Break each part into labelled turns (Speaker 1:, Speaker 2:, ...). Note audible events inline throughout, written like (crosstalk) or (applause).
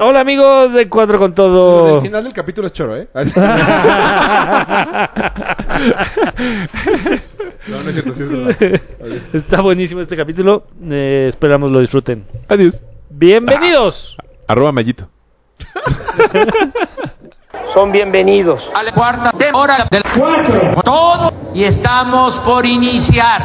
Speaker 1: Hola amigos de Cuatro con
Speaker 2: Lo del
Speaker 1: Todo.
Speaker 2: final del capítulo es choro, ¿eh? (laughs) no, no es cierto, sí es verdad.
Speaker 1: (laughs)
Speaker 2: Adiós.
Speaker 1: Está buenísimo este capítulo. eh, esperamos lo disfruten.
Speaker 3: Adiós.
Speaker 1: Bienvenidos.
Speaker 3: Arroba Mayito.
Speaker 1: Son bienvenidos.
Speaker 4: a la cuarta hora del cuatro. Todo y estamos por iniciar.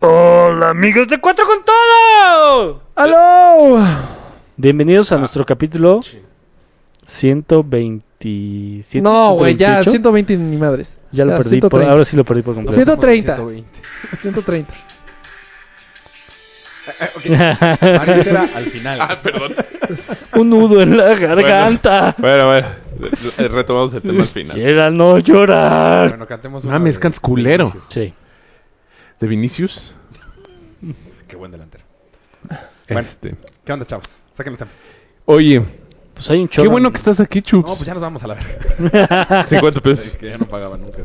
Speaker 1: Hola amigos de Cuatro con Todo.
Speaker 5: ¡Aló!
Speaker 1: Bienvenidos a nuestro capítulo 127.
Speaker 5: No, güey, ya
Speaker 1: 128.
Speaker 5: 120 ni madres.
Speaker 1: Ya lo
Speaker 5: Ya,
Speaker 1: perdí. por-
Speaker 5: 130.
Speaker 1: ahora sí lo perdí por completo.
Speaker 5: 130.
Speaker 2: 120.
Speaker 5: 130.
Speaker 2: Mario será al final.
Speaker 3: perdón.
Speaker 1: (laughs) Un nudo en la garganta.
Speaker 3: (laughs) Bueno, bueno. re- re- Eh, Retomamos el tema al final.
Speaker 1: Quiera no llorar.
Speaker 2: Bueno, cantemos una.
Speaker 3: Mames,
Speaker 2: de-
Speaker 3: cantas culero.
Speaker 1: Sí.
Speaker 3: De Vinicius.
Speaker 2: Qué buen delantero. Bueno.
Speaker 3: Este.
Speaker 2: ¿Qué onda, chavos? Saquen los temas.
Speaker 3: Oye,
Speaker 1: Pues hay un chorro.
Speaker 3: qué bueno que estás aquí, Chups.
Speaker 2: No, pues ya nos vamos a la
Speaker 1: (laughs)
Speaker 2: verga. (laughs)
Speaker 3: 50
Speaker 2: Es (laughs)
Speaker 3: pesos.
Speaker 2: que ya no pagaba nunca.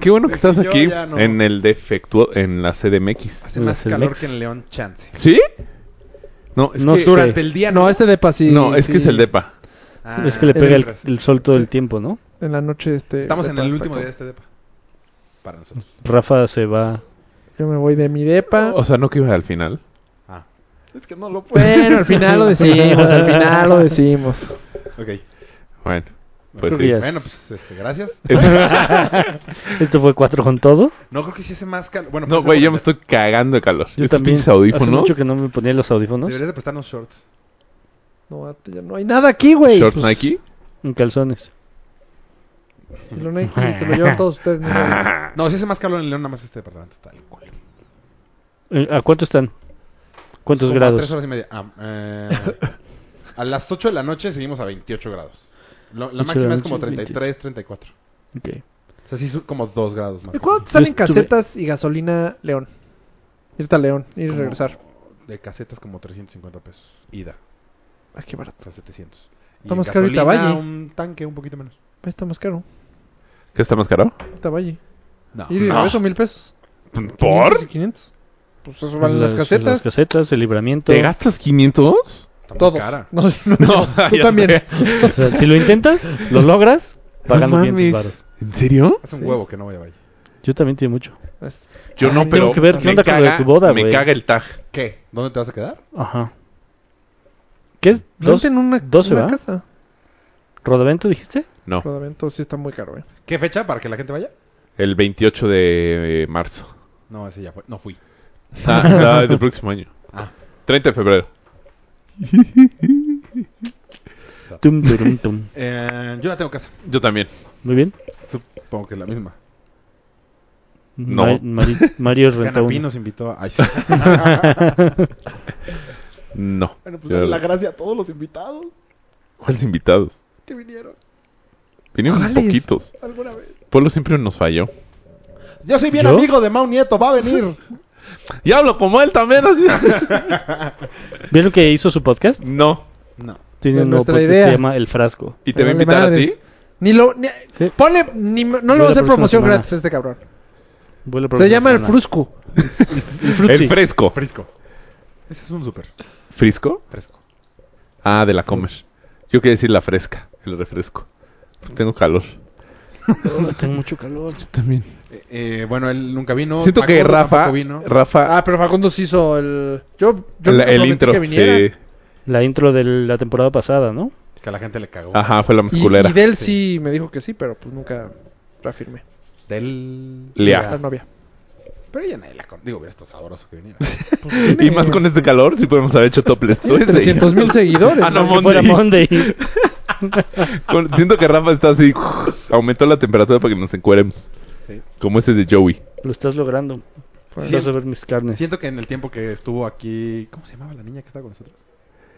Speaker 3: Qué bueno que estás
Speaker 2: Yo
Speaker 3: aquí
Speaker 2: ya no.
Speaker 3: en el defectuo en la CDMX.
Speaker 2: Hace
Speaker 1: Voy a
Speaker 2: más
Speaker 1: hacer
Speaker 2: calor
Speaker 1: lex.
Speaker 2: que en León Chance.
Speaker 3: ¿Sí? No, es
Speaker 1: No
Speaker 3: que...
Speaker 1: sé.
Speaker 2: Durante el día
Speaker 5: No,
Speaker 2: no.
Speaker 5: este depa sí.
Speaker 3: No, es que
Speaker 5: sí.
Speaker 3: es el depa.
Speaker 2: Ah,
Speaker 1: Es que le pega el,
Speaker 2: gracias.
Speaker 1: el sol todo el tiempo, ¿no?
Speaker 5: En la noche, este.
Speaker 2: Estamos en
Speaker 5: depa
Speaker 2: el
Speaker 5: está
Speaker 2: último
Speaker 5: con-
Speaker 2: día de este depa. Para nosotros.
Speaker 1: Rafa se va.
Speaker 5: Yo me voy de mi depa.
Speaker 1: Oh.
Speaker 3: O sea, no que iba al final.
Speaker 2: Ah. Es que no lo puedo.
Speaker 5: Bueno, al final lo decimos, al final lo
Speaker 1: (laughs)
Speaker 5: decimos.
Speaker 2: ok.
Speaker 3: Bueno, pues
Speaker 1: Creo que
Speaker 3: sí.
Speaker 1: ya.
Speaker 2: Bueno, pues este, gracias.
Speaker 1: Esto fue cuatro con todo.
Speaker 2: No creo que sí hace más calor. Bueno,
Speaker 3: No,
Speaker 2: pues,
Speaker 3: güey, yo
Speaker 2: bueno,
Speaker 3: me estoy cagando de calor.
Speaker 1: Yo
Speaker 3: Estos
Speaker 1: también.
Speaker 3: pinches
Speaker 1: Hace
Speaker 3: este audífonos.
Speaker 1: mucho que no me ponía los audífonos.
Speaker 2: Deberías de prestarnos shorts.
Speaker 5: No, vato, ya no hay nada aquí, güey.
Speaker 3: Short
Speaker 5: Pues,
Speaker 3: Nike.
Speaker 1: En calzones.
Speaker 5: y lo Nike, se lo llevan todos
Speaker 1: (laughs)
Speaker 5: ustedes. ¿no?
Speaker 2: No, sí hace más calor en León, nada más este departamento está el culo.
Speaker 1: Eh, ¿A cuánto están? ¿Cuántos
Speaker 2: Como a
Speaker 1: grados?
Speaker 2: Tres horas y media. Ah, eh, a las 8 de la noche seguimos a 28 grados. Lo- la
Speaker 1: Ocho de
Speaker 2: máxima
Speaker 1: la
Speaker 2: es como
Speaker 1: noche,
Speaker 2: 33, 34.
Speaker 1: Ok.
Speaker 2: O sea, sí, son como 2 grados más.
Speaker 5: ¿Y cuándo te
Speaker 1: Yo
Speaker 5: salen
Speaker 1: estuve-
Speaker 5: casetas y gasolina León? Irte a León, ir y
Speaker 2: Como-
Speaker 5: regresar.
Speaker 2: De casetas como 350 pesos. Ida,
Speaker 5: Ah, qué barato.
Speaker 2: o sea, 700. Y
Speaker 5: Está más caro ahorita,
Speaker 2: gasolina,
Speaker 5: Valle.
Speaker 2: un tanque un poquito menos.
Speaker 5: Está más caro.
Speaker 3: ¿Qué está más caro?
Speaker 5: Irte a Valle.
Speaker 2: No.
Speaker 5: Ir y
Speaker 1: Ah.
Speaker 3: No.
Speaker 5: regreso, mil pesos. 500
Speaker 3: ¿Por?
Speaker 5: y 500. Pues eso valen las,
Speaker 1: Las
Speaker 5: casetas.
Speaker 1: casetas, el libramiento.
Speaker 3: ¿Te gastas 500?
Speaker 2: Está muy
Speaker 5: Todos.
Speaker 2: cara.
Speaker 5: No, (laughs) no,
Speaker 3: No,
Speaker 5: tú también.
Speaker 1: O sea, si lo intentas, lo logras pagando
Speaker 3: No
Speaker 1: 500
Speaker 3: mames.
Speaker 1: baros.
Speaker 3: ¿En serio?
Speaker 2: Es un huevo que no vaya a Valle.
Speaker 1: Yo también tiene mucho.
Speaker 5: Es-
Speaker 3: Yo no,
Speaker 1: Tengo
Speaker 3: pero
Speaker 1: que ver qué
Speaker 3: me
Speaker 1: onda con lo de
Speaker 3: caga-
Speaker 1: tu boda,
Speaker 3: Me
Speaker 1: güey.
Speaker 3: caga el tag.
Speaker 2: ¿Qué? ¿Dónde te vas a quedar?
Speaker 1: Ajá. ¿Qué es? ¿Dos?
Speaker 5: Renten una,
Speaker 1: dos se
Speaker 5: una
Speaker 1: va?
Speaker 5: casa.
Speaker 1: ¿Rodavento dijiste?
Speaker 3: No,
Speaker 5: Rodamento sí está muy caro, eh.
Speaker 2: ¿Qué fecha para que la gente vaya?
Speaker 3: el 28 de eh, marzo.
Speaker 1: (laughs)
Speaker 2: No, ese ya fue. No fui.
Speaker 3: Ah, no, es del próximo año.
Speaker 2: Ah.
Speaker 3: 30 de febrero.
Speaker 1: Tum, turum, tum.
Speaker 2: Eh, yo la tengo casa.
Speaker 3: Yo también.
Speaker 1: Muy bien.
Speaker 2: Supongo que es la misma.
Speaker 3: No.
Speaker 1: Ma- Mari- Mario renta
Speaker 2: Canapí
Speaker 1: uno.
Speaker 2: nos invitó a... Ay, sí.
Speaker 3: No.
Speaker 2: Bueno, pues
Speaker 3: Yo-
Speaker 2: dale la gracia a todos los invitados
Speaker 3: ¿Cuáles invitados?
Speaker 2: que vinieron
Speaker 3: Vinieron
Speaker 5: ¿Cuáles?
Speaker 3: poquitos.
Speaker 2: alguna vez.
Speaker 3: Polo siempre nos falló.
Speaker 2: Yo soy bien
Speaker 1: ¿Yo?
Speaker 2: amigo de Mau Nieto, va a venir.
Speaker 3: Y hablo como él también. así.
Speaker 1: ¿Vieron que hizo su podcast?
Speaker 3: no.
Speaker 2: No.
Speaker 1: Tiene
Speaker 5: De
Speaker 1: un nuevo
Speaker 5: nuestra
Speaker 1: podcast que
Speaker 5: idea.
Speaker 1: se llama El Frasco.
Speaker 3: ¿Y te va a
Speaker 5: Vale
Speaker 3: invitar a
Speaker 5: madres.
Speaker 3: ti?
Speaker 5: Ni lo. ni-
Speaker 1: Sí.
Speaker 5: ponle. ni- no
Speaker 1: Yo
Speaker 5: le voy
Speaker 1: la
Speaker 5: a hacer
Speaker 1: próxima
Speaker 5: promoción
Speaker 1: semana.
Speaker 5: gratis a este cabrón.
Speaker 1: Voy la
Speaker 5: Se
Speaker 1: próxima
Speaker 5: llama el
Speaker 1: semana.
Speaker 5: Frusco.
Speaker 1: El
Speaker 3: El
Speaker 1: Frutzi.
Speaker 3: fresco.
Speaker 2: Fresco. Ese es un súper.
Speaker 3: ¿Frisco?
Speaker 2: Fresco.
Speaker 3: Ah, de la comer. Yo quería decir la fresca, el refresco. Tengo calor.
Speaker 1: Oh, tengo mucho calor.
Speaker 3: Yo también.
Speaker 2: Eh, eh, bueno, él nunca vino.
Speaker 3: Siento que
Speaker 2: Facundo
Speaker 3: Rafa,
Speaker 2: tampoco vino.
Speaker 3: Rafa,
Speaker 5: Ah, pero Facundo se hizo el. Yo. yo
Speaker 3: la-
Speaker 5: nunca
Speaker 3: el
Speaker 5: prometí
Speaker 3: intro,
Speaker 5: que viniera.
Speaker 3: sí.
Speaker 1: La intro de la temporada pasada, ¿no?
Speaker 2: Que a la gente le cagó.
Speaker 3: Ajá, fue la más
Speaker 5: Y,
Speaker 3: culera.
Speaker 5: y de él sí. me dijo que sí, pero pues nunca reafirmé.
Speaker 2: Del...
Speaker 3: Lea.
Speaker 5: La novia.
Speaker 2: Pero ella nadie la con... Digo, hubiera estado sabroso que viniera.
Speaker 3: (laughs) Y más con este calor, sí podemos haber hecho
Speaker 5: (laughs)
Speaker 3: topless. Tú ese.
Speaker 5: 300 mil seguidores.
Speaker 3: Ah, no,
Speaker 5: güey.
Speaker 1: Que fuera Monday.
Speaker 3: (laughs) Con- Siento que Rafa está así. Aumentó la temperatura para que nos encueremos.
Speaker 2: Sí.
Speaker 3: Como ese de (laughs) Joey.
Speaker 1: Lo estás logrando. Vas a ver mis carnes.
Speaker 2: Siento que en el tiempo que estuvo aquí... ¿Cómo se llamaba la niña que estaba con nosotros?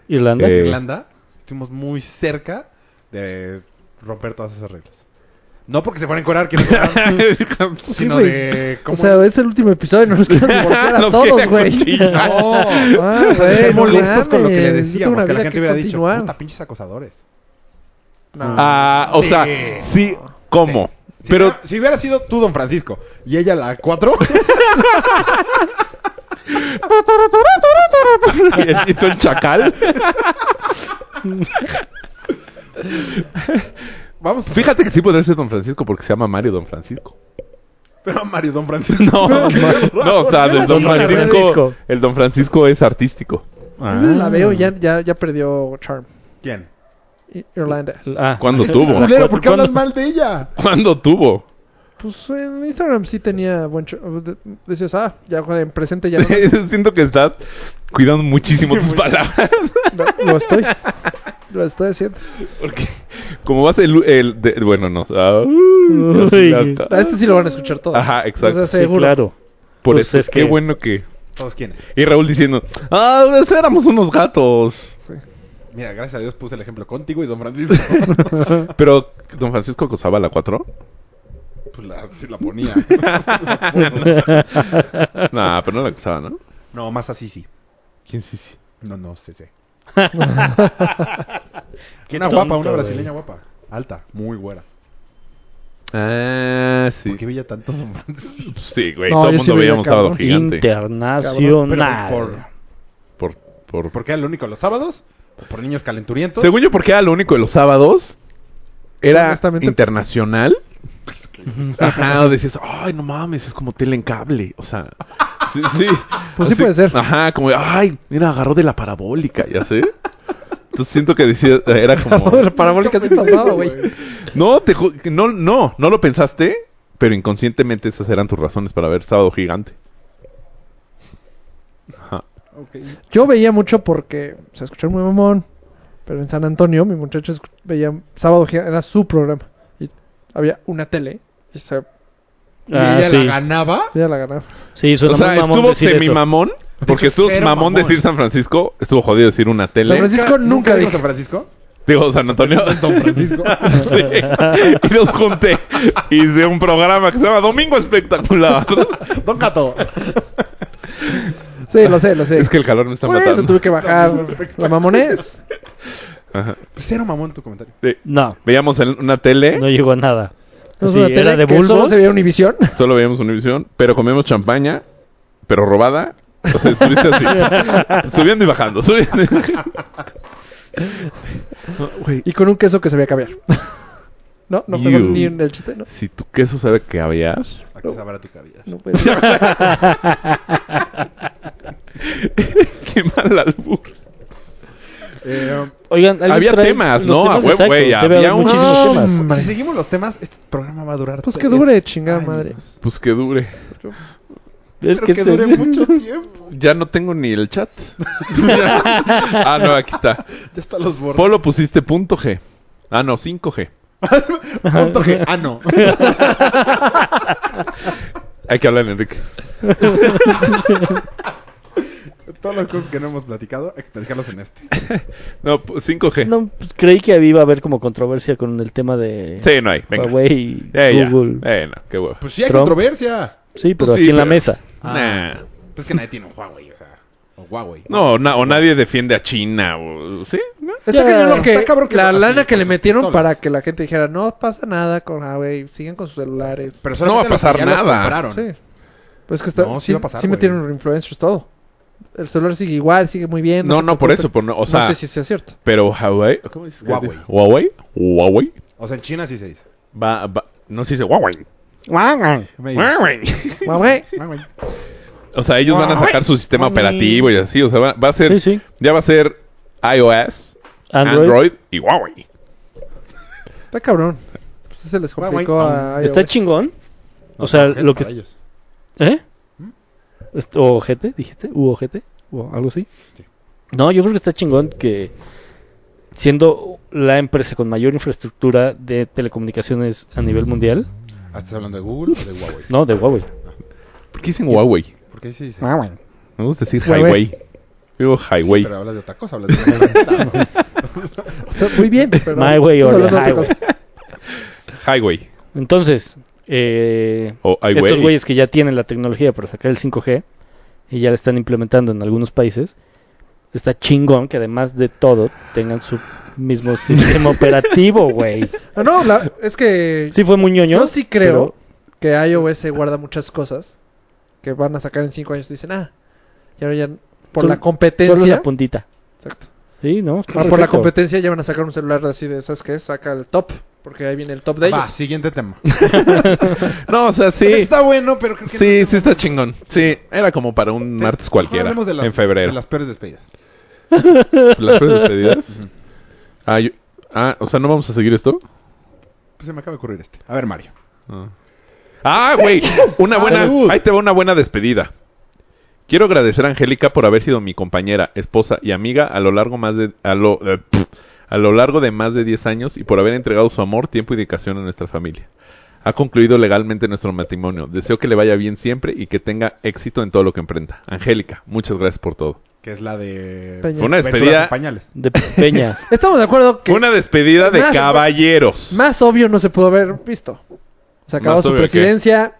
Speaker 1: Irlanda.
Speaker 3: Eh.
Speaker 2: Irlanda. Estuvimos muy cerca de romper todas esas reglas. No porque se fueran a encuerar, que no se fueran,
Speaker 3: Ah,
Speaker 2: sino
Speaker 5: güey.
Speaker 2: de...
Speaker 5: O
Speaker 2: ¿cómo
Speaker 5: sea, es el último episodio y no
Speaker 3: (laughs)
Speaker 5: nos quieres divorciar a
Speaker 3: Nos
Speaker 5: todos,
Speaker 3: quiere
Speaker 5: güey.
Speaker 3: acuchillar.
Speaker 2: No,
Speaker 5: (laughs) Ah,
Speaker 2: o sea, de
Speaker 5: güey,
Speaker 2: ser
Speaker 5: no
Speaker 2: molestos con lo que le
Speaker 5: mames, yo
Speaker 2: decíamos,
Speaker 5: tengo una
Speaker 2: que la
Speaker 5: vida
Speaker 2: gente
Speaker 5: que
Speaker 2: hubiera
Speaker 5: continuar.
Speaker 2: dicho, puta, pinches acosadores.
Speaker 5: No.
Speaker 3: Ah, o sea, sí, ¿cómo?
Speaker 2: Si
Speaker 3: (laughs) Pero
Speaker 2: hubiera- si hubiera sido tú, don Francisco, y ella la cuatro,
Speaker 3: y el, y todo el chacal.
Speaker 2: vamos. a-
Speaker 3: Fíjate que sí podría ser Don Francisco porque se llama Mario Don Francisco.
Speaker 2: Pero Mario, don Francisco.
Speaker 3: (laughs) No, no, no, o sea, del Don
Speaker 1: Don Francisco.
Speaker 3: Francisco, el Don Francisco es artístico. (laughs)
Speaker 5: Ah. La veo y ya, ya, ya perdió Charm.
Speaker 2: ¿Quién?
Speaker 5: I- Irlanda.
Speaker 1: Ah.
Speaker 3: ¿Cuándo tuvo?
Speaker 2: Culero, ¿por qué
Speaker 1: ¿Cuándo?
Speaker 2: hablas mal de ella?
Speaker 3: ¿Cuándo tuvo?
Speaker 5: Pues en Instagram sí tenía buen. char- de- Decías, ah, ya en presente
Speaker 1: (laughs)
Speaker 5: ya no,
Speaker 3: (laughs) Siento que estás cuidando muchísimo
Speaker 5: (laughs)
Speaker 3: tus palabras.
Speaker 5: no, lo estoy. Lo estoy haciendo.
Speaker 3: Porque como vas el... el de- bueno, no. ah,
Speaker 1: Uy.
Speaker 5: Ah, Este sí lo van a escuchar todos.
Speaker 3: Ajá, exacto.
Speaker 5: O
Speaker 1: Sí,
Speaker 5: sea, seguro.
Speaker 1: claro.
Speaker 3: Por
Speaker 1: Pues
Speaker 3: eso
Speaker 1: es
Speaker 3: es que...
Speaker 1: que-
Speaker 3: Qué bueno que...
Speaker 2: ¿Todos quiénes?
Speaker 3: Y Raúl diciendo, ah, pues éramos unos gatos.
Speaker 2: Mira, gracias a Dios puse el ejemplo contigo y don Francisco.
Speaker 3: Pero Don Francisco acosaba a la 4.
Speaker 2: pues la, sí la ponía.
Speaker 3: Nah, pero no la acosaba, ¿no?
Speaker 2: No, más así sí.
Speaker 3: ¿Quién sí, sí?
Speaker 2: No, no, sí, sí.
Speaker 1: Qué
Speaker 2: una
Speaker 1: tonto,
Speaker 2: guapa, una
Speaker 1: güey.
Speaker 2: brasileña guapa. Alta, muy buena.
Speaker 3: Ah, sí.
Speaker 2: ¿Por qué veía tanto don Francisco?
Speaker 3: Sí, güey,
Speaker 5: No,
Speaker 3: todo el
Speaker 5: yo
Speaker 3: mundo
Speaker 5: sí veía
Speaker 3: veíamos
Speaker 5: cabrón.
Speaker 3: Sábado Gigante.
Speaker 2: Pero
Speaker 1: Internacional.
Speaker 2: por,
Speaker 3: Por, por,
Speaker 2: ¿Por qué era el único los sábados? ¿Por niños calenturientos?
Speaker 3: Según yo, porque era lo único de los sábados, era
Speaker 5: Honestamente.
Speaker 3: internacional. Ajá, o decías, ay, no mames, es como tele en cable. O sea, sí, sí.
Speaker 5: Pues sí
Speaker 3: Así-
Speaker 5: puede ser.
Speaker 3: Ajá, como, ay, mira, agarró de la parabólica, ya sé. Entonces siento que decía, era como,
Speaker 5: la parabólica sí pasaba, güey.
Speaker 3: no, te ju- no, no, no lo pensaste, pero inconscientemente esas eran tus razones para ver Sábado Gigante. Ajá.
Speaker 2: Ok.
Speaker 5: Yo veía mucho porque se escuchó muy mamón. Pero en San Antonio, mi muchacho escu- veía sábado, Gigante, era su programa. Y había una tele. Y se
Speaker 2: ¿Y
Speaker 1: Ah,
Speaker 2: ella la
Speaker 1: sí.
Speaker 2: ganaba?
Speaker 5: ya la ganaba.
Speaker 1: Sí, suena
Speaker 3: O sea,
Speaker 1: muy mamón
Speaker 3: estuvo
Speaker 1: decir eso.
Speaker 3: semi-mamón. Porque estuvo
Speaker 2: cero
Speaker 3: mamón
Speaker 2: mamón.
Speaker 3: decir San Francisco. Estuvo jodido decir una
Speaker 5: San
Speaker 3: tele.
Speaker 5: Francisco nunca
Speaker 2: dijo
Speaker 5: dijo.
Speaker 2: San Francisco?
Speaker 3: Digo, San Antonio.
Speaker 2: Don
Speaker 3: (laughs)
Speaker 2: Francisco.
Speaker 3: y los junté. Hice un programa que se llama Domingo Espectacular.
Speaker 2: Don Gato.
Speaker 5: Sí, lo sé, lo sé.
Speaker 3: es que el calor me está
Speaker 5: Por eso
Speaker 3: matando.
Speaker 5: tuve que bajar. La mamonés.
Speaker 3: Ajá.
Speaker 2: Cero Pues, mamón tu comentario.
Speaker 3: Sí.
Speaker 1: No,
Speaker 3: Veíamos en una tele.
Speaker 1: no llegó a nada.
Speaker 5: No es
Speaker 1: Sí,
Speaker 5: una
Speaker 1: era
Speaker 5: tele
Speaker 1: de
Speaker 5: que solo
Speaker 1: bulbos.
Speaker 5: se veía Univisión.
Speaker 3: Solo veíamos Univisión. Pero comíamos champaña. Pero robada. O sea,
Speaker 2: (laughs)
Speaker 3: estuviste así. subiendo y bajando. Subiendo. y bajando.
Speaker 5: Y con un queso que se veía caviar. (laughs) No, no pegó
Speaker 3: Ew.
Speaker 5: ni en el chiste, no.
Speaker 3: (laughs) si tu queso sabe que había.
Speaker 2: ¿A qué sabrá tu cabida?
Speaker 5: No puede ser.
Speaker 3: (laughs) Qué mal albur.
Speaker 2: Eh,
Speaker 1: Oigan, ¿alguien
Speaker 3: Había
Speaker 1: trae
Speaker 3: temas,
Speaker 1: los
Speaker 3: ¿no?
Speaker 1: temas?
Speaker 3: A huevo,
Speaker 1: Exacto,
Speaker 3: güey,
Speaker 1: debe
Speaker 3: había
Speaker 1: haber
Speaker 3: un-
Speaker 1: muchísimos
Speaker 5: No,
Speaker 1: temas.
Speaker 5: hombre.
Speaker 2: si seguimos los temas, este programa va a durar.
Speaker 5: Pues que
Speaker 2: tres
Speaker 5: dure, chingada
Speaker 2: años.
Speaker 5: madre.
Speaker 3: Pues que dure.
Speaker 1: Es
Speaker 2: Pero que,
Speaker 1: se-
Speaker 2: dure mucho tiempo.
Speaker 3: Ya no tengo ni el chat. (laughs) ah, no, aquí está.
Speaker 2: Ya está los bordes.
Speaker 3: Polo pusiste punto G. Ah, no, 5G.
Speaker 2: (laughs) Punto G. Ah, no.
Speaker 3: Hay que hablar, Enrique.
Speaker 2: Todas las cosas que no hemos platicado, hay que platicarlas en este.
Speaker 3: No, pu- (laughs) 5G.
Speaker 1: No, pues, creí que iba a haber como controversia con el tema de
Speaker 3: Sí, no hay. Venga.
Speaker 1: Huawei y
Speaker 3: Eh, ya.
Speaker 1: Google.
Speaker 3: Eh, no, qué huevo.
Speaker 2: Pues sí, hay
Speaker 1: Trump.
Speaker 2: controversia.
Speaker 1: Sí, pero
Speaker 3: Pues sí,
Speaker 1: aquí en la
Speaker 3: pero-
Speaker 1: mesa.
Speaker 3: Nah.
Speaker 2: Pues que nadie tiene un Huawei, o sea. O Huawei.
Speaker 3: No, na- o nadie defiende a China. o- ¿Sí? ¿No?
Speaker 5: Está
Speaker 1: Ya.
Speaker 5: cañón lo que,
Speaker 2: Está cabrón que
Speaker 5: la
Speaker 2: lo-
Speaker 5: lana
Speaker 2: así,
Speaker 5: que le
Speaker 2: con sus
Speaker 5: metieron
Speaker 2: pistolas.
Speaker 5: para que la gente dijera, no pasa nada con Huawei, sigan con sus celulares.
Speaker 2: Pero
Speaker 3: No va a
Speaker 2: solamente los que
Speaker 3: pasar
Speaker 2: ya los
Speaker 3: nada.
Speaker 2: compraron.
Speaker 5: Sí. Pues es que está,
Speaker 2: No, sí
Speaker 5: sí,
Speaker 2: va a pasar,
Speaker 5: sí
Speaker 2: güey.
Speaker 5: metieron los influencers todo. El celular sigue igual, sigue muy bien.
Speaker 3: No,
Speaker 5: se
Speaker 3: no, por
Speaker 5: preocupen.
Speaker 3: eso. por no- o
Speaker 5: no
Speaker 3: sea,
Speaker 5: sé si sea cierto.
Speaker 3: pero Huawei. ¿Cómo dices? que-
Speaker 2: Huawei.
Speaker 3: Huawei. Huawei.
Speaker 2: O sea, en China sí se dice.
Speaker 3: Va, va- No se dice Huawei. (laughs) Huawei.
Speaker 5: Huawei.
Speaker 2: "Ah,
Speaker 3: O sea, ellos van a sacar su sistema operativo y así. O sea, va, va a ser.
Speaker 1: Sí, sí.
Speaker 3: Ya va a ser iOS,
Speaker 1: Android.
Speaker 3: Android y Huawei.
Speaker 5: Está cabrón. Pues se les complicó a
Speaker 1: Está
Speaker 5: iOS.
Speaker 1: chingón. O sea, lo que...
Speaker 2: ellos.
Speaker 1: ¿Eh? Est- ¿O ojete, dijiste? ¿U ojete? ¿O algo así? No, yo creo que está chingón que siendo la empresa con mayor infraestructura de telecomunicaciones a nivel mundial,
Speaker 2: Ah, ¿Estás hablando de Google o de Huawei?
Speaker 1: no, de Huawei.
Speaker 3: ¿Por qué dicen Huawei?
Speaker 2: Porque ahí sí
Speaker 5: Ah,
Speaker 2: dice.
Speaker 3: Me gusta decir
Speaker 5: Huawei.
Speaker 3: highway. Digo
Speaker 2: Sí,
Speaker 3: highway.
Speaker 2: pero hablas de otra cosa, hablas de
Speaker 5: O sea, muy bien,
Speaker 1: (laughs)
Speaker 5: pero...
Speaker 1: My way or
Speaker 5: Solo
Speaker 1: the
Speaker 5: no te
Speaker 1: highway.
Speaker 5: costó.
Speaker 3: Highway.
Speaker 1: Entonces, eh,
Speaker 3: O highway.
Speaker 1: estos güeyes que ya tienen la tecnología para sacar el 5G y ya la están implementando en algunos países, está chingón que además de todo tengan su
Speaker 3: (laughs)
Speaker 1: mismo sistema operativo, güey.
Speaker 5: Ah, no, la- es que
Speaker 1: Sí fue muy ñoño.
Speaker 5: yo sí creo que iOS guarda muchas cosas que van a sacar en cinco años. Dicen, ah, y ahora ya por
Speaker 1: Solo-
Speaker 5: la
Speaker 1: pero Solo
Speaker 5: competencia.
Speaker 1: la puntita.
Speaker 5: Exacto.
Speaker 1: Sí, ¿no? está
Speaker 5: Ah, por la
Speaker 1: perfecto.
Speaker 5: competencia ya van a sacar un celular así de, ¿sabes qué? Saca el top, porque ahí viene el top de
Speaker 2: Va,
Speaker 5: ellos.
Speaker 2: siguiente tema.
Speaker 3: No, o sea,
Speaker 2: Ese
Speaker 3: sí.
Speaker 2: (laughs) Está bueno, pero creo que...
Speaker 3: Sí, sí está chingón. Sí, era como para un
Speaker 2: Te-
Speaker 3: martes
Speaker 2: mejor
Speaker 3: cualquiera.
Speaker 2: hablemos de las-
Speaker 3: En febrero.
Speaker 2: De las peores despedidas.
Speaker 3: ¿Las peores despedidas? ah, yo- ah, o sea, ¿no vamos a seguir esto?
Speaker 2: Pues se me acaba de ocurrir este. A ver, Mario.
Speaker 3: Ah, güey. Una buena.
Speaker 2: Salud.
Speaker 3: Ahí te va una buena despedida. Quiero agradecer a Angélica por haber sido mi compañera, esposa y amiga a lo largo más de a lo eh, pf, a lo largo de más de 10 años y por haber entregado su amor, tiempo y dedicación a nuestra familia. Ha concluido legalmente nuestro matrimonio. Deseo que le vaya bien siempre y que tenga éxito en todo lo que emprenda. Angélica, muchas gracias por todo.
Speaker 2: Que es la de...
Speaker 5: Peña.
Speaker 3: Fue una
Speaker 2: Aventuras
Speaker 3: despedida,
Speaker 2: en pañales.
Speaker 1: De Peña.
Speaker 5: Estamos de acuerdo que
Speaker 3: fue una despedida de
Speaker 5: Más-
Speaker 3: caballeros.
Speaker 5: más obvio no se pudo haber visto. Se acabó
Speaker 3: Más
Speaker 5: su
Speaker 3: obvio que-
Speaker 5: presidencia,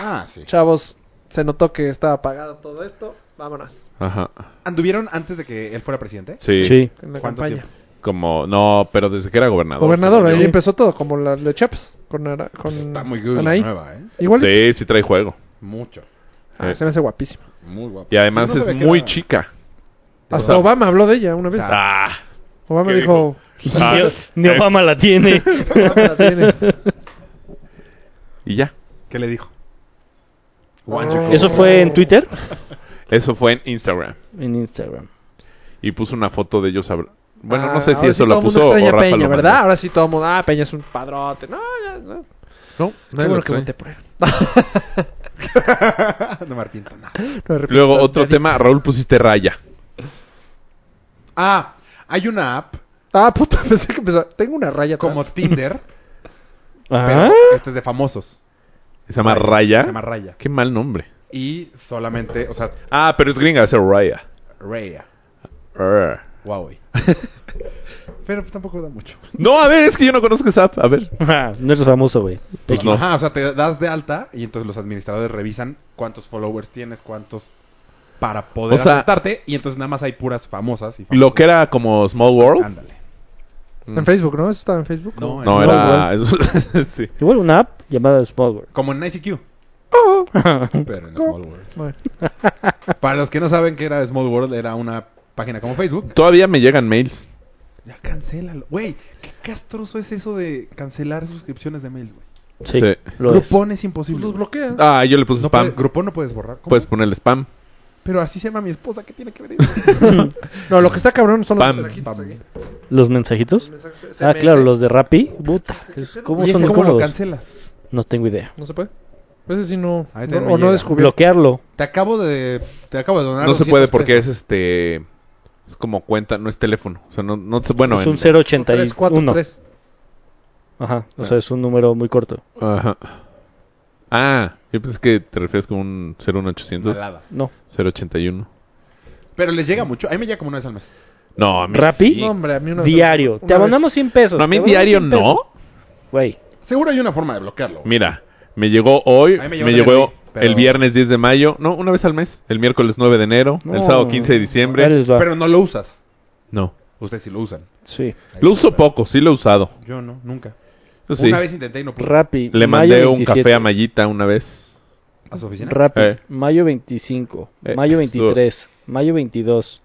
Speaker 2: Ah, sí.
Speaker 5: chavos, se notó que estaba apagado todo esto. Vámonos.
Speaker 3: Ajá.
Speaker 2: ¿Anduvieron antes de que él fuera presidente?
Speaker 3: (laughs) Sí.
Speaker 1: Sí.
Speaker 5: En la
Speaker 2: ¿Cuánto
Speaker 5: campaña.
Speaker 2: tiempo?
Speaker 3: Como no, pero desde que era gobernador.
Speaker 5: Gobernador, ¿eh?
Speaker 3: según
Speaker 5: ahí
Speaker 3: yo.
Speaker 5: empezó todo, como la de Chaps. Con, Ara- con
Speaker 2: Pues está muy good la
Speaker 5: Anaí.
Speaker 2: nueva, ¿eh?
Speaker 5: Igual.
Speaker 3: Sí, sí trae juego.
Speaker 2: Mucho.
Speaker 5: Ah, se me hace guapísima.
Speaker 2: Muy guapo.
Speaker 3: Y además
Speaker 2: Yo no
Speaker 3: es
Speaker 2: sabía que
Speaker 3: muy
Speaker 2: era-
Speaker 3: chica.
Speaker 5: Hasta
Speaker 3: Ah.
Speaker 5: Obama habló de ella una vez.
Speaker 2: Ah.
Speaker 3: Ah,
Speaker 5: Obama
Speaker 3: ¿qué
Speaker 5: dijo,
Speaker 3: Ah,
Speaker 5: (laughs)
Speaker 1: Ni- Ni Obama la tiene.
Speaker 5: "Obama
Speaker 3: (laughs)
Speaker 5: la tiene".
Speaker 3: y ya.
Speaker 2: ¿Qué le dijo? Guancho.
Speaker 1: Oh. Eso fue
Speaker 5: Oh.
Speaker 1: en Twitter,
Speaker 3: Eso fue en Instagram.
Speaker 1: en Instagram.
Speaker 3: Y puso una foto de ellos. abra- Bueno,
Speaker 5: Ah,
Speaker 3: no sé si
Speaker 5: ahora sí
Speaker 3: eso
Speaker 5: todo
Speaker 3: la
Speaker 5: el mundo
Speaker 3: puso o
Speaker 5: extraña a
Speaker 3: Rafa
Speaker 5: Peña,
Speaker 3: lo mandó.
Speaker 5: ¿verdad? Ahora sí todo el mundo, ah, Peña es un padrote. No, ya, no. ¿eh?
Speaker 3: No,
Speaker 5: Qué
Speaker 3: nadie lo
Speaker 5: bueno que
Speaker 3: extraña.
Speaker 5: voté por él.
Speaker 2: (laughs) no me arrepiento nada.
Speaker 5: No, de repente,
Speaker 3: Luego otro tema, Raúl pusiste raya.
Speaker 2: Ah, hay una app
Speaker 5: Ah, puta, (laughs) pensé que empezaba. Tengo una raya
Speaker 2: como
Speaker 1: (laughs)
Speaker 5: como
Speaker 2: Tinder,
Speaker 1: Ah,
Speaker 2: pero este es de famosos.
Speaker 3: Se llama
Speaker 2: Raya.
Speaker 3: raya.
Speaker 2: Se llama Raya.
Speaker 3: Qué mal nombre.
Speaker 2: Y solamente, o sea,
Speaker 3: Ah, pero es gringa, es raya.
Speaker 2: Raya.
Speaker 3: Arr.
Speaker 1: (laughs)
Speaker 2: Huawei. Pero pues tampoco da mucho.
Speaker 3: No, a ver, es que yo no conozco esa app. A ver.
Speaker 1: Ajá, Ah, no eres famoso, güey.
Speaker 3: Pues no.
Speaker 2: Ajá, o sea, te das de alta y entonces los administradores revisan cuántos followers tienes, cuántos para poder
Speaker 3: O sea-
Speaker 2: aceptarte y entonces nada más hay puras famosas y famosos.
Speaker 3: Lo que era como Small World.
Speaker 2: Ándale.
Speaker 5: En Facebook, Ah, ¿no? Eso estaba en Facebook.
Speaker 2: No,
Speaker 3: No,
Speaker 2: en-
Speaker 3: era... (laughs) sí.
Speaker 1: Igual una app llamada Small World.
Speaker 2: como en
Speaker 3: (laughs)
Speaker 2: ICQ, pero en Small World.
Speaker 5: Bueno.
Speaker 2: Para los que no saben que era Small World, era una página como Facebook.
Speaker 3: Todavía me llegan mails.
Speaker 2: Ya cancélalo. Güey, qué castroso es eso de cancelar suscripciones de mails, güey.
Speaker 1: Sí,
Speaker 3: Sí.
Speaker 1: lo es.
Speaker 2: Grupón es,
Speaker 5: Pues
Speaker 2: imposible.
Speaker 5: los
Speaker 2: güey.
Speaker 5: bloqueas.
Speaker 3: Ah, yo le puse
Speaker 2: No
Speaker 3: spam. Pues,
Speaker 2: puede- grupón no puedes borrar. ¿Cómo?
Speaker 3: Puedes ponerle spam.
Speaker 2: Pero así se llama mi esposa, ¿qué tiene que
Speaker 3: (laughs)
Speaker 2: ver eso?
Speaker 5: No, lo que está cabrón son los
Speaker 3: Pam.
Speaker 5: mensajitos
Speaker 2: Pam.
Speaker 5: aquí.
Speaker 1: ¿Los mensajitos?
Speaker 5: Mensajes SMS.
Speaker 1: Ah, claro, los de Rappi. Puta, es- ¿cómo
Speaker 2: ¿Y
Speaker 1: son de
Speaker 2: ese cómo lo
Speaker 1: cómodos?
Speaker 2: cancelas?
Speaker 1: No tengo idea.
Speaker 5: No se puede. Pues Ese sí no.
Speaker 2: Ahí
Speaker 5: no-
Speaker 2: te me
Speaker 5: o no
Speaker 2: llega.
Speaker 5: descubrí.
Speaker 1: Bloquearlo.
Speaker 2: Te acabo de te acabo de donar
Speaker 3: No se puede
Speaker 2: 200
Speaker 3: porque
Speaker 2: pesos.
Speaker 3: es este. Es como cuenta, no es teléfono. O sea, no, no se- Bueno,
Speaker 1: es
Speaker 3: en-
Speaker 1: un
Speaker 5: Tres, cuatro,
Speaker 1: 081.
Speaker 5: tres.
Speaker 1: Ajá, o sea, es un número muy corto.
Speaker 3: Ajá. Ah, yo pensé que te refieres con un 01800.
Speaker 2: Malada.
Speaker 1: No.
Speaker 3: 081.
Speaker 2: Pero les llega mucho. A mí me llega como una vez al mes.
Speaker 3: No, a mí
Speaker 1: ¿Rappi?
Speaker 3: sí.
Speaker 5: No, hombre, a mí una vez-
Speaker 1: Diario.
Speaker 5: una
Speaker 1: Te abonamos
Speaker 5: vez.
Speaker 1: 100 pesos.
Speaker 3: No, a
Speaker 1: te
Speaker 3: mí en
Speaker 1: abonamos
Speaker 3: diario
Speaker 1: 100 pesos.
Speaker 3: no.
Speaker 1: Güey,
Speaker 2: Seguro hay una forma de bloquearlo. güey.
Speaker 3: Mira, me llegó hoy,
Speaker 2: A mí
Speaker 3: me
Speaker 2: me
Speaker 3: llegó,
Speaker 2: llegó desde hoy, pero-
Speaker 3: el viernes 10 de mayo. No, una vez al mes. El miércoles 9 de enero.
Speaker 1: No.
Speaker 3: El sábado 15 de diciembre.
Speaker 1: ahí les va.
Speaker 2: Pero no lo usas.
Speaker 3: No.
Speaker 2: Ustedes sí lo usan.
Speaker 1: Sí.
Speaker 3: Lo uso poco, sí lo he usado.
Speaker 2: Yo no, nunca.
Speaker 3: Yo sí.
Speaker 2: Una vez intenté y no pude.
Speaker 1: Rappi.
Speaker 3: Le
Speaker 1: mayo
Speaker 3: mandé un
Speaker 1: 27.
Speaker 3: café a Mayita una vez.
Speaker 2: ¿A su oficina?
Speaker 1: Rappi.
Speaker 3: Eh.
Speaker 1: Mayo 25.
Speaker 3: Eh,
Speaker 1: Mayo
Speaker 3: estuvo-
Speaker 1: 23. Mayo 22.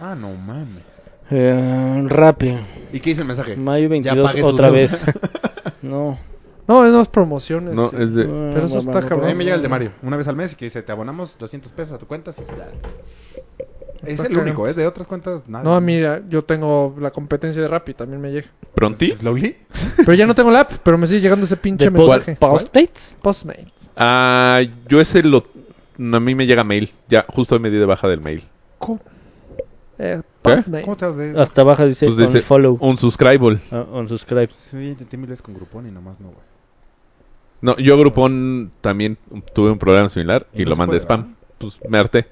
Speaker 2: ah, no mames.
Speaker 1: Eh, Rappi.
Speaker 2: ¿Y qué dice el mensaje?
Speaker 1: Mayo
Speaker 2: Ya
Speaker 1: 22
Speaker 2: pagué su
Speaker 1: otra
Speaker 2: deuda.
Speaker 1: vez.
Speaker 2: (laughs)
Speaker 1: No.
Speaker 5: No, es más promociones.
Speaker 3: No,
Speaker 5: sí.
Speaker 3: es de.
Speaker 5: Pero eso está
Speaker 2: A mí
Speaker 5: cabrón.
Speaker 2: me llega el de Mario. Una vez al mes y que dice, te abonamos 200 pesos a tu cuenta. sí, ya. Es el
Speaker 5: cagado.
Speaker 2: único, ¿eh? De otras cuentas, nada.
Speaker 5: No, a mí ah, yo tengo la competencia de Rappi, también me llega.
Speaker 3: ¿Pronti?
Speaker 2: ¿Slowly?
Speaker 5: Pero ya no tengo la app, pero me sigue llegando ese pinche
Speaker 1: ¿De post
Speaker 5: mensaje.
Speaker 1: Postmates?
Speaker 5: Postmate.
Speaker 3: Ah, yo ese lo. A mí me llega mail. Ya, justo hoy me di de baja del mail.
Speaker 2: ¿Cómo,
Speaker 5: Eh,
Speaker 3: ¿Qué?
Speaker 5: Postmate.
Speaker 2: cómo te has de...?
Speaker 5: Ah.
Speaker 1: Hasta abajo dice,
Speaker 3: Pues dice,
Speaker 1: follow.
Speaker 3: Un subscribe.
Speaker 1: Ah, unsubscribe.
Speaker 2: Sí, yo intenté mil veces con Groupon y nomás no, güey.
Speaker 3: No, yo Groupon también tuve un problema similar y,
Speaker 2: Y no
Speaker 3: lo
Speaker 2: se
Speaker 3: mandé
Speaker 2: puede,
Speaker 3: spam.
Speaker 2: ¿verdad?
Speaker 3: Pues me harté.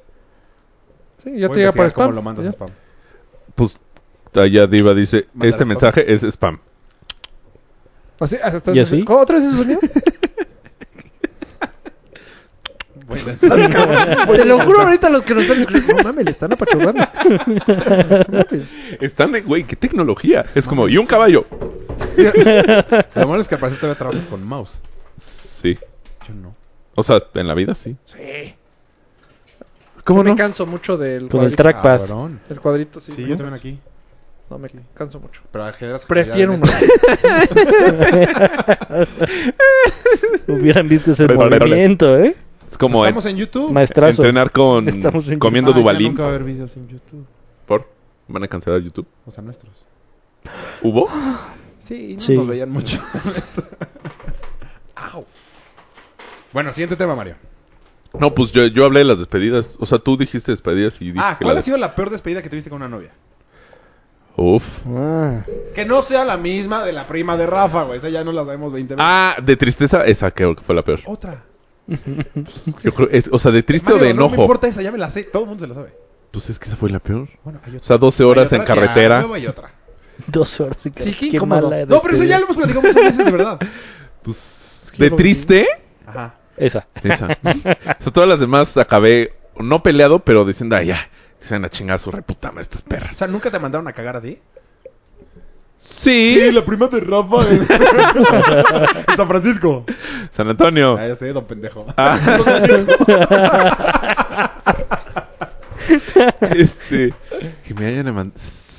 Speaker 5: Sí,
Speaker 2: Voy a
Speaker 5: ya te llega para
Speaker 2: investigar cómo
Speaker 5: spam.
Speaker 2: lo mandas
Speaker 5: ya.
Speaker 2: a spam.
Speaker 3: Pues allá Diva dice,
Speaker 2: Mandar
Speaker 3: este
Speaker 2: spam.
Speaker 3: mensaje es spam.
Speaker 5: Así, hasta-
Speaker 1: ¿Y así?
Speaker 2: (laughs)
Speaker 5: ¿Cómo? ¿Otra vez ese sonido?
Speaker 2: buenas. cabrón.
Speaker 5: Te lo juro ahorita los que nos están escuchando. No mames, le
Speaker 2: (laughs)
Speaker 5: están apachurrando. No, pues,
Speaker 3: Están, de- güey, qué tecnología. Es como, y un caballo.
Speaker 2: Lo malo es que al parecer todavía trabajas con mouse.
Speaker 3: Sí.
Speaker 2: Yo no.
Speaker 3: O sea, en la vida sí.
Speaker 5: yo
Speaker 1: ¿Cómo
Speaker 5: me
Speaker 1: no?
Speaker 5: canso mucho del
Speaker 1: Con el
Speaker 5: cuadrito.
Speaker 1: trackpad.
Speaker 2: Cabrón.
Speaker 5: El cuadrito, sí.
Speaker 2: Sí,
Speaker 5: me
Speaker 2: yo
Speaker 5: canso.
Speaker 2: también aquí.
Speaker 5: No, me canso mucho.
Speaker 2: Pero generas
Speaker 5: Prefiero
Speaker 2: (laughs) agilidad en
Speaker 1: (laughs)
Speaker 5: uno.
Speaker 1: Hubieran visto ese
Speaker 3: Pero, pero, pero.
Speaker 1: movimiento, ¿eh?
Speaker 3: Es como en-
Speaker 2: Estamos en YouTube.
Speaker 1: Maestrazo.
Speaker 3: entrenar con
Speaker 1: Estamos en-
Speaker 3: comiendo
Speaker 2: Ay, ya
Speaker 3: Dubalín.
Speaker 2: nunca va a haber videos en YouTube.
Speaker 3: Por van a cancelar YouTube.
Speaker 2: O sea, nuestros.
Speaker 3: ¿Hubo?
Speaker 2: Sí, no
Speaker 1: Sí.
Speaker 2: nos veían mucho. (laughs) Au. Bueno, siguiente tema, Mario.
Speaker 3: No, pues yo, yo hablé de las despedidas. O sea, tú dijiste despedidas y dije
Speaker 2: Ah,
Speaker 3: que
Speaker 2: ¿cuál
Speaker 3: la
Speaker 2: ha sido la peor despedida que tuviste con una novia?
Speaker 3: Uf.
Speaker 1: Ah,
Speaker 2: Que no sea la misma de la prima de Rafa, güey. Esa ya no la sabemos 20 veces.
Speaker 3: Ah, de tristeza, esa creo que fue la peor.
Speaker 2: Otra.
Speaker 3: Yo creo- es- o sea, de triste o
Speaker 2: Mario,
Speaker 3: de
Speaker 2: No me
Speaker 3: enojo.
Speaker 2: importa esa, ya me la sé. Todo el mundo se la sabe.
Speaker 3: pues es que esa fue la peor.
Speaker 2: Bueno, hay
Speaker 3: O
Speaker 2: otra.
Speaker 3: sea, 12 horas
Speaker 2: Hay
Speaker 3: en
Speaker 2: otra, Ah, sí, a
Speaker 3: carretera.
Speaker 2: huevo hay otra.
Speaker 1: dos horas. Sí,
Speaker 5: qué incómodo.
Speaker 2: No, pero eso ya lo hemos platicado muchas veces, de (laughs) verdad.
Speaker 3: Pues,
Speaker 5: que
Speaker 3: de
Speaker 5: lo-
Speaker 3: triste,
Speaker 2: Ajá.
Speaker 1: Esa.
Speaker 3: esa. o sea, todas las demás acabé no peleado, pero diciendo, ay, ya, que se van a chingar a su reputa madre estas
Speaker 2: O
Speaker 3: perras.
Speaker 2: sea, ¿nunca te mandaron a cagar a ti?
Speaker 3: Sí,
Speaker 2: la prima de Rafa es... en San Francisco. (laughs)
Speaker 3: San Antonio.
Speaker 2: Ah, ya sé, don pendejo.
Speaker 3: este, que me hayan mandado.
Speaker 2: Sí.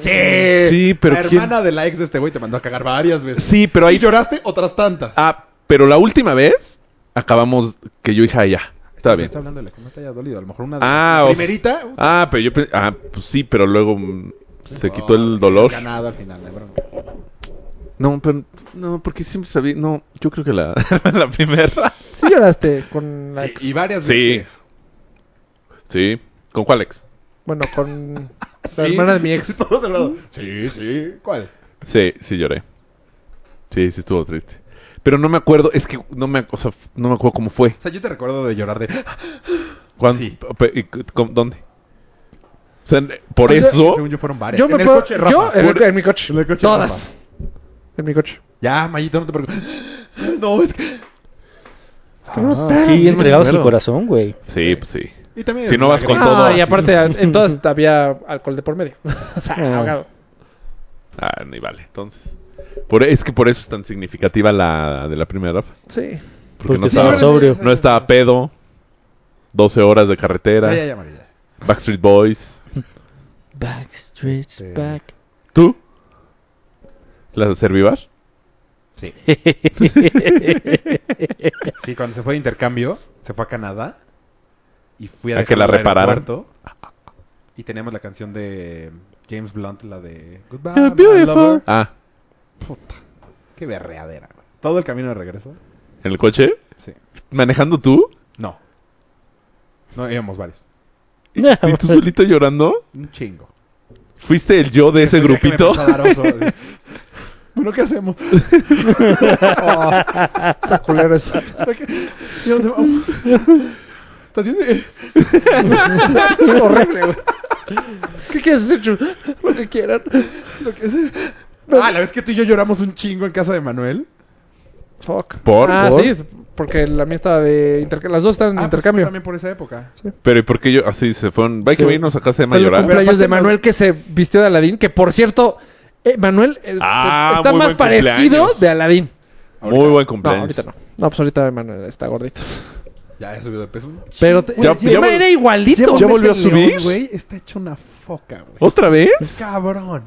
Speaker 3: Sí, pero
Speaker 2: La
Speaker 3: ¿quién-
Speaker 2: hermana de la ex de este güey te mandó a cagar varias veces.
Speaker 3: Sí, pero
Speaker 2: Ahí
Speaker 3: ahí
Speaker 2: lloraste otras tantas.
Speaker 3: Ah, pero la última vez acabamos que yo dije, ah, ya, está bien.
Speaker 2: Está hablando de la que más te haya dolido. A lo mejor una
Speaker 3: Ah,
Speaker 2: la
Speaker 3: o-
Speaker 2: primerita. uh,
Speaker 3: Ah, pero yo pe- ah, pues sí, pero luego mm, se quitó
Speaker 2: no,
Speaker 3: el dolor.
Speaker 2: Ganado al final, la broma.
Speaker 3: No, pero no, porque siempre sabía, no, yo creo que la, (laughs) la primera.
Speaker 5: Sí lloraste con la
Speaker 2: Sí,
Speaker 5: ex.
Speaker 2: y varias
Speaker 3: Sí.
Speaker 2: veces.
Speaker 3: Sí, ¿con cuál ex?
Speaker 5: Bueno, con la hermana de mi ex.
Speaker 2: (laughs) Todos del lado. Sí, sí. ¿Cuál?
Speaker 3: Sí, sí lloré. Sí, sí estuvo triste. Pero no me acuerdo, es que no me, ac- o sea, no me acuerdo cómo fue.
Speaker 2: O sea, yo te recuerdo de llorar de.
Speaker 3: ¿Cuándo?
Speaker 2: Sí.
Speaker 3: Pe- y c- con- ¿Dónde? O sea, por
Speaker 2: Ah, yo-
Speaker 3: eso
Speaker 2: Según yo fueron varias.
Speaker 5: Yo
Speaker 2: En
Speaker 5: me
Speaker 2: el
Speaker 5: puedo.
Speaker 2: coche, Rafa.
Speaker 5: yo en, el,
Speaker 2: Por-
Speaker 5: en mi coche.
Speaker 2: En el coche,
Speaker 5: Todas. En mi coche.
Speaker 2: Ya, Mayito, no te preocupes. No, es que.
Speaker 1: Ah, sí, entregado su corazón, güey.
Speaker 3: Sí, pues sí.
Speaker 2: Y también
Speaker 3: Si
Speaker 2: es
Speaker 3: no vas
Speaker 2: la
Speaker 3: con
Speaker 2: gran-
Speaker 3: todo
Speaker 5: Ah,
Speaker 3: así.
Speaker 5: y aparte, en todas había alcohol de por medio. (laughs) O sea,
Speaker 1: Ah.
Speaker 5: ahogado.
Speaker 3: Ah, ni vale, entonces. Por, es que por eso es tan significativa la de la primera Rafa.
Speaker 5: Sí.
Speaker 3: Porque,
Speaker 1: Porque
Speaker 3: no,
Speaker 1: estaba
Speaker 3: estaba,
Speaker 1: sobrio.
Speaker 3: no estaba pedo. 12 horas de carretera.
Speaker 2: Ah, Ya, ya, ya, Mario, ya.
Speaker 3: Backstreet Boys.
Speaker 1: Backstreets back.
Speaker 3: ¿Tú? ¿La de Servivar? (laughs)
Speaker 2: Sí. sí, cuando se fue de intercambio, se fue a Canadá y fui a,
Speaker 3: A que
Speaker 2: dejarla
Speaker 3: la
Speaker 2: al
Speaker 3: repararan.
Speaker 2: aeropuerto, Y teníamos la canción de James Blunt, la de Goodbye,
Speaker 3: Ah,
Speaker 2: my lover.
Speaker 3: Ah,
Speaker 2: Puta, qué berreadera. güey. Todo el camino de regreso.
Speaker 3: ¿en el coche?
Speaker 2: Sí.
Speaker 3: ¿Manejando tú?
Speaker 2: No. No, íbamos varios.
Speaker 3: ¿Y tú solito llorando?
Speaker 2: Un chingo.
Speaker 3: ¿Fuiste el yo de ese
Speaker 2: El día que me
Speaker 3: grupito?
Speaker 2: empezó a dar oso, así. bueno, ¿qué hacemos?
Speaker 5: Está (laughs) culero eso.
Speaker 2: ¿Para qué? ¿Y a dónde vamos?
Speaker 3: (laughs)
Speaker 2: ¿Estás bien?
Speaker 5: Horrible, güey. ¿Qué quieres hacer, Chu? Lo que quieran.
Speaker 2: Lo que es- Ah, la vez que tú y yo lloramos un chingo en casa de Manuel.
Speaker 5: Fuck.
Speaker 3: ¿Por?
Speaker 5: Ah,
Speaker 3: ¿Por?
Speaker 5: sí. Porque la mía estaba de intercambio. Las dos estaban de
Speaker 2: Ah, pues fue
Speaker 5: intercambio.
Speaker 2: también por esa época.
Speaker 3: (laughs) Pero ¿y por qué yo? Así se fueron. Va
Speaker 1: Sí.
Speaker 3: que irnos a casa de
Speaker 5: Fue el
Speaker 3: Mayoral.
Speaker 5: cumpleaños
Speaker 2: aparte
Speaker 5: de
Speaker 2: nos-
Speaker 5: Manuel que se vistió de Aladín. Que por cierto, eh, Manuel eh,
Speaker 3: Ah,
Speaker 5: se- está
Speaker 3: muy
Speaker 5: más
Speaker 3: buen
Speaker 5: parecido
Speaker 3: cumpleaños.
Speaker 5: de Aladín.
Speaker 3: Muy buen
Speaker 5: No,
Speaker 3: cumpleaños.
Speaker 5: ahorita no. No, pues ahorita Manuel está gordito.
Speaker 2: Ya he subido de peso.
Speaker 5: Pero te-
Speaker 3: Ya-
Speaker 5: el tema
Speaker 3: ya-
Speaker 5: era igualito.
Speaker 3: ya- volvió a
Speaker 2: Ese león,
Speaker 3: subir?
Speaker 2: güey, está hecho una foca, güey.
Speaker 3: ¿Otra vez?
Speaker 2: Cabrón. O sea,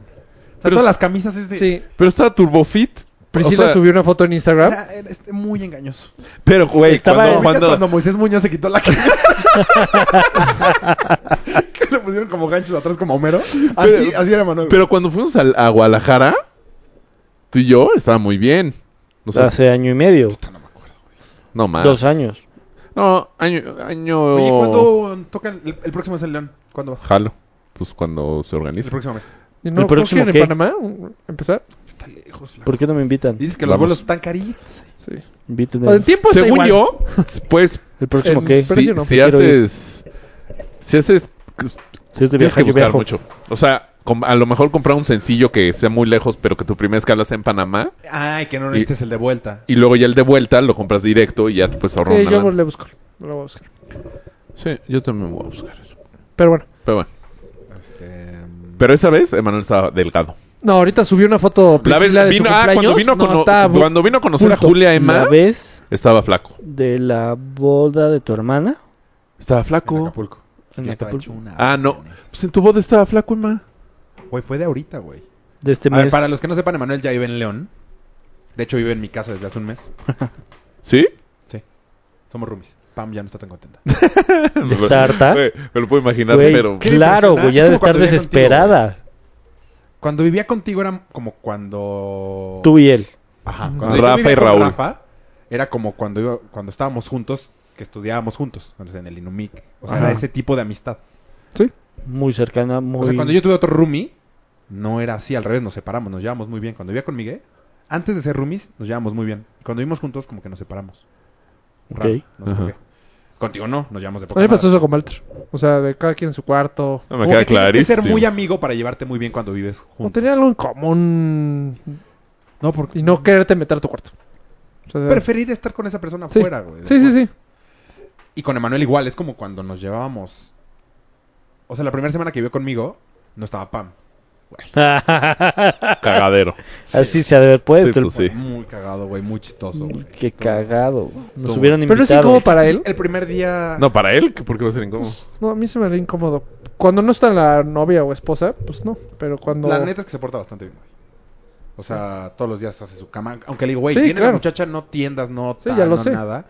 Speaker 3: Pero
Speaker 2: todas
Speaker 3: es-
Speaker 2: las camisas es de...
Speaker 5: Sí.
Speaker 3: Pero estaba turbofit.
Speaker 5: Priscila
Speaker 3: O sea,
Speaker 5: subió una foto en Instagram.
Speaker 2: Era, era este, muy engañoso.
Speaker 3: Pero, güey,
Speaker 1: Estaba-
Speaker 3: cuando,
Speaker 1: ¿Ubicas
Speaker 2: Cuando...
Speaker 3: cuando-
Speaker 2: cuando Moisés Muñoz se
Speaker 3: (laughs)
Speaker 2: quitó la camisa. que le pusieron como ganchos atrás como Homero. Así,
Speaker 3: Pero-
Speaker 2: así era Manuel.
Speaker 3: Pero cuando fuimos al- a Guadalajara, tú y yo estaba muy bien. No sé,
Speaker 1: Hace año y medio.
Speaker 3: no
Speaker 2: Ah.
Speaker 3: más.
Speaker 1: Ah, Dos años.
Speaker 3: No, año. año...
Speaker 2: Oye, ¿cuándo tocan? El, el próximo es el León. ¿Cuándo vas?
Speaker 3: Jalo. Pues cuando se
Speaker 2: El
Speaker 3: organiza.
Speaker 2: próximo mes.
Speaker 5: ¿Y no
Speaker 1: ¿El próximo
Speaker 5: cogen
Speaker 1: qué?
Speaker 5: en Panamá? ¿Empezar?
Speaker 2: Está lejos. flaco.
Speaker 1: ¿Por qué no me invitan?
Speaker 2: Dices que los
Speaker 3: Vamos.
Speaker 2: vuelos están caritos.
Speaker 5: Sí.
Speaker 1: Invítenme.
Speaker 5: O el tiempo está
Speaker 3: Eh, Según
Speaker 5: igual.
Speaker 3: yo, pues.
Speaker 1: El próximo
Speaker 3: eh,
Speaker 1: qué?
Speaker 3: Si,
Speaker 5: Precio no.
Speaker 3: si
Speaker 1: Quiero ir.
Speaker 3: haces. Si haces.
Speaker 1: Si es de
Speaker 3: Tienes
Speaker 1: viajar,
Speaker 3: que
Speaker 1: yo
Speaker 3: buscar
Speaker 1: viajo.
Speaker 3: mucho. O sea, com- a lo mejor comprar un sencillo que sea muy lejos, pero que tu primera escala sea en Panamá.
Speaker 2: Ay, que no necesites el de vuelta.
Speaker 3: Y luego ya el de vuelta lo compras directo y ya te puedes ahorrar
Speaker 5: Sí,
Speaker 3: una
Speaker 5: yo
Speaker 3: lana.
Speaker 5: le busco. Lo voy a buscar.
Speaker 3: Sí, yo también voy a buscar eso.
Speaker 5: Pero bueno.
Speaker 3: Pero bueno.
Speaker 2: Este, mm,
Speaker 3: Pero esa vez, Emanuel estaba delgado.
Speaker 5: No, ahorita subió una foto
Speaker 3: La vez
Speaker 5: Priscila de su
Speaker 3: vino, ah, cuando
Speaker 5: cumpleaños.
Speaker 3: vino, a
Speaker 5: No,
Speaker 3: cono-
Speaker 5: está bu-
Speaker 3: cuando vino a conocer
Speaker 5: bulto.
Speaker 3: a Julia Emma,
Speaker 1: La vez
Speaker 3: estaba flaco.
Speaker 1: de la boda de tu hermana
Speaker 3: Estaba
Speaker 2: en
Speaker 3: flaco.
Speaker 2: Acapulco.
Speaker 1: en
Speaker 2: Ya estaba
Speaker 1: Acapulco,
Speaker 2: hecho una
Speaker 3: Ah, no.
Speaker 2: mames.
Speaker 3: Pues en tu boda estaba flaco, Emma.
Speaker 2: Güey, fue de ahorita, güey.
Speaker 1: de este
Speaker 2: A ver,
Speaker 1: mes.
Speaker 2: para los que no sepan, Emanuel ya vive en León. De hecho, vive en mi casa desde hace un mes.
Speaker 3: ¿Sí?
Speaker 2: Sí. Somos roomies. Pam ya no está tan contenta.
Speaker 3: (laughs)
Speaker 1: De Sarta.
Speaker 3: Güey, Me lo puedo imaginar,
Speaker 1: Güey,
Speaker 3: pero...
Speaker 2: ¿qué?
Speaker 1: claro, güey, ya
Speaker 2: impresionante.
Speaker 1: debe
Speaker 2: Es
Speaker 1: estar
Speaker 2: como cuando vivía
Speaker 1: desesperada.
Speaker 2: Cuando vivía contigo era como cuando...
Speaker 1: Tú y él.
Speaker 2: Ajá.
Speaker 3: Rafa
Speaker 2: Cuando yo vivía
Speaker 3: y
Speaker 2: con
Speaker 3: Raúl.
Speaker 2: Rafa, era como cuando, iba- cuando estábamos juntos, que estudiábamos juntos. o sea, en el Inumic. O sea,
Speaker 1: Ajá.
Speaker 2: era ese tipo de amistad.
Speaker 5: Sí.
Speaker 1: Muy cercana, muy.
Speaker 2: O
Speaker 1: (laughs)
Speaker 2: sea, cuando yo tuve otro roomie, no era así, al revés, nos separamos, nos llevamos muy bien. Cuando vivía con Miguel, antes de ser roomies, nos llevamos muy bien. Cuando vivimos juntos, como que nos separamos. Raro,
Speaker 1: Ok.
Speaker 2: no sé por
Speaker 3: Ajá.
Speaker 2: qué. Contigo no, nos llevamos de
Speaker 5: A
Speaker 2: poca
Speaker 5: mí me pasó
Speaker 2: madre.
Speaker 5: eso con Malter. O sea, de cada quien en su cuarto.
Speaker 3: No me
Speaker 2: Como
Speaker 3: queda
Speaker 2: que tienes que
Speaker 3: clarísimo.
Speaker 2: ser muy amigo para llevarte muy bien cuando vives
Speaker 5: O
Speaker 2: juntos.
Speaker 5: tener algo en común.
Speaker 2: No, porque
Speaker 5: Y no quererte meter a tu cuarto. O sea,
Speaker 2: preferir estar con esa persona
Speaker 5: sí.
Speaker 2: afuera, güey.
Speaker 5: Sí, sí, sí.
Speaker 2: Y con Emanuel igual, es como cuando nos llevábamos. O sea, la primera semana que vivió conmigo, no estaba Pam.
Speaker 3: Cagadero.
Speaker 1: Así se ha de haber
Speaker 3: Sí,
Speaker 1: puesto. el-
Speaker 3: pues sí.
Speaker 2: Muy cagado, güey, muy chistoso, güey.
Speaker 1: Qué cagado. güey. Nos
Speaker 2: Todo.
Speaker 1: hubieran
Speaker 5: Pero
Speaker 1: invitado.
Speaker 5: es incómodo para él.
Speaker 2: El primer día.
Speaker 3: No, para él, ¿por qué va a ser incómodo?
Speaker 5: No, a mí se me haría incómodo. Cuando no está la novia o esposa, pues no. Pero cuando.
Speaker 2: La neta es que se porta bastante bien, güey. O sea, todos los días hace su cama. Aunque le digo, güey,
Speaker 5: Sí,
Speaker 2: viene la
Speaker 5: claro.
Speaker 2: muchacha, no tiendas, no
Speaker 5: Sí,
Speaker 2: tal,
Speaker 5: ya lo
Speaker 2: no
Speaker 5: sé.
Speaker 2: nada.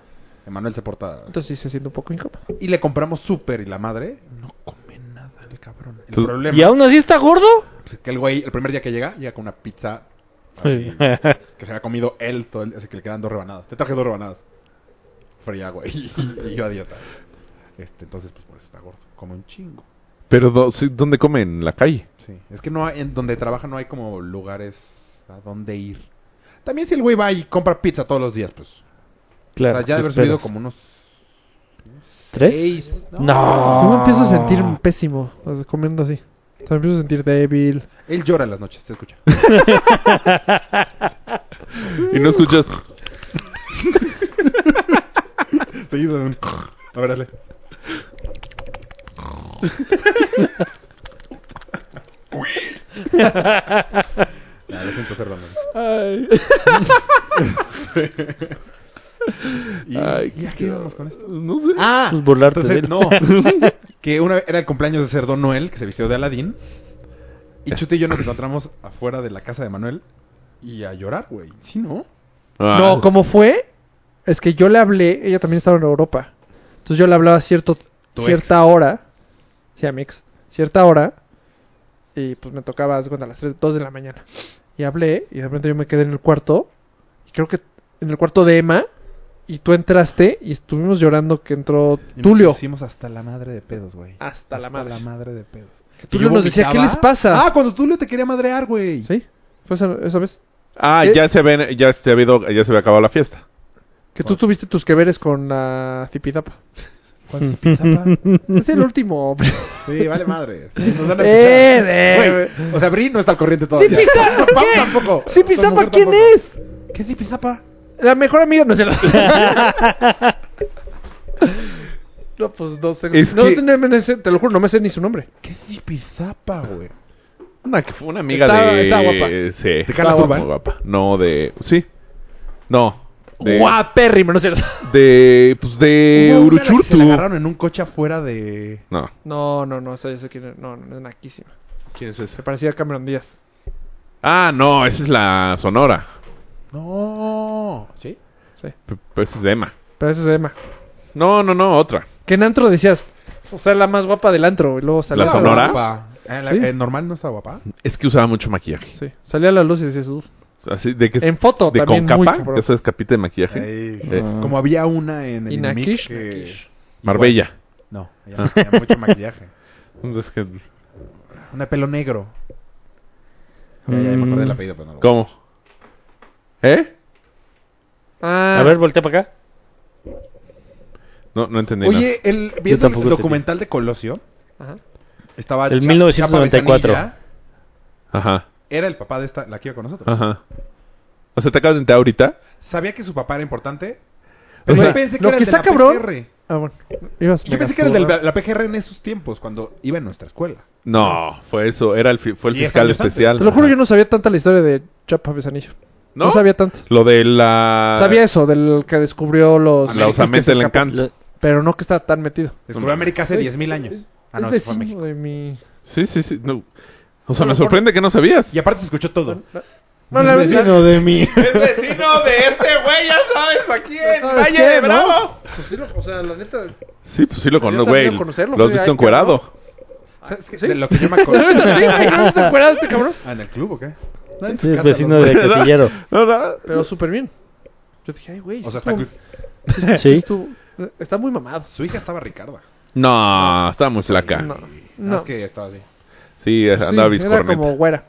Speaker 2: Emanuel se porta.
Speaker 5: Entonces sí se siente un poco incómodo.
Speaker 2: Y le compramos súper y la madre. No come nada el cabrón. El
Speaker 3: Tú-
Speaker 2: problema
Speaker 1: ¿Y aún así está gordo?
Speaker 2: pues, es que el güey, el primer día que llega, llega con una pizza así, (laughs) que se había comido él todo el- así que le quedan dos rebanadas. Te traje dos rebanadas. Fría, güey. (laughs) Y yo a dieta. Este, entonces, pues por eso está gordo. Come un chingo.
Speaker 3: Pero do- sí, ¿dónde come? En la calle.
Speaker 2: Sí, es que no hay- en donde trabaja no hay como lugares a donde ir. También si el güey va y compra pizza todos los días, pues.
Speaker 1: claro.
Speaker 2: o sea, ya
Speaker 1: ¿qué
Speaker 2: de haber
Speaker 1: esperas?
Speaker 2: subido como unos
Speaker 1: ¿Tres?
Speaker 2: seis, ¿no?
Speaker 1: No.
Speaker 5: Yo me empiezo a sentir pésimo o sea, comiendo así. O sea, me empiezo a sentir débil.
Speaker 2: Él llora en las noches, se escucha.
Speaker 3: Y no escuchas...
Speaker 2: Seguido de un... A ver, dale. Ya, Ah, lo siento, ser Donald.
Speaker 3: Ay.
Speaker 2: (laughs) ¿Y,
Speaker 3: Ay,
Speaker 2: ¿y a qué íbamos con esto?
Speaker 3: No sé.
Speaker 2: Ah,
Speaker 1: Pues burlarte de él.
Speaker 2: entonces, no. que una vez era el cumpleaños de Cerdo Noel, que se vistió de Aladín. Y Chute y yo nos encontramos afuera de la casa de Manuel y a llorar, güey. Sí, ¿no?
Speaker 3: Ah,
Speaker 5: No, como fue, es que yo le hablé, ella también estaba en Europa. Entonces yo le hablaba a cierto,
Speaker 2: Tu
Speaker 5: cierta hora, sí, a mi ex, cierta hora, y pues me tocaba haz de cuenta, a las 3, 2 de la mañana. Y hablé, y de repente yo me quedé en el cuarto, y creo que en el cuarto de Emma, y tú entraste, y estuvimos llorando que entró
Speaker 2: Y nos
Speaker 5: Tulio. Ah,
Speaker 2: pusimos hasta la madre de pedos, güey.
Speaker 5: Hasta la madre.
Speaker 2: la madre de pedos.
Speaker 5: Tulio
Speaker 2: yo
Speaker 5: nos decía,
Speaker 2: vomitaba.
Speaker 5: "¿Qué les pasa?"
Speaker 2: Ah, cuando Tulio te quería madrear, güey.
Speaker 5: ¿Sí? ¿Fue esa, esa vez?
Speaker 3: Ah,
Speaker 5: ¿Qué?
Speaker 3: ya se, ven, ya, se ha habido, ya se había acabado la fiesta.
Speaker 5: Que tú tuviste tus que veres con la Cipidapa.
Speaker 2: Cuando te
Speaker 5: (laughs)
Speaker 2: pisaba.
Speaker 5: Es el último.
Speaker 2: (laughs) Sí, vale madre. Nos van a
Speaker 5: Eh,
Speaker 2: pisar.
Speaker 5: eh.
Speaker 2: Güey, O sea, Bri no está al corriente todavía.
Speaker 5: Sí,
Speaker 2: (laughs)
Speaker 5: Pizapa,
Speaker 2: Pam
Speaker 5: ¿qué?
Speaker 2: tampoco. Tu
Speaker 5: ¿Cipizapa
Speaker 2: mujer
Speaker 5: quién
Speaker 2: tampoco.
Speaker 5: es?
Speaker 2: ¿Qué Cipizapa?
Speaker 5: La mejor amiga no se la.
Speaker 2: (laughs)
Speaker 5: no, pues no sé.
Speaker 3: Es
Speaker 5: no,
Speaker 3: que-
Speaker 5: no me sé- te lo juro, no me sé ni su nombre.
Speaker 2: ¿Qué Cipizapa, güey?
Speaker 3: Una que fue una amiga
Speaker 5: Está-
Speaker 3: de...
Speaker 5: está guapa.
Speaker 3: Sí.
Speaker 2: ¿De Carla
Speaker 3: Está
Speaker 2: Turban?
Speaker 3: muy guapa. No, de... Sí. No. De...
Speaker 5: Guapérrimo, ¿no es cierto? (laughs)
Speaker 3: De... Pues de
Speaker 5: Eh,
Speaker 2: Hubo una a la que
Speaker 3: Uruchurtu.
Speaker 2: Se la agarraron en un coche afuera de.
Speaker 3: No.
Speaker 5: No, no, no, o sea, yo sé quién era. No, no, es naquísima.
Speaker 3: ¿Quién es
Speaker 5: Se
Speaker 3: ese?
Speaker 5: parecía a Cameron Díaz.
Speaker 3: Ah, no, esa es la Sonora.
Speaker 2: No. ¿Sí?
Speaker 5: Sí.
Speaker 3: P- Pues esa es de Emma.
Speaker 5: Pero esa es Emma.
Speaker 3: No, no, no, otra.
Speaker 5: Que en antro decías, o sea, la más guapa del antro. Y luego salía
Speaker 3: ¿La
Speaker 5: a
Speaker 3: Sonora?
Speaker 2: Guapa. Eh, la-
Speaker 5: Sí.
Speaker 2: eh, normal no está guapa.
Speaker 3: Es que usaba mucho maquillaje.
Speaker 5: Sí, salía a la luz y decías, uff.
Speaker 3: Así de que...
Speaker 5: En foto
Speaker 3: de
Speaker 5: también.
Speaker 3: con
Speaker 5: muy
Speaker 3: capa.
Speaker 5: cabrón.
Speaker 3: Esa es capita de maquillaje. Eh,
Speaker 2: Ahí.
Speaker 3: Sí.
Speaker 2: eh,
Speaker 5: Ah.
Speaker 2: Como había una en el
Speaker 5: Y
Speaker 2: Inumic
Speaker 5: Nakish,
Speaker 2: que-
Speaker 5: Nakish.
Speaker 3: Marbella.
Speaker 2: No, ella no tenía mucho maquillaje.
Speaker 3: Es que-
Speaker 2: Una de pelo negro. Mm. Ya, ya, ya me acordé del apellido, pero no lo voy a
Speaker 3: ¿Cómo? ¿Eh?
Speaker 5: Ah,
Speaker 1: A ver, voltea para acá.
Speaker 3: No, no entendí. nada.
Speaker 2: Oye, el, viendo el
Speaker 1: tampoco entendí.
Speaker 2: documental de Colosio,
Speaker 5: Ajá.
Speaker 2: estaba
Speaker 1: El
Speaker 2: Cha-
Speaker 1: 1994.
Speaker 2: Chapa Besanilla
Speaker 3: Ajá,
Speaker 2: Era el papá de esta, la que iba con nosotros.
Speaker 5: Ah.
Speaker 3: ajá. O sea, te acabas de enterar ahorita.
Speaker 2: Sabía que su papá era importante.
Speaker 3: O
Speaker 2: Pero
Speaker 3: sea,
Speaker 2: yo pensé que
Speaker 5: lo
Speaker 2: era
Speaker 5: que
Speaker 2: el de
Speaker 5: está
Speaker 2: la
Speaker 5: cabrón-
Speaker 2: PGR.
Speaker 5: Ah, bueno. Ibas
Speaker 2: Yo
Speaker 5: mega
Speaker 2: pensé que era el de
Speaker 5: zurda.
Speaker 2: la, la PGR en esos tiempos, cuando iba en nuestra escuela.
Speaker 3: No, fue eso. Era el, fi- fue el
Speaker 2: Diez
Speaker 3: fiscal
Speaker 2: años antes.
Speaker 3: especial.
Speaker 5: Te lo juro, yo no sabía tanta la historia de Chapa Besanillo.
Speaker 3: ¿No?
Speaker 5: No, sabía tanto.
Speaker 3: Lo de
Speaker 2: Ah.
Speaker 3: la...
Speaker 5: Sabía eso, del que descubrió los...
Speaker 3: La
Speaker 5: que
Speaker 3: osamenta
Speaker 5: se
Speaker 3: del
Speaker 5: escapó,
Speaker 3: encanto.
Speaker 1: Lo-
Speaker 5: Pero no que estaba tan metido.
Speaker 2: Descubrió
Speaker 3: mames.
Speaker 2: América hace
Speaker 5: Güey,
Speaker 2: 10.000 años. Ah,
Speaker 5: es
Speaker 2: no, eso fue a México.
Speaker 5: vecino de mi...
Speaker 3: Sí, sí, sí. no. O sea,
Speaker 5: No,
Speaker 3: me
Speaker 5: no,
Speaker 3: sorprende que no sabías.
Speaker 2: Y aparte se escuchó todo.
Speaker 5: No, la verdad...
Speaker 2: de mí. Es vecino de este güey, ya sabes, aquí en
Speaker 5: ¿Sabes
Speaker 2: Valle
Speaker 5: qué,
Speaker 2: de
Speaker 5: no?
Speaker 2: Bravo.
Speaker 5: Pues sí, lo- o sea, la neta...
Speaker 3: Sí, pues sí lo
Speaker 5: Habías
Speaker 3: conozco, güey.
Speaker 5: sabido conocerlo,
Speaker 3: Lo has
Speaker 5: güey,
Speaker 3: visto
Speaker 5: ay,
Speaker 3: encuerado.
Speaker 2: ¿Sabes qué? De lo que yo me acuerdo.
Speaker 5: (laughs) sí, güey, no te acuerdas este cabrón.
Speaker 2: Ah, ¿en el club o qué? No, en
Speaker 1: Sí,
Speaker 2: su
Speaker 1: es
Speaker 2: casa,
Speaker 1: vecino
Speaker 2: los-
Speaker 1: de Casillero.
Speaker 3: No, no.
Speaker 5: Pero súper bien. Yo dije, ay, güey,
Speaker 2: O
Speaker 5: sí
Speaker 2: sea, hasta
Speaker 5: estuvo-
Speaker 2: que-
Speaker 5: sí
Speaker 1: Sí.
Speaker 5: estuvo- eh, está muy mamado.
Speaker 2: su hija estaba Ricarda.
Speaker 3: No, estaba muy flaca.
Speaker 5: No,
Speaker 2: No.
Speaker 5: no.
Speaker 2: Es que estaba así.
Speaker 3: Sí,
Speaker 5: Sí,
Speaker 3: andaba
Speaker 5: era
Speaker 3: bizcorneta.
Speaker 5: como güera.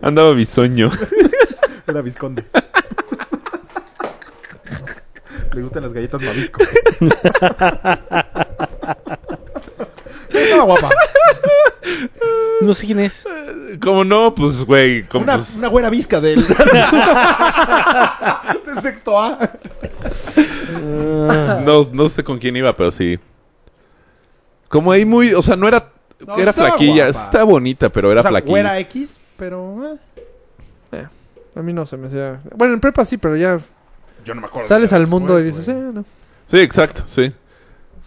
Speaker 3: Andaba bisoño.
Speaker 2: Era Visconde. (laughs) Le gustan las galletas (laughs) Mavisco. estaba guapa.
Speaker 1: No sé quién es.
Speaker 3: ¿Cómo no? Pues, güey. como
Speaker 2: Una,
Speaker 3: pues-
Speaker 2: una güera visca del. (laughs) de sexto A.
Speaker 3: No, no sé con quién iba, pero sí. Como ahí muy, o sea, no era,
Speaker 2: No,
Speaker 3: era
Speaker 2: estaba
Speaker 3: flaquilla,
Speaker 2: guapa.
Speaker 3: está bonita, pero era
Speaker 2: O sea,
Speaker 3: flaquilla.
Speaker 2: güera X, pero. eh,
Speaker 5: A mí no se me hacía... Bueno, en prepa sí, pero ya
Speaker 2: Yo no me acuerdo.
Speaker 5: sales
Speaker 2: Ya
Speaker 5: al mundo y
Speaker 2: después,
Speaker 5: dices,
Speaker 2: güey.
Speaker 5: eh, no.
Speaker 3: Sí, exacto, sí.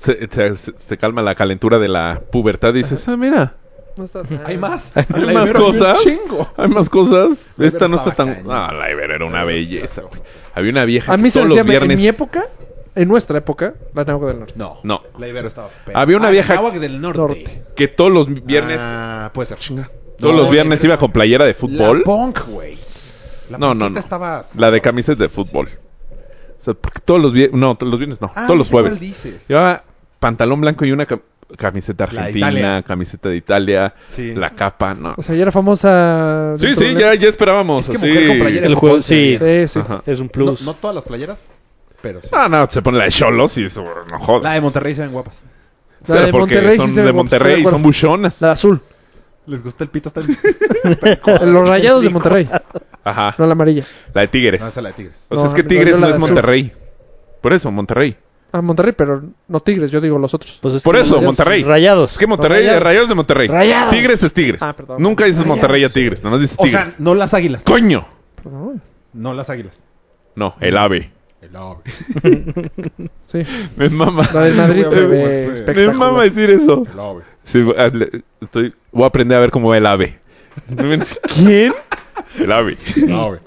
Speaker 3: Se, se- se- se calma la calentura de la pubertad y dices, ah, mira,
Speaker 5: No está tan...
Speaker 2: Hay más.
Speaker 3: eh, Hay
Speaker 2: La
Speaker 3: más
Speaker 2: Ibero había un
Speaker 3: cosas.
Speaker 2: chingo.
Speaker 3: hay más cosas.
Speaker 2: La
Speaker 3: Esta
Speaker 2: Ibero
Speaker 3: no está
Speaker 2: estaba
Speaker 3: tan...
Speaker 2: cañón.
Speaker 3: Ah, la Ibero era una
Speaker 2: La Ibero
Speaker 3: belleza,
Speaker 2: estaba
Speaker 3: güey. Había una vieja
Speaker 5: A mí
Speaker 3: que
Speaker 5: se me
Speaker 3: todos los
Speaker 5: decía,
Speaker 3: viernes...
Speaker 5: en mi época, en nuestra época, la Náhuatl del Norte.
Speaker 2: No.
Speaker 3: No.
Speaker 2: La Ibero estaba. pe-
Speaker 3: Había una
Speaker 2: Ah,
Speaker 3: vieja-
Speaker 2: Nahuac del norte.
Speaker 5: Norte.
Speaker 3: Que todos los viernes...
Speaker 2: Ah, puede ser. Chinga.
Speaker 3: todos
Speaker 2: No,
Speaker 3: los viernes
Speaker 2: la
Speaker 3: iba con playera de fútbol.
Speaker 2: La punk, güey. La
Speaker 3: No, no,
Speaker 2: punquita
Speaker 3: no.
Speaker 2: estaba.
Speaker 3: La de camisas de fútbol. O sea, porque todos los viernes... No, los viernes no.
Speaker 2: Ah,
Speaker 3: todos los
Speaker 2: ya sé cuál
Speaker 3: jueves.
Speaker 2: dices.
Speaker 3: Llevaba pantalón blanco y una cam- camiseta
Speaker 2: La de
Speaker 3: argentina,
Speaker 2: Italia.
Speaker 3: camiseta de Italia,
Speaker 2: Sí.
Speaker 3: la capa, no.
Speaker 5: O sea, ya era famosa...
Speaker 3: Sí,
Speaker 5: dentro
Speaker 3: sí,
Speaker 5: de-
Speaker 3: ya, ya esperábamos.
Speaker 2: Es que
Speaker 3: así.
Speaker 2: mujer con playera
Speaker 1: El
Speaker 2: de
Speaker 1: juego,
Speaker 2: fútbol.
Speaker 1: sí.
Speaker 5: Sí, sí.
Speaker 3: Ajá.
Speaker 1: Es un
Speaker 2: No,
Speaker 1: plus.
Speaker 2: no todas las playeras, pero sí.
Speaker 3: Ah, no, se pone la de Cholos y eso, no
Speaker 2: La
Speaker 3: jodas.
Speaker 2: de Monterrey se ven guapas.
Speaker 5: La de
Speaker 3: Pero porque
Speaker 5: Monterrey sí
Speaker 3: son
Speaker 5: se ve
Speaker 3: de
Speaker 5: guapa,
Speaker 3: Monterrey
Speaker 5: estoy
Speaker 3: y
Speaker 5: de
Speaker 3: son
Speaker 5: acuerdo.
Speaker 3: buchonas.
Speaker 5: La de azul.
Speaker 2: Les gusta el pito hasta el.
Speaker 1: (laughs)
Speaker 2: (laughs)
Speaker 5: Los rayados de
Speaker 2: Rico.
Speaker 5: Monterrey.
Speaker 3: Ajá,
Speaker 5: No la amarilla.
Speaker 3: la de Tigres.
Speaker 2: no, esa es la de Tigres.
Speaker 3: o sea,
Speaker 5: no,
Speaker 3: es que
Speaker 5: no,
Speaker 3: Tigres
Speaker 5: yo la
Speaker 3: no es
Speaker 5: de azul.
Speaker 3: Monterrey. Por eso, Monterrey.
Speaker 5: Ah, Monterrey, pero no Tigres, yo digo los otros.
Speaker 1: Pues es
Speaker 3: Por
Speaker 1: que
Speaker 3: eso,
Speaker 1: rayados-
Speaker 3: Monterrey.
Speaker 1: Rayados.
Speaker 3: Es que Monterrey,
Speaker 5: Rayados.
Speaker 3: rayados, de Monterrey.
Speaker 1: Rayados.
Speaker 3: Tigres es Tigres.
Speaker 5: Ah, perdón.
Speaker 3: Nunca dices Monterrey a Tigres, nomás dices
Speaker 2: O sea,
Speaker 3: (laughs) Tigres.
Speaker 2: no las águilas.
Speaker 3: ¡Coño!
Speaker 5: Perdón.
Speaker 2: No las águilas.
Speaker 3: No, el AVE.
Speaker 2: El ave.
Speaker 5: Sí.
Speaker 3: Me mama.
Speaker 5: La del Madrid se
Speaker 2: Güey, güey,
Speaker 5: ve
Speaker 2: güey.
Speaker 3: (laughs) Me
Speaker 5: espectacular.
Speaker 3: mama decir eso.
Speaker 2: El
Speaker 3: (laughs)
Speaker 2: ave.
Speaker 3: Sí, voy a- le- estoy, voy a aprender a ver cómo va el ave. ¿Quién? El ave.
Speaker 2: El ave.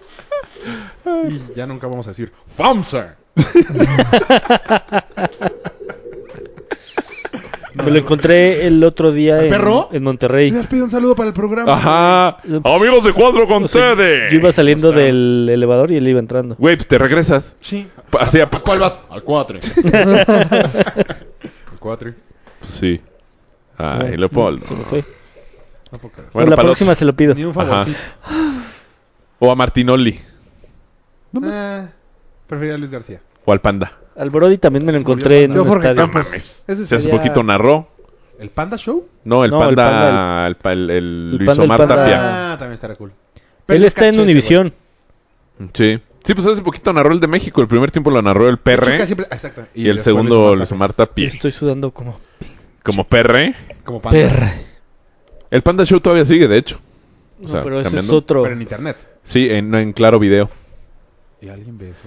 Speaker 2: Y ya nunca vamos a decir FAMSA.
Speaker 1: Me lo encontré el otro día en,
Speaker 2: perro?
Speaker 1: en
Speaker 2: Le
Speaker 1: Monterrey.
Speaker 2: has pedido un saludo para el programa.
Speaker 3: Ah. Ajá. Amigos de cuadro con
Speaker 1: O sea,
Speaker 3: sede.
Speaker 1: yo iba saliendo del elevador y él iba entrando.
Speaker 3: Güey, pues te regresas.
Speaker 2: Sí.
Speaker 3: Pa- Así a-
Speaker 2: ¿A cuál vas? Al 4. Al 4.
Speaker 3: Sí. Ay, Leopoldo.
Speaker 1: Se me fue.
Speaker 2: No puedo creer.
Speaker 1: Bueno, la
Speaker 3: para
Speaker 1: próxima
Speaker 3: los-
Speaker 1: se lo pido.
Speaker 2: Ni un
Speaker 3: Ajá.
Speaker 2: favorcito.
Speaker 3: O a Martinoli.
Speaker 2: Ah, preferiría a Luis García.
Speaker 3: O al Panda.
Speaker 1: Al Brody también me lo
Speaker 2: murió
Speaker 1: encontré en
Speaker 5: Yo,
Speaker 1: un
Speaker 5: Jorge
Speaker 1: estadio.
Speaker 5: Campos. Ese
Speaker 3: Se hace
Speaker 5: sería-
Speaker 3: poquito narró.
Speaker 2: ¿El Panda Show?
Speaker 3: No, el
Speaker 1: No, el
Speaker 3: Panda.
Speaker 1: Panda,
Speaker 3: El, pa- el- el
Speaker 1: el
Speaker 3: Luis
Speaker 1: Panda, el
Speaker 3: Omar
Speaker 1: Panda.
Speaker 3: Tapia.
Speaker 2: Ah, también estará cool. Pero
Speaker 1: Él
Speaker 2: yo
Speaker 1: está
Speaker 2: caché
Speaker 1: en
Speaker 2: ese
Speaker 1: Univisión.
Speaker 3: Sí. Sí, pues hace poquito narró el de México. El primer tiempo lo narró el
Speaker 2: güey. Chuca
Speaker 3: PR.
Speaker 2: siempre- ah, Exacto.
Speaker 3: Y el
Speaker 2: después
Speaker 3: segundo Luis
Speaker 2: Tapia.
Speaker 3: Omar Tapia.
Speaker 1: Estoy sudando como
Speaker 3: Como PR.
Speaker 2: Como Panda.
Speaker 1: perra.
Speaker 3: El Panda Show todavía sigue, de hecho.
Speaker 1: No,
Speaker 3: sea,
Speaker 1: pero ese es
Speaker 3: cambiando.
Speaker 1: otro.
Speaker 2: Pero en internet.
Speaker 3: Sí, en, en Claro Video.
Speaker 2: ¿Y alguien ve eso?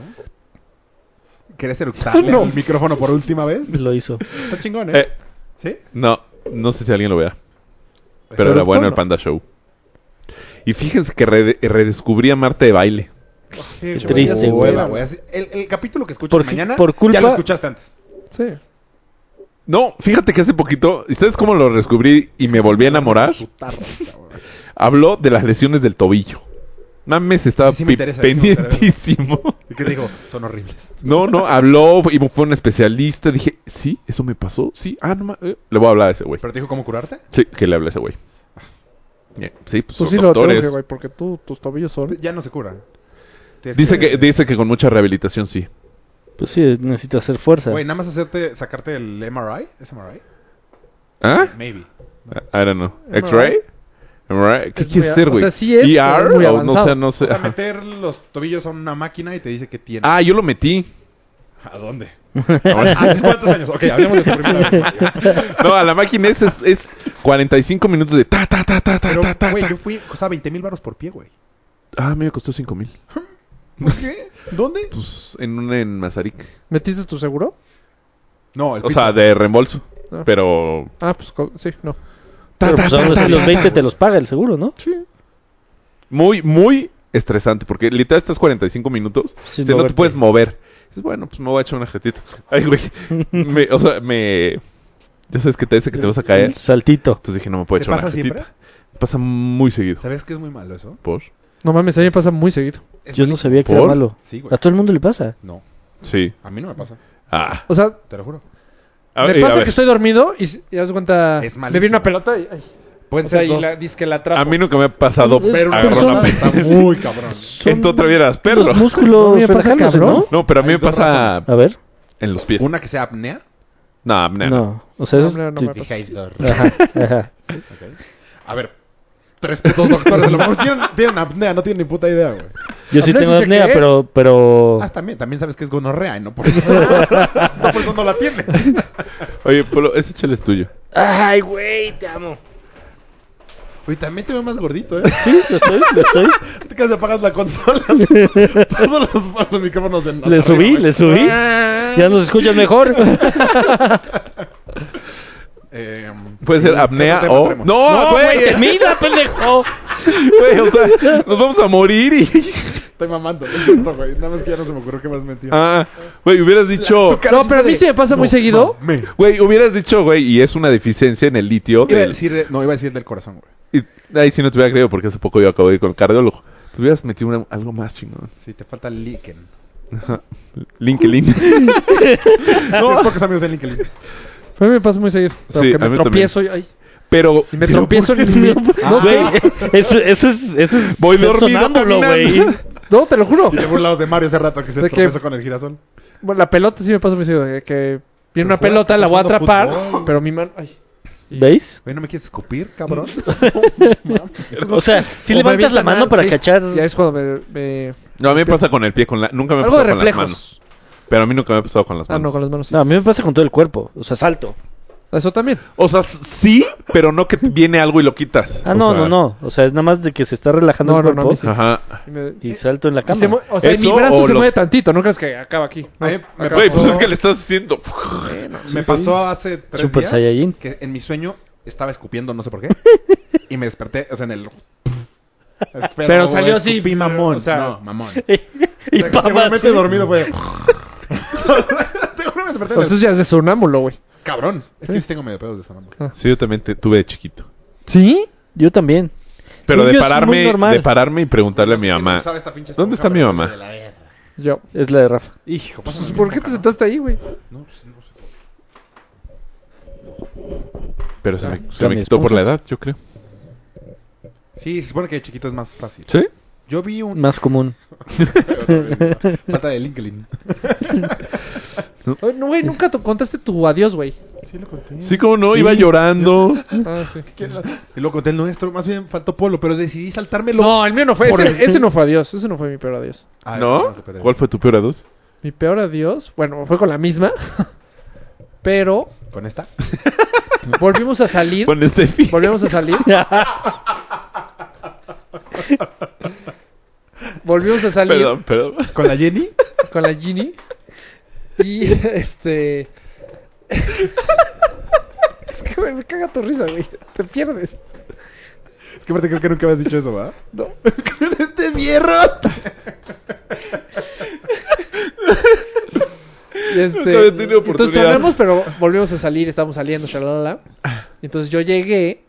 Speaker 2: ¿Querés
Speaker 3: (laughs)
Speaker 2: eructarle el micrófono por última vez? (laughs)
Speaker 1: Lo hizo.
Speaker 2: Está chingón, ¿eh?
Speaker 3: Eh,
Speaker 2: ¿Sí?
Speaker 3: no, no sé si alguien lo vea. Pero era
Speaker 5: ¿Productor
Speaker 3: bueno el
Speaker 5: no?
Speaker 3: Panda Show. Y fíjense que rede- redescubrí a Marte de baile.
Speaker 2: Qué
Speaker 1: triste,
Speaker 2: hueva,
Speaker 1: güey.
Speaker 2: güey. Así- El, el capítulo que escuchas
Speaker 1: Por-
Speaker 2: mañana
Speaker 1: por
Speaker 2: ya lo
Speaker 1: culpa-
Speaker 2: escuchaste antes.
Speaker 5: Sí.
Speaker 3: No, fíjate que hace poquito, ¿y ¿sabes cómo lo descubrí y me volví a enamorar?
Speaker 2: Putarra, cabrón.
Speaker 3: Habló de las lesiones del tobillo. Mames, estaba
Speaker 2: Sí, sí me
Speaker 3: pi-
Speaker 2: interesa, sí me interesa.
Speaker 3: pendientísimo.
Speaker 2: ¿Y qué dijo? Son horribles.
Speaker 3: No, no, habló y fue un especialista. Dije, sí, eso me pasó. Sí, ah, no ma- eh, Le voy a hablar a ese güey.
Speaker 2: ¿Pero te dijo cómo curarte?
Speaker 3: Sí, que le hable a ese güey. Eh, Sí, pues,
Speaker 5: Tú
Speaker 3: son
Speaker 5: sí lo
Speaker 3: doctores.
Speaker 5: tengo, güey, pues, porque tú, tus tobillos son...
Speaker 2: Ya no se cura. este, Tienes
Speaker 3: dice, que, dice que con mucha rehabilitación sí.
Speaker 1: Pues sí, necesita hacer fuerza.
Speaker 2: Güey, nada más hacerte, sacarte el MRI. ¿Es MRI?
Speaker 3: ¿Ah?
Speaker 2: Maybe.
Speaker 3: I don't know. ¿X-ray? MRI. ¿Qué
Speaker 5: Es
Speaker 3: quieres
Speaker 5: muy-
Speaker 3: ser,
Speaker 5: o
Speaker 3: güey?
Speaker 5: sea, sí es, pero
Speaker 3: ¿ER?
Speaker 5: es muy
Speaker 3: o no sé,
Speaker 5: avanzado.
Speaker 3: no sé.
Speaker 2: O sea,
Speaker 3: ajá.
Speaker 2: meter los tobillos a una máquina y te dice que tiene.
Speaker 3: Ah, yo lo metí. Ah,
Speaker 2: ¿A
Speaker 3: (laughs)
Speaker 2: dónde? ¿Antes cuántos años? Ok, hablemos de tu primera vez. Mario.
Speaker 3: No, a la máquina es, es, es 45 minutos de ta, ta, ta, ta, ta,
Speaker 2: Pero,
Speaker 3: ta, ta.
Speaker 2: güey,
Speaker 3: ta.
Speaker 2: yo fui, costaba 20 mil baros por pie, güey.
Speaker 3: Ah, a mí me costó 5 mil. (laughs)
Speaker 2: ¿Por qué? ¿Dónde?
Speaker 3: Pues en una en Mazarik.
Speaker 5: ¿Metiste tu seguro?
Speaker 2: No, el
Speaker 3: O sea, de reembolso.
Speaker 5: Ah.
Speaker 3: Pero.
Speaker 5: Ah, pues co- sí, no.
Speaker 1: Pero pues aún así los 20 te los paga el seguro, ¿no?
Speaker 3: Muy, muy estresante. Porque literal estás 45 minutos.
Speaker 1: Sin
Speaker 3: o sea, no te
Speaker 1: moverte.
Speaker 3: puedes mover. Dices, bueno, pues me voy a echar una jetita. (laughs) Ay, güey. Me- o sea, me. Ya sabes que te dice que te vas a caer.
Speaker 1: El saltito.
Speaker 3: Entonces dije, no me puedo
Speaker 2: ¿Te
Speaker 3: echar una
Speaker 2: pasa
Speaker 3: jetita.
Speaker 2: siempre?
Speaker 3: Pasa muy seguido.
Speaker 2: ¿Sabes qué es muy malo eso?
Speaker 3: ¿Por?
Speaker 5: No mames, a mí me pasa muy seguido.
Speaker 2: Es
Speaker 1: Yo no
Speaker 2: malísimo.
Speaker 1: sabía que
Speaker 3: ¿Por?
Speaker 1: era malo.
Speaker 2: Sí, güey.
Speaker 1: A todo el mundo le
Speaker 3: (laughs)
Speaker 1: pasa.
Speaker 2: No,
Speaker 3: Sí.
Speaker 2: a mí no me pasa.
Speaker 3: Ah.
Speaker 5: O sea,
Speaker 2: Te lo juro.
Speaker 3: A
Speaker 5: me
Speaker 3: ver, a
Speaker 5: pasa
Speaker 3: ver.
Speaker 5: que estoy dormido y, s- y haz de cuenta.
Speaker 2: Es
Speaker 5: me
Speaker 2: malísimo.
Speaker 5: viene una pelota y. ay,
Speaker 2: Pueden
Speaker 5: o sea,
Speaker 2: ser
Speaker 5: y
Speaker 2: dos.
Speaker 5: la, dice que la atrapo.
Speaker 3: A mí nunca me ha pasado.
Speaker 2: Pero una
Speaker 3: agarrar
Speaker 1: persona-
Speaker 3: pe-
Speaker 2: está muy
Speaker 3: (laughs)
Speaker 2: cabrón.
Speaker 1: Son
Speaker 3: En tu otra vida eras perro.
Speaker 1: los músculos
Speaker 5: No, me pasa
Speaker 1: relajándose,
Speaker 5: cabrón.
Speaker 1: ¿no?
Speaker 3: No, pero a mí
Speaker 2: Hay
Speaker 3: me
Speaker 2: dos
Speaker 3: pasa
Speaker 2: razones.
Speaker 1: A ver.
Speaker 3: en los pies.
Speaker 2: Una que sea apnea.
Speaker 3: No, no, no.
Speaker 1: No. O sea,
Speaker 5: No,
Speaker 1: es-
Speaker 5: no, no me pasa.
Speaker 1: Ajá.
Speaker 2: (laughs) Ok. A ver, tres
Speaker 3: (laughs)
Speaker 2: putos doctores. A lo mejor tienen, tienen apnea, no tienen ni puta idea, güey.
Speaker 1: Yo sí
Speaker 5: Hablé,
Speaker 1: tengo
Speaker 5: sí sé
Speaker 1: apnea,
Speaker 5: qué es.
Speaker 1: pero, pero...
Speaker 2: Ah, también, también sabes que es gonorrea y no por eso. no por eso no la
Speaker 5: (laughs)
Speaker 2: tienen.
Speaker 3: Oye, Polo, ese chale es tuyo.
Speaker 1: Ay, güey, te amo.
Speaker 2: Oye, también te veo más gordito, ¿eh?
Speaker 1: Sí, lo estoy, lo
Speaker 3: (laughs)
Speaker 1: estoy.
Speaker 2: Te casi apagas la consola. (laughs) Todos los, los micrófonos en
Speaker 1: Le
Speaker 2: arriba,
Speaker 1: subí,
Speaker 2: güey.
Speaker 1: le subí. Ya nos escuchas
Speaker 3: Ah. (laughs)
Speaker 1: mejor.
Speaker 2: Eh,
Speaker 3: Puede
Speaker 2: sí,
Speaker 3: ser
Speaker 2: otro
Speaker 3: apnea
Speaker 2: tema,
Speaker 3: o.
Speaker 2: otro tema.
Speaker 3: No, güey. (laughs)
Speaker 1: termina, pendejo.
Speaker 3: Güey, o sea, nos vamos a morir y.
Speaker 2: Estoy mamando, no es cierto, güey. Nada más que ya no se me ocurrió que más mentira.
Speaker 3: Ah, güey, hubieras dicho.
Speaker 5: No, pero a mí sí me pasa muy seguido.
Speaker 2: Me.
Speaker 3: Güey, hubieras dicho, güey, y es una deficiencia en el litio.
Speaker 2: Iba a
Speaker 3: del-
Speaker 2: decir, no, iba a decir del corazón, güey.
Speaker 3: y- ahí sí no te hubiera creído porque hace poco yo acabo de ir con el cardiólogo. Te hubieras metido una- algo más chingón.
Speaker 2: Sí, te falta líquen. (laughs)
Speaker 3: LinkedIn.
Speaker 5: (laughs)
Speaker 2: No, es porque amigos de LinkedIn.
Speaker 5: A mí me pasa muy seguido. Pero
Speaker 3: Sí,
Speaker 5: que
Speaker 3: a mí
Speaker 5: me
Speaker 3: también.
Speaker 5: tropiezo y. ay,
Speaker 3: Pero.
Speaker 5: y
Speaker 3: (laughs)
Speaker 5: me
Speaker 3: pero
Speaker 5: tropiezo
Speaker 3: ¿por
Speaker 1: (laughs)
Speaker 3: qué?
Speaker 5: en mi. No sé.
Speaker 1: Eso, eso es, eso es
Speaker 3: Ah. Voy
Speaker 1: ser
Speaker 3: dormido
Speaker 1: sonámbulo,
Speaker 3: caminando.
Speaker 1: güey.
Speaker 5: No, te lo juro.
Speaker 2: Te burlabas de Mario hace rato que se
Speaker 5: ¿De qué?
Speaker 2: tropezó con el girasol.
Speaker 5: Bueno, la pelota sí me pasa muy seguido. de Que viene una
Speaker 2: juegas-
Speaker 5: pelota, la voy a
Speaker 2: estás jugando
Speaker 5: atrapar,
Speaker 2: fútbol.
Speaker 5: pero mi mano. Ay.
Speaker 1: ¿Veis?
Speaker 2: Güey, ¿no me quieres escupir, cabrón? (laughs)
Speaker 1: O sea, si
Speaker 5: O me
Speaker 1: levantas la
Speaker 5: avientan
Speaker 1: mano
Speaker 5: a-
Speaker 1: para
Speaker 5: sí,
Speaker 1: cachar.
Speaker 5: Ya es cuando me. me-
Speaker 3: No, a mí me pasa con el pie, con la... nunca me ha
Speaker 5: Algo de
Speaker 3: pasado con las
Speaker 5: reflejos.
Speaker 3: manos. Pero a mí nunca me ha pasado con las
Speaker 5: Ah, no,
Speaker 3: manos.
Speaker 5: con las manos sí.
Speaker 1: No, a mí me pasa con todo el cuerpo. O sea, salto.
Speaker 5: Eso también.
Speaker 3: O sea, sí, pero no que viene algo y lo quitas.
Speaker 1: Ah,
Speaker 3: O
Speaker 1: no,
Speaker 3: sea,
Speaker 1: no, no. O sea, es nada más de que se está relajando
Speaker 5: No,
Speaker 1: el
Speaker 5: no, no, a
Speaker 1: cuerpo
Speaker 5: mí sí.
Speaker 3: Ajá.
Speaker 5: Y me-
Speaker 1: y salto en la
Speaker 5: y se
Speaker 1: cama.
Speaker 5: mue- o sea, y mi
Speaker 3: ¿Eso
Speaker 5: brazo
Speaker 3: o
Speaker 5: se
Speaker 3: lo-
Speaker 5: mueve tantito, no crees que acaba aquí.
Speaker 2: A mí me
Speaker 5: Acabó.
Speaker 3: Güey, pues
Speaker 2: pasó-
Speaker 3: es que le estás haciendo.
Speaker 2: Me pasó hace tres
Speaker 1: Super
Speaker 2: días
Speaker 1: Saiyajin.
Speaker 2: que en mi sueño estaba escupiendo, no sé (laughs) por qué. y me desperté, o sea, en el... Pero,
Speaker 5: salió así,
Speaker 2: escupí mamón.
Speaker 5: o sea-
Speaker 2: no, (laughs) mamón.
Speaker 1: y
Speaker 2: O sea, que
Speaker 1: papas.
Speaker 2: seguramente dormido (laughs) fue... Seguro me desperté en
Speaker 5: Pues
Speaker 2: el-
Speaker 5: eso ya es de sonámbulo, güey.
Speaker 2: Cabrón. Es que sí tengo medio pedos de sonámbulo.
Speaker 3: Sí, yo también te tuve de chiquito.
Speaker 5: ¿Sí?
Speaker 1: Yo también.
Speaker 3: Pero
Speaker 1: Según
Speaker 3: de
Speaker 1: yo es muy
Speaker 3: pararme,
Speaker 1: normal.
Speaker 3: de pararme y preguntarle a
Speaker 2: No
Speaker 3: mi
Speaker 2: sé quién
Speaker 3: mamá.
Speaker 2: usaba esta pinche
Speaker 3: ¿Dónde
Speaker 2: esponja,
Speaker 3: está
Speaker 2: pero
Speaker 3: mi mamá?
Speaker 2: de la verga.
Speaker 5: Yo.
Speaker 1: Es la de Rafa.
Speaker 2: Hijo, pásame
Speaker 5: Pues,
Speaker 2: la
Speaker 5: ¿Por
Speaker 2: misma
Speaker 5: qué te
Speaker 2: caja,
Speaker 5: sentaste ahí, güey?
Speaker 2: No, No, pues, no sé.
Speaker 3: Pero se me, se me
Speaker 1: Cambia
Speaker 3: quitó por la
Speaker 1: esponjas.
Speaker 3: edad, yo creo.
Speaker 2: Sí, se supone que de chiquito es más fácil.
Speaker 3: ¿Sí?
Speaker 2: Yo vi un...
Speaker 1: Más común.
Speaker 2: Falta de LinkedIn.
Speaker 5: Ay, no, Güey, nunca te contaste tu adiós, güey.
Speaker 2: Sí, lo conté.
Speaker 3: Sí, como no, iba llorando.
Speaker 5: Ah, sí.
Speaker 2: Y lo conté el nuestro. Más bien faltó Polo, pero decidí saltármelo.
Speaker 5: No, el mío no fue.
Speaker 2: Por
Speaker 5: Ese,
Speaker 2: el-
Speaker 5: ese no fue adiós. Ese no fue mi peor adiós.
Speaker 2: Ah,
Speaker 3: ¿No?
Speaker 2: se perdió.
Speaker 3: ¿Cuál fue tu peor a dos?
Speaker 5: Mi peor adiós, bueno, fue con la misma. (laughs) Pero
Speaker 2: ¿Con esta?
Speaker 5: volvimos a salir.
Speaker 3: Con Steffi.
Speaker 5: Volvemos a salir. Volvimos a salir
Speaker 3: Perdón, perdón.
Speaker 2: ¿Con la Jenny?
Speaker 5: con la Ginny. Y este. (laughs) es que güey, me caga tu risa, güey. Te pierdes.
Speaker 2: Es que aparte creo que nunca habías dicho eso, ¿verdad?
Speaker 5: No.
Speaker 2: (laughs) ¡Con este fierro!
Speaker 5: Y este,
Speaker 3: Nunca había tenido
Speaker 5: entonces
Speaker 3: oportunidad.
Speaker 5: tornamos, pero volvimos a salir, estábamos saliendo, shalala. Entonces yo llegué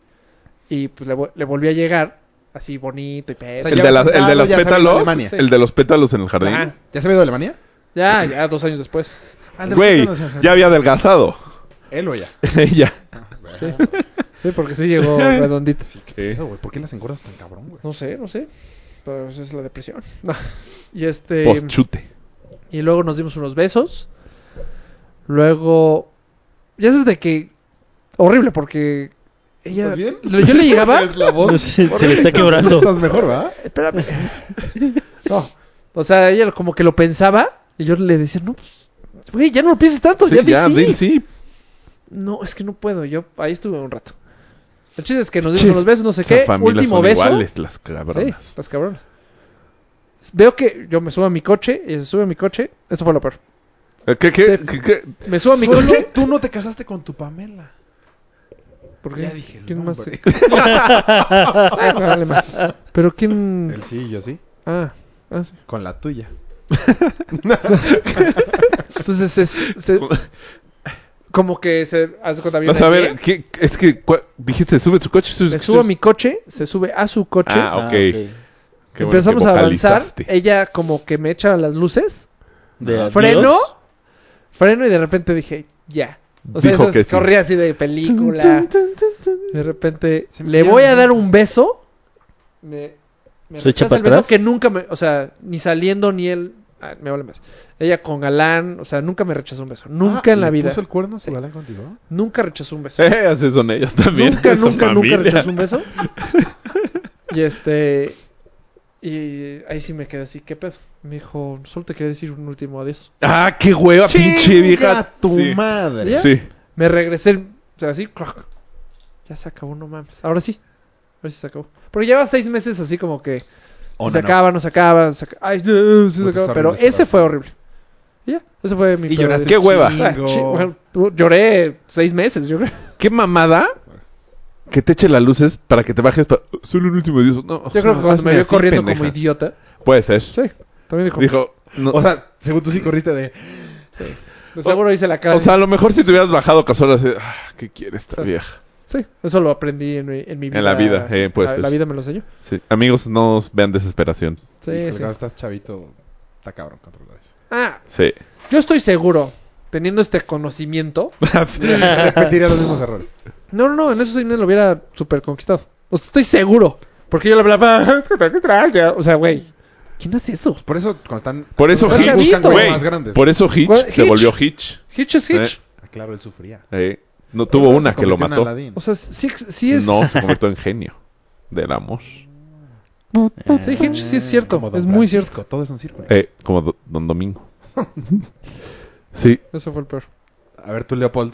Speaker 5: y pues le, vo- le volví a llegar así bonito y pedo.
Speaker 2: O sea,
Speaker 3: El
Speaker 2: ya
Speaker 3: de, la-
Speaker 2: sentado,
Speaker 3: el de los
Speaker 2: ya salió de
Speaker 3: pétalos.
Speaker 2: Alemania.
Speaker 3: El de los pétalos en el jardín.
Speaker 5: Ajá.
Speaker 2: ¿Ya se había ido a Alemania?
Speaker 5: Ya, ya, dos años después.
Speaker 2: Ah, de
Speaker 3: Güey,
Speaker 2: repente nos-
Speaker 3: ya había
Speaker 5: (laughs)
Speaker 3: adelgazado.
Speaker 2: Él o ya.
Speaker 3: ya.
Speaker 5: Sí, (laughs) porque
Speaker 2: (laughs)
Speaker 5: sí llegó redondito.
Speaker 2: Pero, güey, ¿Por qué las engordas tan cabrón, güey?
Speaker 5: No sé, no sé. Pero esa es la depresión. (laughs) No. Y este.
Speaker 3: Poschute.
Speaker 5: Y luego nos dimos unos besos. Luego. Ya es de que. Horrible, porque Ella,
Speaker 2: ¿Estás bien? (laughs)
Speaker 5: lo- yo le llegaba.
Speaker 2: Es la
Speaker 1: (laughs)
Speaker 2: voz.
Speaker 1: Se, se le está quebrando.
Speaker 2: Estás mejor, ¿verdad?
Speaker 5: espérame. No, o sea, ella como que lo pensaba y yo le decía, no, pues, güey, ya no lo pienses tanto,
Speaker 3: Sí,
Speaker 5: ya, di
Speaker 3: ya,
Speaker 5: sí.
Speaker 3: Dil, sí.
Speaker 5: No, es que no puedo, yo ahí estuve un rato. El chiste es que nos
Speaker 3: Chis,
Speaker 5: dimos los besos, no sé
Speaker 3: Esa
Speaker 5: qué,
Speaker 3: familia
Speaker 5: último
Speaker 3: son
Speaker 5: beso.
Speaker 3: iguales, las
Speaker 5: Sí,
Speaker 3: cabronas.
Speaker 5: las cabronas. Veo que yo me subo a mi coche, ella se sube a mi coche, eso fue lo peor.
Speaker 3: Eh, ¿Qué, qué,
Speaker 5: Se-
Speaker 3: qué, qué?
Speaker 5: Me subo a mi
Speaker 2: Solo
Speaker 5: coche.
Speaker 2: tú no te casaste con tu Pamela.
Speaker 5: Porque
Speaker 2: Ya dije el
Speaker 5: ¿Quién más?
Speaker 2: nombre.
Speaker 5: se- (laughs) Ay, me vale más. Pero quién.
Speaker 2: Él sí, yo sí.
Speaker 5: Ah, ah, sí.
Speaker 2: Con la tuya.
Speaker 5: Entonces es. se- como que se hace cuenta bien.
Speaker 3: Vas a
Speaker 5: aquí,
Speaker 3: ver, ¿qué- es que cua- dijiste, sube su coche. Sube,
Speaker 5: Me
Speaker 3: su
Speaker 5: subo a
Speaker 3: coche.
Speaker 5: mi coche, se sube a su coche.
Speaker 3: Ah, ok. Qué bueno
Speaker 5: empezamos
Speaker 3: que
Speaker 5: a avanzar.
Speaker 3: vocalizaste.
Speaker 5: Ella como que me echa las luces.
Speaker 1: De adiós.
Speaker 5: Ah. Freno. Freno y de repente dije, ya. O sea,
Speaker 3: Dijo
Speaker 5: esas
Speaker 3: que sí.
Speaker 5: corría así de película. De repente
Speaker 2: Se me
Speaker 5: le
Speaker 2: quedan
Speaker 5: voy a
Speaker 2: viendo.
Speaker 5: dar un beso. Me, me
Speaker 1: ¿Se echa
Speaker 5: rechaza
Speaker 1: para
Speaker 5: el beso
Speaker 1: atrás?
Speaker 5: que nunca me, o sea, ni saliendo ni él, ah, me vale más. Ella con galán, o sea, nunca me rechazó un beso, nunca
Speaker 2: Ah,
Speaker 5: en la
Speaker 2: ¿le
Speaker 5: vida.
Speaker 2: ¿Puso el cuerno a su galán contigo?
Speaker 5: Nunca rechazó un beso.
Speaker 3: Eh, así son ellas también.
Speaker 5: nunca,
Speaker 3: esa
Speaker 5: nunca, nunca
Speaker 3: familia.
Speaker 5: rechazó
Speaker 1: (laughs)
Speaker 5: un beso. y este y ahí sí me quedé así, ¿qué pedo? Me dijo, solo te quería decir un último adiós.
Speaker 3: Ah, qué hueva, pinche vieja.
Speaker 2: tu
Speaker 3: Sí.
Speaker 2: madre!
Speaker 5: ¿Ya?
Speaker 3: Sí.
Speaker 5: Me regresé, o sea, así, crack. Ya se acabó, no mames. Ahora sí. Ahora sí se acabó. Porque lleva seis meses así como que
Speaker 2: O
Speaker 5: si se
Speaker 2: no, no.
Speaker 5: acaba, no se acaba, se aca- ay, no, no, sí se
Speaker 2: Puta,
Speaker 5: acaba.
Speaker 2: es
Speaker 5: Pero
Speaker 2: horrible
Speaker 5: ese
Speaker 2: esta
Speaker 5: fue
Speaker 2: parte.
Speaker 5: horrible. Y Ya, ese fue mi
Speaker 2: Y
Speaker 5: peor
Speaker 2: lloraste.
Speaker 5: día.
Speaker 3: Qué hueva.
Speaker 5: Ah,
Speaker 2: chingo.
Speaker 5: chi- bueno, tú- lloré seis meses, yo creo.
Speaker 3: Qué mamada que te eche las luces para que te bajes. pa- Solo un último dios. No,
Speaker 5: Yo creo que cuando me
Speaker 3: hazme
Speaker 5: vio
Speaker 3: así,
Speaker 5: corriendo
Speaker 3: pendeja.
Speaker 5: como idiota.
Speaker 3: Puede ser.
Speaker 5: Sí, también dijo.
Speaker 3: Dijo. no,
Speaker 2: O sea, según tú sí corriste de...
Speaker 5: de seguro hice la cara.
Speaker 3: o sea, a lo mejor si te hubieras bajado casual, así, ah, ¿qué quiere esta
Speaker 5: Sí.
Speaker 3: vieja?
Speaker 5: sí, eso lo aprendí en mi, en mi vida.
Speaker 3: En la vida,
Speaker 5: sí,
Speaker 3: eh, puede
Speaker 5: la,
Speaker 3: ser.
Speaker 5: la vida me lo enseñó.
Speaker 3: Sí. Amigos, no os vean desesperación.
Speaker 5: Sí,
Speaker 2: Híjole,
Speaker 5: sí.
Speaker 2: cuando estás chavito, está cabrón controlar eso.
Speaker 5: Ah,
Speaker 3: Sí.
Speaker 5: yo estoy seguro, teniendo este conocimiento.
Speaker 2: Repetiría los mismos errores.
Speaker 5: No, no, no, en esos seis meses lo hubiera super conquistado. O sea, estoy seguro. Porque yo le hablaba, (laughs) "Es que te- que traes". o sea, güey, ¿quién hace eso?
Speaker 2: Por eso, cuando están...
Speaker 3: Por eso
Speaker 5: Pero
Speaker 2: buscan-
Speaker 3: Hitch.
Speaker 5: chavito.
Speaker 2: buscan güeyes
Speaker 3: güey,
Speaker 2: más grandes.
Speaker 3: por eso Hitch
Speaker 5: ¿Cuál-
Speaker 3: se
Speaker 5: Hitch?
Speaker 3: volvió Hitch.
Speaker 5: Hitch es Hitch.
Speaker 1: Eh.
Speaker 2: Ah, claro, él sufría.
Speaker 3: Eh, No tuvo una que lo mató.
Speaker 5: O sea, sí, sí es.
Speaker 3: No, se convirtió en genio del amor.
Speaker 5: Sí, Hitch sí es cierto. Es muy cierto.
Speaker 2: Todo es un círculo.
Speaker 3: Eh, como do- Don Domingo. sí.
Speaker 5: Eso fue el peor.
Speaker 2: A ver, tú, Leopold.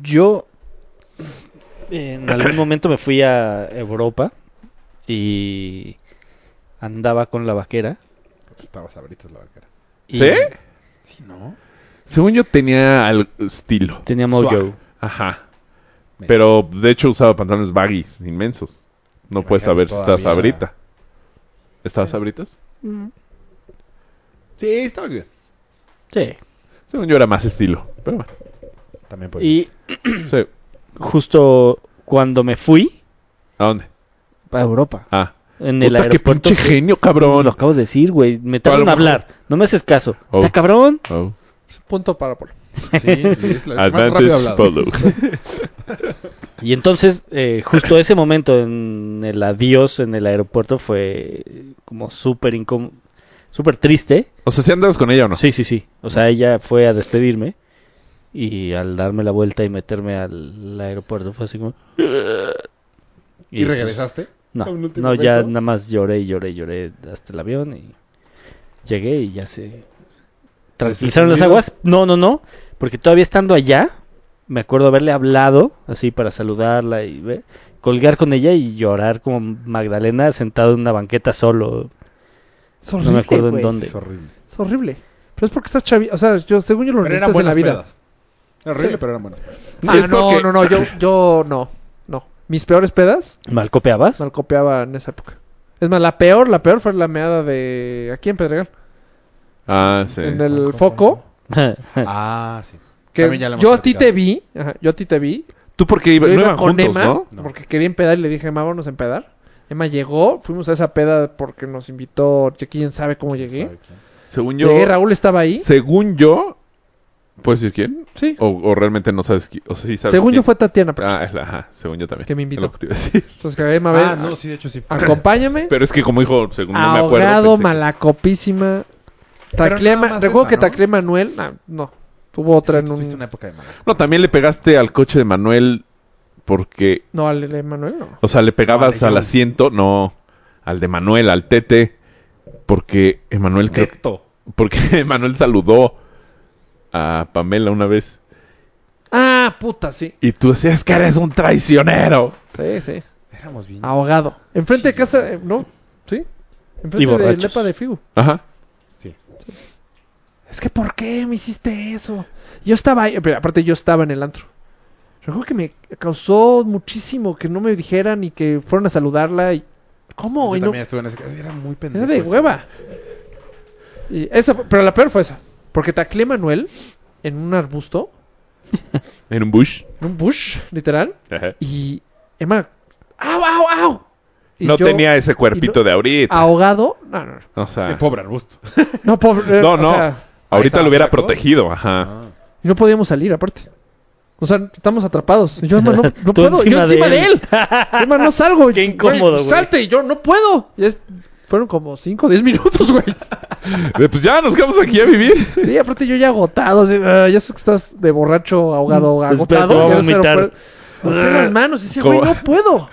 Speaker 1: Yo en algún momento me fui a Europa y andaba con la vaquera.
Speaker 2: Estabas ahorita la vaquera.
Speaker 1: Y
Speaker 3: ¿Sí?
Speaker 2: Sí, ¿no?
Speaker 3: Según yo tenía al estilo.
Speaker 1: Tenía mojo.
Speaker 2: Swag.
Speaker 3: Ajá. Pero de hecho usaba pantalones baggies inmensos. No
Speaker 2: Imagínate
Speaker 3: puedes saber si estás
Speaker 2: todavía.
Speaker 3: ahorita. ¿Estabas abritas?
Speaker 2: Sí, estaba bien.
Speaker 1: Sí.
Speaker 3: Según yo era más estilo. Pero bueno.
Speaker 2: También podía.
Speaker 1: Y
Speaker 3: Sí.
Speaker 1: justo cuando me fui
Speaker 3: ¿A dónde?
Speaker 1: a Europa,
Speaker 3: Ah.
Speaker 1: en el
Speaker 3: Puta, qué
Speaker 1: aeropuerto,
Speaker 3: pinche genio, cabrón.
Speaker 1: lo acabo de decir, güey, me
Speaker 3: Pero a lo
Speaker 1: tardan a hablar. No me haces caso.
Speaker 3: Oh.
Speaker 1: Está cabrón.
Speaker 3: Oh.
Speaker 5: Punto para Polo.
Speaker 2: Sí, es la- más rápido
Speaker 3: Advantage
Speaker 2: hablado.
Speaker 3: Polo.
Speaker 1: Y entonces, eh, justo ese momento en el adiós en el aeropuerto fue como súper incómodo, súper triste.
Speaker 3: O sea, si andabas con ella o no.
Speaker 1: Sí, sí, sí. O sea, ella fue a despedirme y al darme la vuelta y meterme al aeropuerto fue así como...
Speaker 2: ¿Y
Speaker 1: pues,
Speaker 2: regresaste?
Speaker 1: no,
Speaker 2: a un último
Speaker 1: no, ya
Speaker 2: beso?
Speaker 1: nada más lloré y lloré y lloré hasta el avión y llegué y ya se tranquilizaron las
Speaker 2: ¿Desentendido?
Speaker 1: aguas. No, no, no, porque todavía estando allá me acuerdo haberle hablado así para saludarla y ve- colgar con ella y llorar como Magdalena sentado en una banqueta solo.
Speaker 5: Es
Speaker 1: No me
Speaker 5: horrible.
Speaker 1: acuerdo en
Speaker 5: güey.
Speaker 1: dónde.
Speaker 2: Es horrible.
Speaker 5: Es horrible. Pero es porque estás chavi. O sea, yo, según yo lo
Speaker 2: Pero eran
Speaker 5: necesitas en la
Speaker 2: buenas
Speaker 5: vida.
Speaker 2: pedas. Era horrible, pero eran buenas pedas.
Speaker 3: Sí,
Speaker 5: ah,
Speaker 3: es
Speaker 5: no,
Speaker 3: porque-
Speaker 5: no, no, (laughs) yo, yo no. No. Mis peores pedas
Speaker 1: (laughs) ¿Malcopeabas?
Speaker 5: mal copiaba en esa época. Es más, la peor, la peor fue la meada de aquí en Pedregal.
Speaker 3: Ah, sí.
Speaker 5: en el
Speaker 2: Malcopeaba.
Speaker 5: foco.
Speaker 2: Ah, sí.
Speaker 5: Que
Speaker 2: También ya la hemos
Speaker 5: yo a ti
Speaker 2: platicado.
Speaker 5: te vi, ajá, yo a ti te vi.
Speaker 3: ¿Tú por qué iba-
Speaker 5: Yo
Speaker 3: no
Speaker 5: iba
Speaker 3: iban
Speaker 5: con
Speaker 3: juntos,
Speaker 5: Emma
Speaker 3: no?
Speaker 2: No.
Speaker 5: porque quería empedar y le dije, Emma, vámonos a empedar. Emma llegó, fuimos a esa peda porque nos invitó, que quién sabe cómo llegué.
Speaker 2: ¿Sabe quién?
Speaker 3: Según yo...
Speaker 5: Llegué, Raúl estaba ahí.
Speaker 3: Según yo... ¿Puedes decir quién?
Speaker 5: Sí.
Speaker 3: O, o realmente no sabes quién. O sea, sí sabes
Speaker 5: Según
Speaker 3: quién.
Speaker 5: yo fue Tatiana, pero
Speaker 3: Ah, es la- ajá, según yo también.
Speaker 5: Que me
Speaker 3: Es
Speaker 5: invitó.
Speaker 3: lo que te iba a decir. (laughs)
Speaker 5: entonces que Emma,
Speaker 2: Ah,
Speaker 5: ven,
Speaker 2: no, sí, de hecho sí. (laughs)
Speaker 5: acompáñame.
Speaker 3: Pero es que como dijo, según no me acuerdo.
Speaker 5: ahogado,
Speaker 3: pensé-
Speaker 5: malacopísima.
Speaker 2: Pero
Speaker 5: Taclea
Speaker 2: nada
Speaker 5: Ma-
Speaker 2: más
Speaker 5: Recuerdo
Speaker 2: esa,
Speaker 5: que
Speaker 2: ¿no?
Speaker 5: taclea Manuel. nah, no, tuvo otra en
Speaker 2: Tuviste
Speaker 5: un.
Speaker 2: una época de mala.
Speaker 3: No, también le pegaste al coche de Manuel Porque,
Speaker 5: No, al de Manuel no.
Speaker 3: o sea, le
Speaker 5: Ah,
Speaker 3: pegabas
Speaker 2: Vale,
Speaker 3: al
Speaker 2: yo-
Speaker 3: asiento, no al de Manuel, al tete. Porque Emanuel creo que-
Speaker 2: Neto.
Speaker 3: Porque (laughs) Manuel saludó a Pamela una vez.
Speaker 5: Ah, puta, sí.
Speaker 3: Y tú decías que eres un traicionero.
Speaker 5: Sí, sí.
Speaker 2: Éramos bien.
Speaker 5: Ahogado. Enfrente de casa, eh, ¿no? ¿Sí?
Speaker 1: Y
Speaker 5: Enfrente del
Speaker 1: borrachos.
Speaker 5: lepa de Fiu.
Speaker 3: Ajá.
Speaker 2: Sí.
Speaker 5: Es que, ¿por qué me hiciste eso? Yo estaba ahí, pero aparte yo estaba en el antro. Recuerdo que me causó muchísimo que no me dijeran y que fueron a saludarla y... ¿Cómo?
Speaker 2: Yo
Speaker 5: Y no-
Speaker 2: también estuve en ese. Era muy pendejo.
Speaker 5: Era de
Speaker 2: ese.
Speaker 5: hueva. Y esa, pero la peor fue esa. Porque taclé a Manuel en un arbusto,
Speaker 3: En un bush.
Speaker 5: en un bush, literal.
Speaker 3: Ajá.
Speaker 5: Y Emma, ¡au, au, au! Y
Speaker 3: No
Speaker 5: yo,
Speaker 3: tenía ese cuerpito
Speaker 5: y Ah, no-
Speaker 3: de ahorita.
Speaker 5: Ahogado. No, no, no.
Speaker 3: O sea,
Speaker 2: Qué pobre arbusto.
Speaker 5: Ah. No, pobre,
Speaker 3: no,
Speaker 5: o
Speaker 3: no.
Speaker 5: sea,
Speaker 3: ahorita
Speaker 2: estaba
Speaker 3: lo hubiera
Speaker 2: flaco.
Speaker 3: protegido. Ajá.
Speaker 2: Ah.
Speaker 5: y no podíamos salir, aparte. O sea, estamos atrapados. Y Yo, Emma, no, no
Speaker 1: (laughs) Tú
Speaker 5: puedo. yo encima de él. Emma, no
Speaker 1: (laughs)
Speaker 5: salgo.
Speaker 1: Qué
Speaker 5: Güey,
Speaker 1: incómodo, güey.
Speaker 5: Salte. Y yo, no puedo. Y es- fueron como 5 o 10 minutos, (laughs) güey.
Speaker 3: Eh, Pues ya nos quedamos aquí a vivir.
Speaker 5: Sí, aparte yo ya agotado, así, ah, ya sé que estás de borracho, ahogado,
Speaker 1: Mm, Espera,
Speaker 5: agotado.
Speaker 1: te voy a
Speaker 5: ya no sé, no
Speaker 1: vomitar. Ah,
Speaker 5: puedo. Boté las manos y decía,
Speaker 3: ¿Cómo?
Speaker 5: güey, no puedo.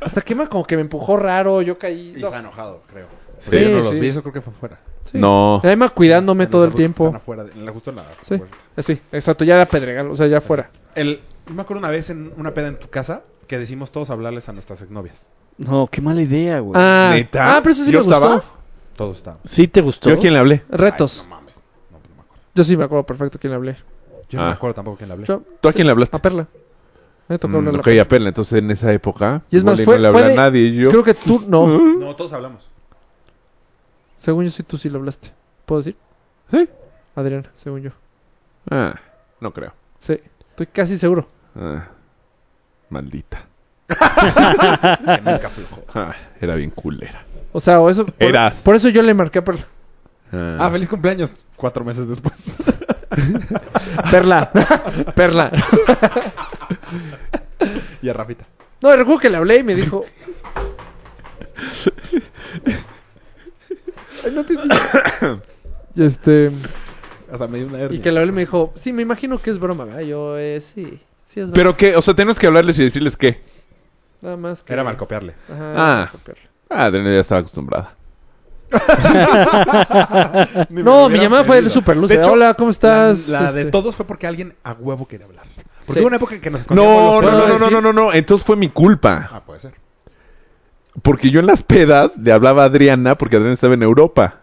Speaker 5: Hasta que me- como que me empujó raro, yo caí.
Speaker 2: Y
Speaker 5: no.
Speaker 2: está enojado, creo.
Speaker 3: Sí.
Speaker 2: Sí, yo no los
Speaker 5: sí.
Speaker 2: vi, eso creo que fue afuera.
Speaker 5: Sí.
Speaker 3: No.
Speaker 5: Y Además cuidándome
Speaker 2: En
Speaker 5: todo
Speaker 2: los
Speaker 5: el
Speaker 2: arbustos que
Speaker 5: tiempo.
Speaker 2: Están afuera, de- en la- justo en la
Speaker 5: Sí,
Speaker 2: puerta.
Speaker 5: sí, exacto, ya era pedregal, o sea, ya afuera.
Speaker 2: El, yo me acuerdo una vez en una peda en tu casa que decimos todos hablarles a nuestras exnovias.
Speaker 1: No, qué mala idea, güey.
Speaker 5: Ah,
Speaker 3: ¿Neta?
Speaker 5: ah, pero eso sí
Speaker 3: ¿Yo
Speaker 5: me gustó.
Speaker 3: estaba?
Speaker 2: Todos estábamos.
Speaker 1: ¿Sí te gustó?
Speaker 3: ¿Yo a quién le hablé?
Speaker 5: Retos.
Speaker 2: Ay, no mames. No, no me acuerdo.
Speaker 5: Yo sí me acuerdo perfecto quién le hablé.
Speaker 2: Yo
Speaker 3: Ah.
Speaker 2: no me acuerdo tampoco quién le hablé.
Speaker 5: Yo,
Speaker 3: ¿Tú a quién le hablaste?
Speaker 5: a Perla. Me tocó
Speaker 3: Mm,
Speaker 5: hablarle a
Speaker 3: ok, a Perla. Entonces en esa época.
Speaker 5: Y es más,
Speaker 3: igual y
Speaker 5: fue-
Speaker 3: no le hablé
Speaker 5: fue de-
Speaker 3: a nadie. Yo.
Speaker 5: Creo que tú,
Speaker 3: (laughs)
Speaker 5: no.
Speaker 2: No, todos hablamos.
Speaker 5: según yo sí, tú sí le hablaste. ¿Puedo decir?
Speaker 3: Sí.
Speaker 5: Adriana, según yo.
Speaker 3: Ah, no creo.
Speaker 5: Sí, estoy casi seguro.
Speaker 3: Ah, maldita.
Speaker 2: Que nunca aflojó.
Speaker 3: Ah, era bien culera.
Speaker 5: O sea, o eso. Por,
Speaker 3: Eras.
Speaker 5: por eso yo le marqué a Perla.
Speaker 2: Ah, feliz cumpleaños. Cuatro meses después. (laughs)
Speaker 3: (laughs)
Speaker 5: Perla. Perla.
Speaker 2: y a Rafita.
Speaker 5: No, recuerdo que le hablé y me dijo. Ay, no te entiendo.
Speaker 3: (coughs)
Speaker 5: Y este.
Speaker 2: Hasta me dio una hernia.
Speaker 5: Y que le hablé y me dijo, sí, me imagino que es broma, ¿verdad? Yo, eh, sí. Sí, es broma.
Speaker 3: Pero que, o sea, tenemos que hablarles y decirles que.
Speaker 5: Nada más que.
Speaker 2: Era mal copiarle.
Speaker 5: Ajá,
Speaker 3: Ah.
Speaker 5: mal copiarle.
Speaker 3: Ah, Adriana ya estaba acostumbrada.
Speaker 2: Ni me lo
Speaker 5: Ah, No, mi
Speaker 2: hubieran
Speaker 5: llamada fue
Speaker 2: pedido.
Speaker 5: súper
Speaker 2: De
Speaker 5: lúcida.
Speaker 2: hecho,
Speaker 5: Hola, ¿cómo estás?
Speaker 2: La, la de
Speaker 5: Este,
Speaker 2: todos fue porque alguien a huevo quería hablar. Porque
Speaker 5: Sí.
Speaker 2: hubo una época que nos
Speaker 3: No, no,
Speaker 2: escondíamos los
Speaker 3: no, no,
Speaker 2: celulares.
Speaker 3: no, no, no, no. Entonces fue mi culpa.
Speaker 2: Ah, puede ser.
Speaker 3: Porque yo en las pedas le hablaba a Adriana porque Adriana estaba en Europa.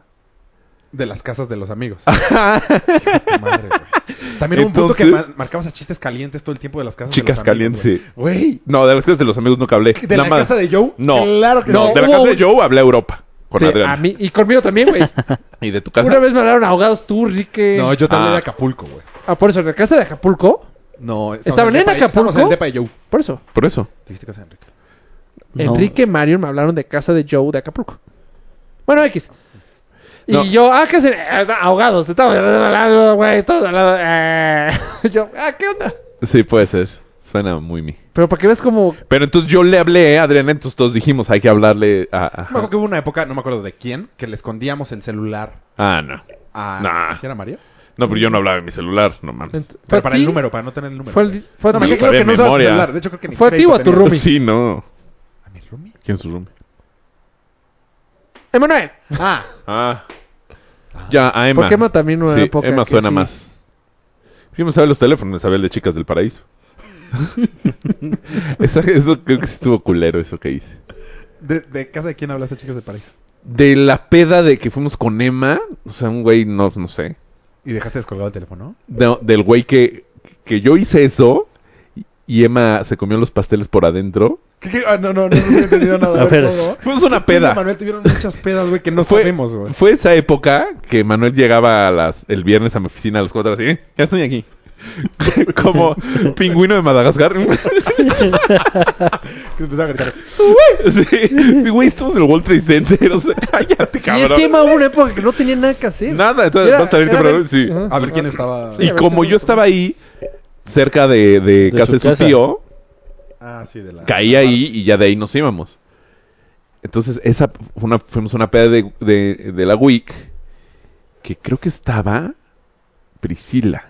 Speaker 2: De las casas de los
Speaker 5: (laughs)
Speaker 2: amigos. Qué madre, güey. También hubo un punto que
Speaker 3: Entonces-
Speaker 2: ma- marcabas a chistes calientes todo el tiempo de las casas
Speaker 3: Chicas
Speaker 2: de los amigos.
Speaker 3: calientes,
Speaker 2: güey. Güey.
Speaker 3: No, de las casas de los amigos nunca hablé.
Speaker 2: ¿De la
Speaker 3: Nada más-
Speaker 2: casa de Joe?
Speaker 3: No.
Speaker 2: Claro que
Speaker 3: no.
Speaker 2: no.
Speaker 3: de la
Speaker 5: Hubo
Speaker 3: casa
Speaker 5: un-
Speaker 3: de Joe hablé a Europa. Con
Speaker 5: sí,
Speaker 3: Adriana.
Speaker 5: a mí, y conmigo también, güey.
Speaker 3: Y de tu
Speaker 5: Una
Speaker 3: (laughs) casa.
Speaker 5: vez me hablaron ahogados tú, Rique.
Speaker 2: No, yo también
Speaker 3: Ah.
Speaker 2: de Acapulco, güey.
Speaker 5: Ah, por eso, en la casa de Acapulco.
Speaker 2: No, estamos
Speaker 5: ¿Estaban
Speaker 2: el
Speaker 5: en
Speaker 2: depa-
Speaker 5: Acapulco?
Speaker 2: Estamos en el depa de Joe.
Speaker 5: Por eso.
Speaker 3: Por eso.
Speaker 2: Dijiste casa de Enrique.
Speaker 1: No.
Speaker 5: Enrique y Mario me hablaron de casa de Joe de Acapulco. Bueno, X. Y
Speaker 3: No.
Speaker 5: yo, ah, ¿qué se... eh, ahogados, estamos al lado, güey, todos al lado. eh. (laughs) Yo, ah, ¿qué onda?
Speaker 3: Sí, puede ser. Suena muy mí.
Speaker 5: Pero para que veas como...
Speaker 3: Pero entonces yo le hablé a Adriana, entonces todos dijimos, hay que hablarle a...
Speaker 2: Me acuerdo
Speaker 3: a-
Speaker 2: que hubo una época, no me acuerdo de quién, que le escondíamos el celular
Speaker 3: Ah, no.
Speaker 2: a...
Speaker 3: Nah.
Speaker 2: ¿Sí era Mario?
Speaker 3: No, pero yo no hablaba en mi celular, no
Speaker 5: Ent-
Speaker 3: mames.
Speaker 5: ¿fue a
Speaker 2: Pero para
Speaker 5: ti?
Speaker 2: el número, para no tener el número.
Speaker 5: Fue, al- fue a
Speaker 2: No,
Speaker 5: ti.
Speaker 2: me creo que
Speaker 3: acuerdo. Sabía
Speaker 2: no usabas
Speaker 3: memoria.
Speaker 2: celular. De hecho, creo que ni
Speaker 5: ¿Fue a ti
Speaker 2: crédito
Speaker 5: o a tu
Speaker 2: tenías.
Speaker 3: (laughs)
Speaker 5: roomie?
Speaker 3: Sí, no.
Speaker 2: ¿A mi roomie?
Speaker 3: ¿Quién es su roomie?
Speaker 5: Emanuel.
Speaker 2: Ah.
Speaker 3: Ah. Ya, a Emma.
Speaker 5: Porque Emma también hubo una
Speaker 3: Sí,
Speaker 5: época
Speaker 3: Emma
Speaker 5: que
Speaker 3: suena
Speaker 5: sí.
Speaker 3: más. Yo me sabía los teléfonos, me sabía el de Chicas del
Speaker 5: (laughs)
Speaker 3: Paraíso. Esa- eso creo que sí estuvo culero, eso que hice.
Speaker 2: (laughs) ¿De, de casa de quién hablaste, chicas de París?
Speaker 3: De la peda de que fuimos con Emma, o sea, un güey, no, no sé.
Speaker 2: ¿Y dejaste descolgado el teléfono?
Speaker 3: No, del güey que, que yo hice eso y- y Emma se comió los pasteles por adentro.
Speaker 2: ¿Qué, qué? Ah, no, no, no, no he entendido (laughs) nada.
Speaker 1: A ver.
Speaker 2: ¿cómo?
Speaker 3: Fuimos a una peda.
Speaker 2: Manuel tuvieron muchas pedas, güey, que no
Speaker 3: fue,
Speaker 2: sabemos, (laughs) güey.
Speaker 3: fue esa época que Manuel llegaba a las, el viernes a mi oficina a las 4 así, "Eh, ya estoy aquí. (laughs) Como pingüino de Madagascar.
Speaker 2: Que empezaba a gritar.
Speaker 3: sí, sí, güey, estamos en el World Trade Center. O sea, (laughs) cállate,
Speaker 5: Y
Speaker 3: cabrón.
Speaker 5: es que Emma hubo una época que no tenía nada que hacer.
Speaker 3: Nada, entonces
Speaker 5: Era-
Speaker 3: vas a salir
Speaker 5: era
Speaker 3: temprano.
Speaker 5: ver-
Speaker 3: Sí.
Speaker 5: Ajá.
Speaker 2: A ver quién estaba.
Speaker 3: Y como yo estaba ahí, cerca de, de
Speaker 1: De
Speaker 3: casa
Speaker 1: su
Speaker 3: de su
Speaker 1: casa.
Speaker 3: tío,
Speaker 2: Ah, sí, de la.
Speaker 3: caí ahí y ya de ahí nos íbamos. Entonces, esa fue una, fuimos a una peda de, de- de la WIC que creo que estaba Priscila.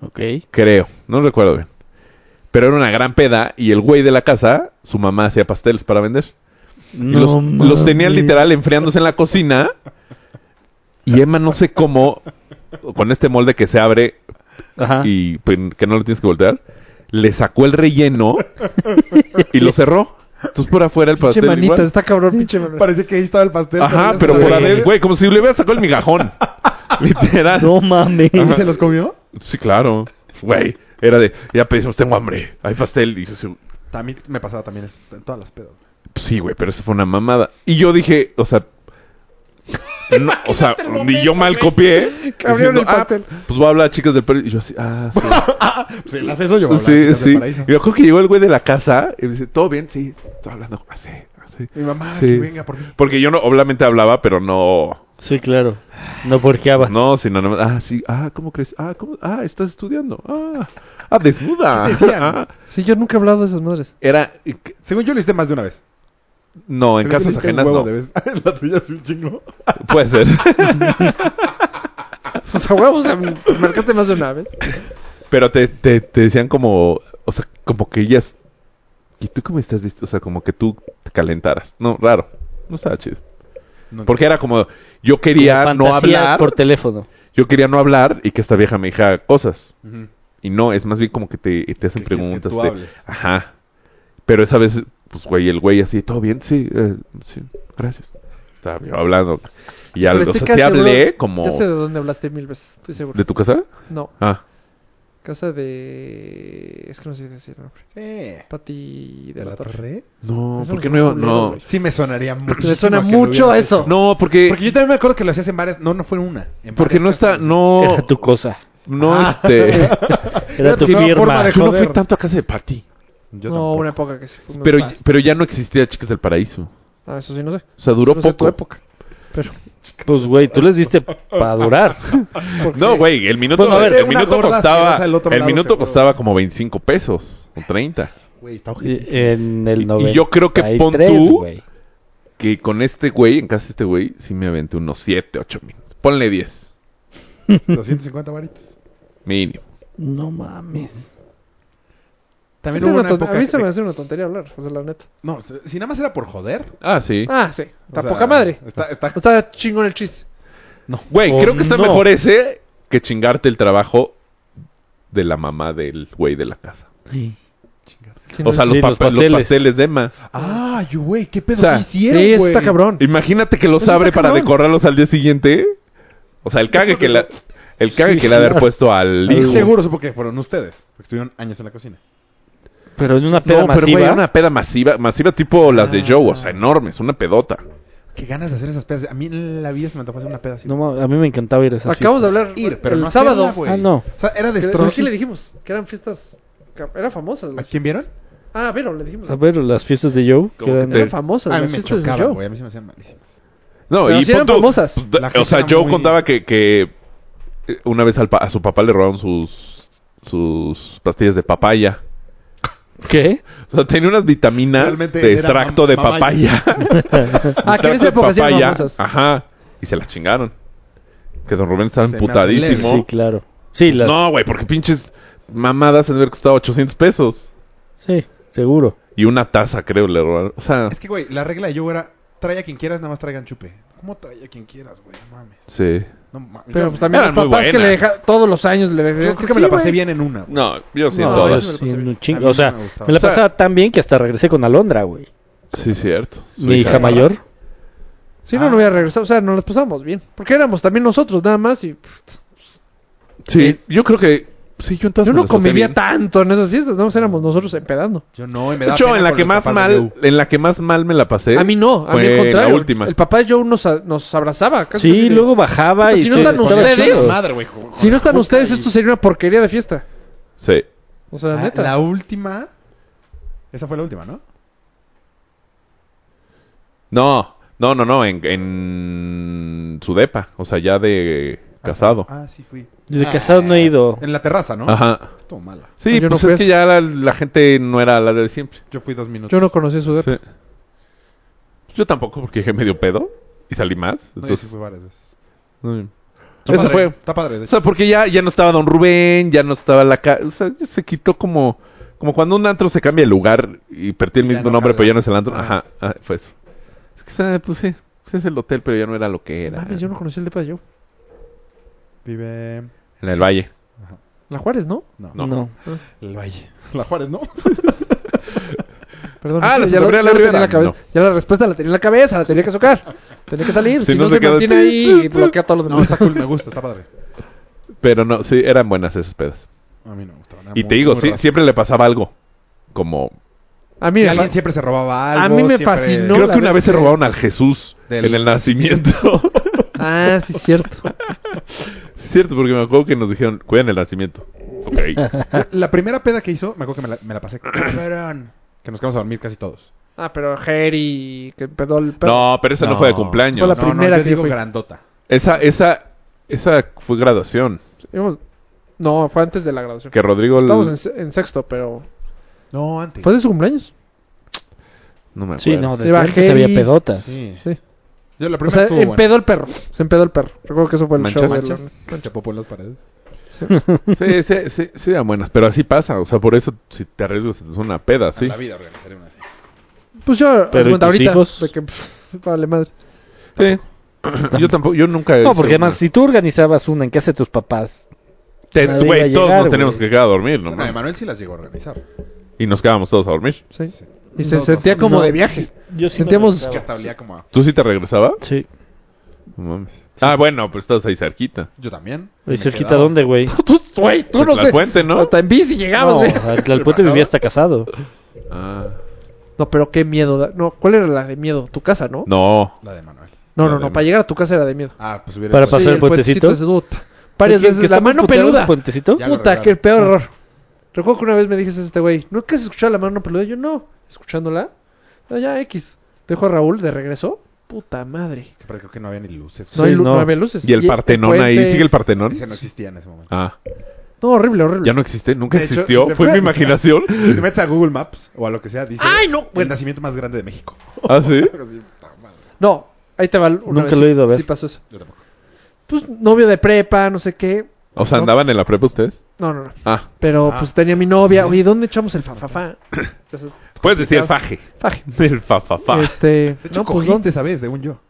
Speaker 1: Ok.
Speaker 3: Creo, no recuerdo bien. Pero era una gran peda y el güey de la casa, su mamá hacía pasteles para vender. Y
Speaker 1: No
Speaker 3: los,
Speaker 1: mames.
Speaker 3: los tenían literal enfriándose en la cocina. Y Emma no sé cómo, con este molde que se abre
Speaker 1: Ajá.
Speaker 3: y pues, que no lo tienes que voltear, le sacó el relleno y lo cerró. Entonces por afuera el
Speaker 5: Pinche
Speaker 3: pastel
Speaker 5: manitas,
Speaker 3: igual.
Speaker 5: está cabrón, pinche manitas.
Speaker 2: Parece que ahí estaba el pastel.
Speaker 3: Ajá,
Speaker 2: ya
Speaker 3: pero
Speaker 2: se
Speaker 3: por
Speaker 2: lo-
Speaker 3: adentro, güey, como si le hubiera sacado
Speaker 1: (laughs)
Speaker 3: el migajón. Literal.
Speaker 1: No mames.
Speaker 2: ¿Y se los comió?
Speaker 3: Sí, claro. Güey, era de, ya pedimos, tengo hambre, hay pastel. Y yo, sí,
Speaker 2: También me pasaba también es- en todas las pedas.
Speaker 3: pues sí, güey, pero eso fue una mamada. Y yo dije, o sea... no, o sea, y yo mal copié.
Speaker 5: Que abrieron
Speaker 3: diciendo,
Speaker 5: el
Speaker 3: "Ah,
Speaker 5: pastel".
Speaker 3: pues voy a hablar a chicas del periódico. Y yo así, ah, sí.
Speaker 2: Pues él hace eso yo. las
Speaker 3: Sí,
Speaker 2: chicas del
Speaker 3: sí.
Speaker 2: paraíso.
Speaker 3: Y me acuerdo que llegó el güey de la casa y me dice, ¿todo bien? Sí, estoy hablando así, así.
Speaker 2: Mi mamá,
Speaker 3: Sí.
Speaker 2: que venga por mí.
Speaker 3: Porque yo no, obviamente hablaba, pero no.
Speaker 1: Sí, claro. No porqueaba.
Speaker 3: No, sino nada más. Ah, sí. Ah, ¿cómo crees? Ah, ¿cómo? Ah, estás estudiando. Ah, ah desnuda. Ah.
Speaker 5: Sí, yo nunca he hablado de esas madres.
Speaker 3: Era.
Speaker 2: Según yo lo hice más de una vez.
Speaker 3: No,
Speaker 2: Según yo
Speaker 3: en
Speaker 2: lo
Speaker 3: casas
Speaker 2: hice un
Speaker 3: ajenas
Speaker 2: huevo
Speaker 3: no.
Speaker 2: de vez. (laughs) En la tuya sí un chingo.
Speaker 3: Puede ser.
Speaker 5: O sea, (laughs) huevos, marcaste más de una vez.
Speaker 3: Pero te, te, te decían como. O sea, como que ellas. ¿Y tú cómo estás visto? O sea, como que tú te calentaras. No, raro. No estaba chido.
Speaker 2: No,
Speaker 3: Porque era como. Yo
Speaker 1: Como
Speaker 3: quería no
Speaker 1: fantasías
Speaker 3: hablar.
Speaker 1: por teléfono.
Speaker 3: Yo quería no hablar y que esta vieja me dijera cosas.
Speaker 2: Ujú.
Speaker 3: Y no, es más bien como que te, te hacen
Speaker 2: Que- que es que
Speaker 3: preguntas.
Speaker 2: tú
Speaker 3: te-
Speaker 2: hables.
Speaker 3: Ajá. Pero esa vez, pues, güey, el güey así, ¿todo bien? Sí, eh, sí, gracias. Estaba yo hablando. Y ya,
Speaker 5: Pero
Speaker 3: o
Speaker 5: estoy
Speaker 3: sea,
Speaker 5: casi
Speaker 3: sí hablé
Speaker 5: seguro-
Speaker 3: como...
Speaker 5: Ya sé de dónde hablaste mil veces, estoy seguro.
Speaker 3: ¿De tu casa?
Speaker 5: No,
Speaker 3: Ah,
Speaker 5: casa de... Es que no sé decir el nombre.
Speaker 2: Sí.
Speaker 5: Pati de,
Speaker 2: ¿De
Speaker 5: la,
Speaker 2: la
Speaker 5: Torre.
Speaker 2: torre?
Speaker 3: no,
Speaker 5: Eso
Speaker 3: porque
Speaker 5: no es
Speaker 3: no,
Speaker 5: culero,
Speaker 3: no,
Speaker 5: güey.
Speaker 2: Sí me
Speaker 5: (clears throat)
Speaker 2: sonaría mucho.
Speaker 5: Me suena mucho a eso.
Speaker 3: no, porque,
Speaker 2: Porque yo también me acuerdo que lo hacías en varias... No, no fue en una. En
Speaker 3: porque
Speaker 2: varias
Speaker 3: no está,
Speaker 2: casas.
Speaker 3: no,
Speaker 1: Era tu cosa.
Speaker 3: no, (laughs) este,
Speaker 1: Era tu
Speaker 2: tu nueva
Speaker 1: firma.
Speaker 2: forma de-
Speaker 3: yo no fui
Speaker 2: Joder.
Speaker 3: tanto a casa de Pati,
Speaker 2: Yo
Speaker 5: no,
Speaker 2: tampoco.
Speaker 5: una época que sí. fue muy
Speaker 3: pero,
Speaker 5: mal.
Speaker 3: pero ya no existía Chicas del Paraíso,
Speaker 5: Ah, eso sí, no sé.
Speaker 3: o sea, duró
Speaker 5: No sé tu
Speaker 3: poco.
Speaker 5: época. Pero...
Speaker 1: Pues, güey, tú les diste para durar.
Speaker 3: No, güey, el minuto,
Speaker 1: Bueno, a ver,
Speaker 3: el
Speaker 2: una
Speaker 3: minuto
Speaker 2: gorda
Speaker 3: costaba,
Speaker 2: asquerosa del otro
Speaker 3: el
Speaker 2: lado,
Speaker 3: minuto
Speaker 2: seguro.
Speaker 3: costaba como 25 pesos o 30.
Speaker 2: Güey, está
Speaker 5: (laughs)
Speaker 2: ojete.
Speaker 1: Y- En el
Speaker 3: Y-
Speaker 1: 93,
Speaker 3: y yo creo que pon tú-
Speaker 1: güey.
Speaker 3: que con este güey, en casa de este güey, sí me aventé unos 7, 8 minutos. Ponle 10,
Speaker 2: 250 varitos.
Speaker 3: mínimo.
Speaker 1: No mames.
Speaker 2: También
Speaker 5: Sí,
Speaker 2: hubo
Speaker 5: una
Speaker 2: una
Speaker 5: ton-
Speaker 2: época
Speaker 5: A mí se
Speaker 2: de-
Speaker 5: me hace una tontería hablar, o sea, la neta.
Speaker 2: No, si nada más era por joder.
Speaker 3: Ah, sí.
Speaker 5: Ah, sí. Está
Speaker 2: o sea,
Speaker 5: poca madre.
Speaker 2: Está, está...
Speaker 5: Está chingón el chiste.
Speaker 3: Güey,
Speaker 1: O
Speaker 3: creo que está
Speaker 1: no.
Speaker 3: mejor ese que chingarte el trabajo de la mamá del güey de la casa. O sea, los,
Speaker 1: Sí, los
Speaker 3: papa- los
Speaker 1: pasteles.
Speaker 3: pasteles de Emma.
Speaker 2: Ah, yo, güey, qué pedo
Speaker 3: O sea,
Speaker 2: que
Speaker 5: Sí,
Speaker 2: hicieron,
Speaker 5: eso
Speaker 2: güey?
Speaker 5: está cabrón.
Speaker 3: Imagínate que los
Speaker 5: Eso
Speaker 3: abre
Speaker 5: está
Speaker 3: para
Speaker 5: cabrón.
Speaker 3: decorarlos al día siguiente. O sea, el cague que la... El cague
Speaker 1: Sí,
Speaker 3: que le ha de haber
Speaker 1: claro.
Speaker 3: puesto al
Speaker 1: Al
Speaker 3: hijo.
Speaker 2: Seguro supo que fueron ustedes, porque estuvieron años en la cocina.
Speaker 1: Pero en una peda
Speaker 3: No, pero
Speaker 1: masiva.
Speaker 3: güey, era una peda masiva. Masiva tipo las de Joe.
Speaker 5: Ah.
Speaker 3: O sea, enormes. Una pedota.
Speaker 2: Qué ganas de hacer esas pedas. A mí en la vida se me antojó hacer una peda así.
Speaker 1: No mames, a mí me encantaba ir a esas
Speaker 5: Acabamos de
Speaker 1: fiestas.
Speaker 5: hablar
Speaker 2: ir, pero
Speaker 5: el
Speaker 2: no hacerla,
Speaker 5: sábado.
Speaker 2: güey.
Speaker 1: Ah, no.
Speaker 2: O sea, era
Speaker 5: Que-
Speaker 2: destrozar.
Speaker 5: ¿Qué le dijimos? Que eran fiestas... ca- Eran famosas.
Speaker 2: ¿A
Speaker 5: güey.
Speaker 2: quién vieron?
Speaker 5: Ah, pero le dijimos.
Speaker 1: A ver, las fiestas de Joe. que
Speaker 3: Como que
Speaker 1: eran-
Speaker 3: te-
Speaker 5: Eran famosas.
Speaker 2: A mí
Speaker 5: las
Speaker 2: me
Speaker 5: fiestas de
Speaker 2: chocaban,
Speaker 5: Joe.
Speaker 2: güey. A mí se me hacían malísimas.
Speaker 3: No,
Speaker 5: Pero
Speaker 3: y
Speaker 5: sí
Speaker 3: pon
Speaker 5: eran
Speaker 3: tú-
Speaker 5: famosas.
Speaker 3: pues, da-
Speaker 2: La gente
Speaker 3: o sea,
Speaker 2: era
Speaker 3: Joe
Speaker 2: muy-
Speaker 3: contaba que, que eh, una vez al pa- a su papá le robaron sus sus pastillas de papaya.
Speaker 1: ¿Qué?
Speaker 3: O sea, tenía unas vitaminas
Speaker 2: Realmente
Speaker 3: de
Speaker 2: era
Speaker 3: extracto
Speaker 2: mam-
Speaker 3: de
Speaker 2: mamaya.
Speaker 3: papaya.
Speaker 2: (laughs)
Speaker 5: Ah, que en esa
Speaker 3: Extracto de
Speaker 5: época sí eran
Speaker 3: papaya.
Speaker 5: famosas.
Speaker 3: Ajá. Y se las chingaron. Que don Rubén estaba
Speaker 2: Se me
Speaker 3: emputadísimo.
Speaker 2: acelera.
Speaker 1: Sí, claro. Sí, las...
Speaker 3: No, güey, porque pinches mamadas han de haber costado 800 pesos.
Speaker 1: Sí, seguro.
Speaker 3: Y una taza, creo, le robaron. O sea,
Speaker 2: Es que, güey, la regla de yo era: trae a quien quieras, nada más traigan chupe. ¿Cómo trae a quien quieras, güey? No mames.
Speaker 3: sí.
Speaker 2: No mames.
Speaker 5: Pero
Speaker 2: Yo-
Speaker 5: pues también
Speaker 3: Eran
Speaker 5: los
Speaker 3: muy
Speaker 5: papás que le
Speaker 3: buenas.
Speaker 5: dejaban... Todos los años le dejaban...
Speaker 2: yo creo que me la pasé bien en una. güey.
Speaker 3: No, yo sí,
Speaker 5: No,
Speaker 1: yo
Speaker 3: todas.
Speaker 5: yo sí
Speaker 1: sí,
Speaker 5: me la pasé
Speaker 1: en un
Speaker 2: A
Speaker 1: chingo.
Speaker 2: mí
Speaker 1: O sea,
Speaker 2: no me gustaba.
Speaker 1: me la
Speaker 3: O sea-
Speaker 1: pasaba tan bien que hasta regresé con Alondra, güey.
Speaker 3: Sí, cierto. Su
Speaker 1: Mi hija mayor.
Speaker 5: Si
Speaker 3: Ah.
Speaker 5: no, no hubiera regresado. O sea, nos las pasamos bien. Porque éramos también nosotros nada más y...
Speaker 3: Sí, yo creo que... Sí, yo entonces
Speaker 5: Yo no convivía tanto en esas fiestas, no éramos nosotros empedando.
Speaker 2: Yo no, y me
Speaker 3: De
Speaker 2: daba
Speaker 3: hecho,
Speaker 2: pena
Speaker 3: en la
Speaker 2: con
Speaker 3: que
Speaker 2: los
Speaker 3: más
Speaker 2: papás de
Speaker 3: mal,
Speaker 2: Lou.
Speaker 3: en la que más mal me la pasé.
Speaker 5: A mí no, a
Speaker 3: fue
Speaker 5: mí al
Speaker 3: en
Speaker 5: contrario.
Speaker 3: La última.
Speaker 5: El papá de Joe nos, a- nos abrazaba. Casi,
Speaker 1: Sí,
Speaker 5: casi de-
Speaker 1: luego bajaba
Speaker 5: Puta,
Speaker 1: y...
Speaker 5: si no
Speaker 1: se-
Speaker 5: están
Speaker 1: estaba
Speaker 5: ustedes,
Speaker 1: chido.
Speaker 2: Madre, güey. jo-
Speaker 5: Si no están
Speaker 2: juca
Speaker 5: ustedes,
Speaker 2: y-
Speaker 5: esto sería una porquería de fiesta.
Speaker 3: Sí.
Speaker 5: O sea, la
Speaker 2: Ah,
Speaker 5: neta.
Speaker 2: La última. Esa fue la última, ¿no?
Speaker 3: No, no, no, no, en, en su depa, o sea, ya de casado.
Speaker 2: Ah, sí fui.
Speaker 1: Desde casado no he ido.
Speaker 2: En la terraza, ¿no?
Speaker 3: Ajá.
Speaker 2: Estuvo mala.
Speaker 3: Sí,
Speaker 5: Yo no
Speaker 3: pues
Speaker 5: fui
Speaker 3: es
Speaker 5: a
Speaker 3: que
Speaker 5: esa.
Speaker 3: ya la, la gente no era la de siempre.
Speaker 2: Yo fui dos minutos.
Speaker 5: Yo no conocí su depa.
Speaker 3: Sí. Yo tampoco, porque dije medio pedo y salí más.
Speaker 2: No, yo sí
Speaker 3: Entonces,
Speaker 2: fui varias veces.
Speaker 3: mm.
Speaker 2: Está
Speaker 3: eso
Speaker 2: padre,
Speaker 3: fue.
Speaker 2: Está padre. de
Speaker 3: O
Speaker 2: hecho.
Speaker 3: sea, porque ya, ya no estaba Don Rubén, ya no estaba la casa. O sea, se quitó como Como cuando un antro se cambia el lugar y pertenece
Speaker 2: Y
Speaker 3: el
Speaker 2: ya
Speaker 3: mismo
Speaker 2: no
Speaker 3: nombre,
Speaker 2: cabe.
Speaker 3: pero ya no es el antro.
Speaker 2: Ah.
Speaker 3: Ajá, ah, fue eso. Es que, ¿sabes? Pues sí, pues es el hotel, pero ya no era lo que era.
Speaker 5: Mames, yo no conocí el depa de Joe.
Speaker 2: Vive.
Speaker 3: En el valle.
Speaker 5: La Juárez, ¿no?
Speaker 2: No,
Speaker 1: No.
Speaker 2: El Valle. La Juárez, (laughs) ¿no?
Speaker 5: Perdón.
Speaker 3: Ah,
Speaker 5: es que
Speaker 3: la
Speaker 5: ya, lo-
Speaker 3: Gabriela
Speaker 5: ya lo tenía en
Speaker 3: Rivera.
Speaker 5: la cabeza.
Speaker 3: No.
Speaker 5: Ya la respuesta la tenía en la cabeza, la tenía que sacar. Tenía que
Speaker 3: (laughs)
Speaker 5: salir.
Speaker 3: Si
Speaker 5: Si,
Speaker 3: no
Speaker 5: no,
Speaker 3: se
Speaker 5: se
Speaker 3: queda-
Speaker 5: mantiene ahí
Speaker 3: (laughs)
Speaker 5: y bloquea a todos los
Speaker 2: No,
Speaker 5: demás.
Speaker 2: está cool, me gusta, está padre.
Speaker 3: Pero no, sí, eran buenas esas pedas.
Speaker 2: A mí no me gustaba nada.
Speaker 3: Y
Speaker 2: muy-
Speaker 3: te digo,
Speaker 2: muy
Speaker 3: sí,
Speaker 2: raro.
Speaker 3: siempre le pasaba algo. Como,
Speaker 5: Ah,
Speaker 2: Y
Speaker 5: mira,
Speaker 2: alguien siempre se robaba algo.
Speaker 5: A mí me
Speaker 2: siempre-
Speaker 5: fascinó. No,
Speaker 3: creo
Speaker 5: la
Speaker 3: que una
Speaker 5: vez
Speaker 3: vez se
Speaker 5: que-
Speaker 3: robaron al Jesús
Speaker 2: Del-
Speaker 3: en el nacimiento.
Speaker 5: (laughs) Ah, sí, es cierto.
Speaker 3: Es Cierto, porque me acuerdo que nos dijeron, cuidan el nacimiento.
Speaker 1: (laughs)
Speaker 3: Ok.
Speaker 2: (laughs) La, la primera peda que hizo, me acuerdo que me la, me la pasé cabrón. Que nos quedamos a dormir casi todos.
Speaker 5: Ah, pero Jerry, que empezó el perro.
Speaker 3: No, pero esa no,
Speaker 2: No.
Speaker 3: fue de cumpleaños.
Speaker 5: Fue la
Speaker 2: no,
Speaker 5: primera
Speaker 2: no, yo
Speaker 5: que
Speaker 2: digo
Speaker 5: fui.
Speaker 2: grandota.
Speaker 3: Esa, esa, esa fue graduación.
Speaker 5: Íbamos- No, fue antes de la graduación.
Speaker 3: Que Rodrigo... el-
Speaker 5: Estábamos en, se- en sexto, pero.
Speaker 2: No, antes.
Speaker 5: Fue de su cumpleaños.
Speaker 3: No me acuerdo.
Speaker 1: Sí, no, desde
Speaker 5: Lleva
Speaker 1: antes había
Speaker 5: Heli.
Speaker 1: pedotas.
Speaker 2: Sí.
Speaker 5: Sí.
Speaker 2: Yo la
Speaker 5: O
Speaker 2: primera
Speaker 5: sea,
Speaker 2: estuvo buena.
Speaker 5: empedó el perro. Se empedó el perro. Recuerdo que eso fue el
Speaker 3: Manchas.
Speaker 5: show de
Speaker 2: Manchas que
Speaker 5: la-
Speaker 2: se popó en las paredes.
Speaker 3: Sí, sí, sí, sí, eran buenas. Pero así pasa. O sea, por eso si te arriesgas es una peda, ¿sí?
Speaker 2: La vida organizaré una.
Speaker 5: Pues
Speaker 1: Pero
Speaker 5: yo, haz cuenta,
Speaker 1: ¿y tus
Speaker 5: ahorita.
Speaker 1: hijos?
Speaker 5: De que, pff, vale, madre.
Speaker 3: Sí. (clears throat) yo tampoco, yo nunca... he
Speaker 1: No,
Speaker 3: hecho
Speaker 1: porque
Speaker 3: una.
Speaker 1: además, si tú organizabas una en casa de tus papás,
Speaker 3: Te-
Speaker 1: nadie
Speaker 3: güey,
Speaker 1: iba a
Speaker 3: todos
Speaker 1: llegar,
Speaker 3: nos teníamos
Speaker 1: güey.
Speaker 3: que quedar a dormir, ¿no?
Speaker 2: Bueno, Emanuel sí las llegó a organizar.
Speaker 3: Y nos quedábamos todos a dormir.
Speaker 5: Sí.
Speaker 2: Sí.
Speaker 5: Y se
Speaker 2: No,
Speaker 5: sentía
Speaker 2: no,
Speaker 5: como
Speaker 1: no.
Speaker 5: de viaje.
Speaker 1: yo
Speaker 5: sí me Sentíamos-
Speaker 2: Que
Speaker 1: que
Speaker 2: hasta olía como a...
Speaker 3: ¿Tú sí te regresabas?
Speaker 1: Sí.
Speaker 3: No mames. Ah, bueno, pero estabas ahí cerquita.
Speaker 2: Yo también.
Speaker 1: ¿Y
Speaker 2: Me
Speaker 1: cerquita
Speaker 2: quedaba.
Speaker 1: dónde, güey?
Speaker 5: Pues Tú, güey, tú no
Speaker 3: Tlalpuente,
Speaker 5: sé.
Speaker 3: ¿no?
Speaker 5: Hasta en bici llegabas,
Speaker 1: No,
Speaker 5: güey.
Speaker 1: al puente vivía hasta casado.
Speaker 3: Ah.
Speaker 5: No, pero qué miedo. da- No, ¿cuál era la de miedo? Tu casa, ¿no?
Speaker 3: No.
Speaker 2: La de Emanuel.
Speaker 5: No,
Speaker 3: la
Speaker 5: no,
Speaker 3: de-
Speaker 5: no. Para llegar a tu casa era de miedo.
Speaker 2: Ah, pues hubiera...
Speaker 1: Para
Speaker 2: ido.
Speaker 1: pasar
Speaker 5: Sí,
Speaker 1: el puentecito.
Speaker 5: ese, puta. Varias
Speaker 1: ¿Qué- qué
Speaker 5: veces. La
Speaker 1: estamos
Speaker 5: mano
Speaker 1: puteando,
Speaker 5: peluda.
Speaker 1: puentecito?
Speaker 2: Ya lo
Speaker 5: Uh, Puta,
Speaker 2: arreglaron.
Speaker 5: que el peor
Speaker 1: Ah.
Speaker 5: error. Recuerdo que una vez me dijiste a este güey, ¿no has escuchado la mano peluda? Yo no. Escuchándola. Ah, ya, X. Dejo a Raúl de regreso. Puta madre.
Speaker 2: Es que aparte creo que no había ni luces.
Speaker 5: No,
Speaker 1: Sí,
Speaker 5: hay, lu-
Speaker 1: no.
Speaker 5: no había luces. este
Speaker 3: Y el Partenón ahí.
Speaker 5: puente-
Speaker 3: ¿Sigue el Partenón?
Speaker 2: Ese no existía en ese momento.
Speaker 3: Ah.
Speaker 5: No, horrible, horrible.
Speaker 3: Ya no existe. Nunca
Speaker 2: De hecho,
Speaker 3: existió.
Speaker 2: si te
Speaker 3: Fue mi
Speaker 2: fuera-
Speaker 3: imaginación.
Speaker 2: (laughs) Si te metes a Google Maps o a lo que sea, dice...
Speaker 5: Ay, no,
Speaker 2: El
Speaker 5: bueno.
Speaker 2: nacimiento más grande de México. (laughs)
Speaker 3: ¿Ah, sí?
Speaker 2: Así, puta madre.
Speaker 5: No, ahí te va una
Speaker 1: Nunca
Speaker 5: vez.
Speaker 1: lo he ido a ver.
Speaker 5: Sí pasó eso.
Speaker 2: Yo tampoco.
Speaker 5: Pues novio de prepa, no sé qué.
Speaker 3: O sea,
Speaker 5: No.
Speaker 3: ¿andaban en la prepa ustedes?
Speaker 5: No, no, no.
Speaker 3: Ah.
Speaker 5: Pero
Speaker 2: Ah.
Speaker 5: pues tenía mi novia. Oye, ¿dónde echamos
Speaker 1: (laughs)
Speaker 5: el fafafá? Entonces,
Speaker 3: Puedes decir el
Speaker 5: Complicado.
Speaker 3: faje.
Speaker 5: faje.
Speaker 3: El fafafa.
Speaker 5: Este,
Speaker 2: De hecho,
Speaker 5: no, pues
Speaker 2: cogiste
Speaker 5: ¿dónde?
Speaker 2: esa vez, según yo.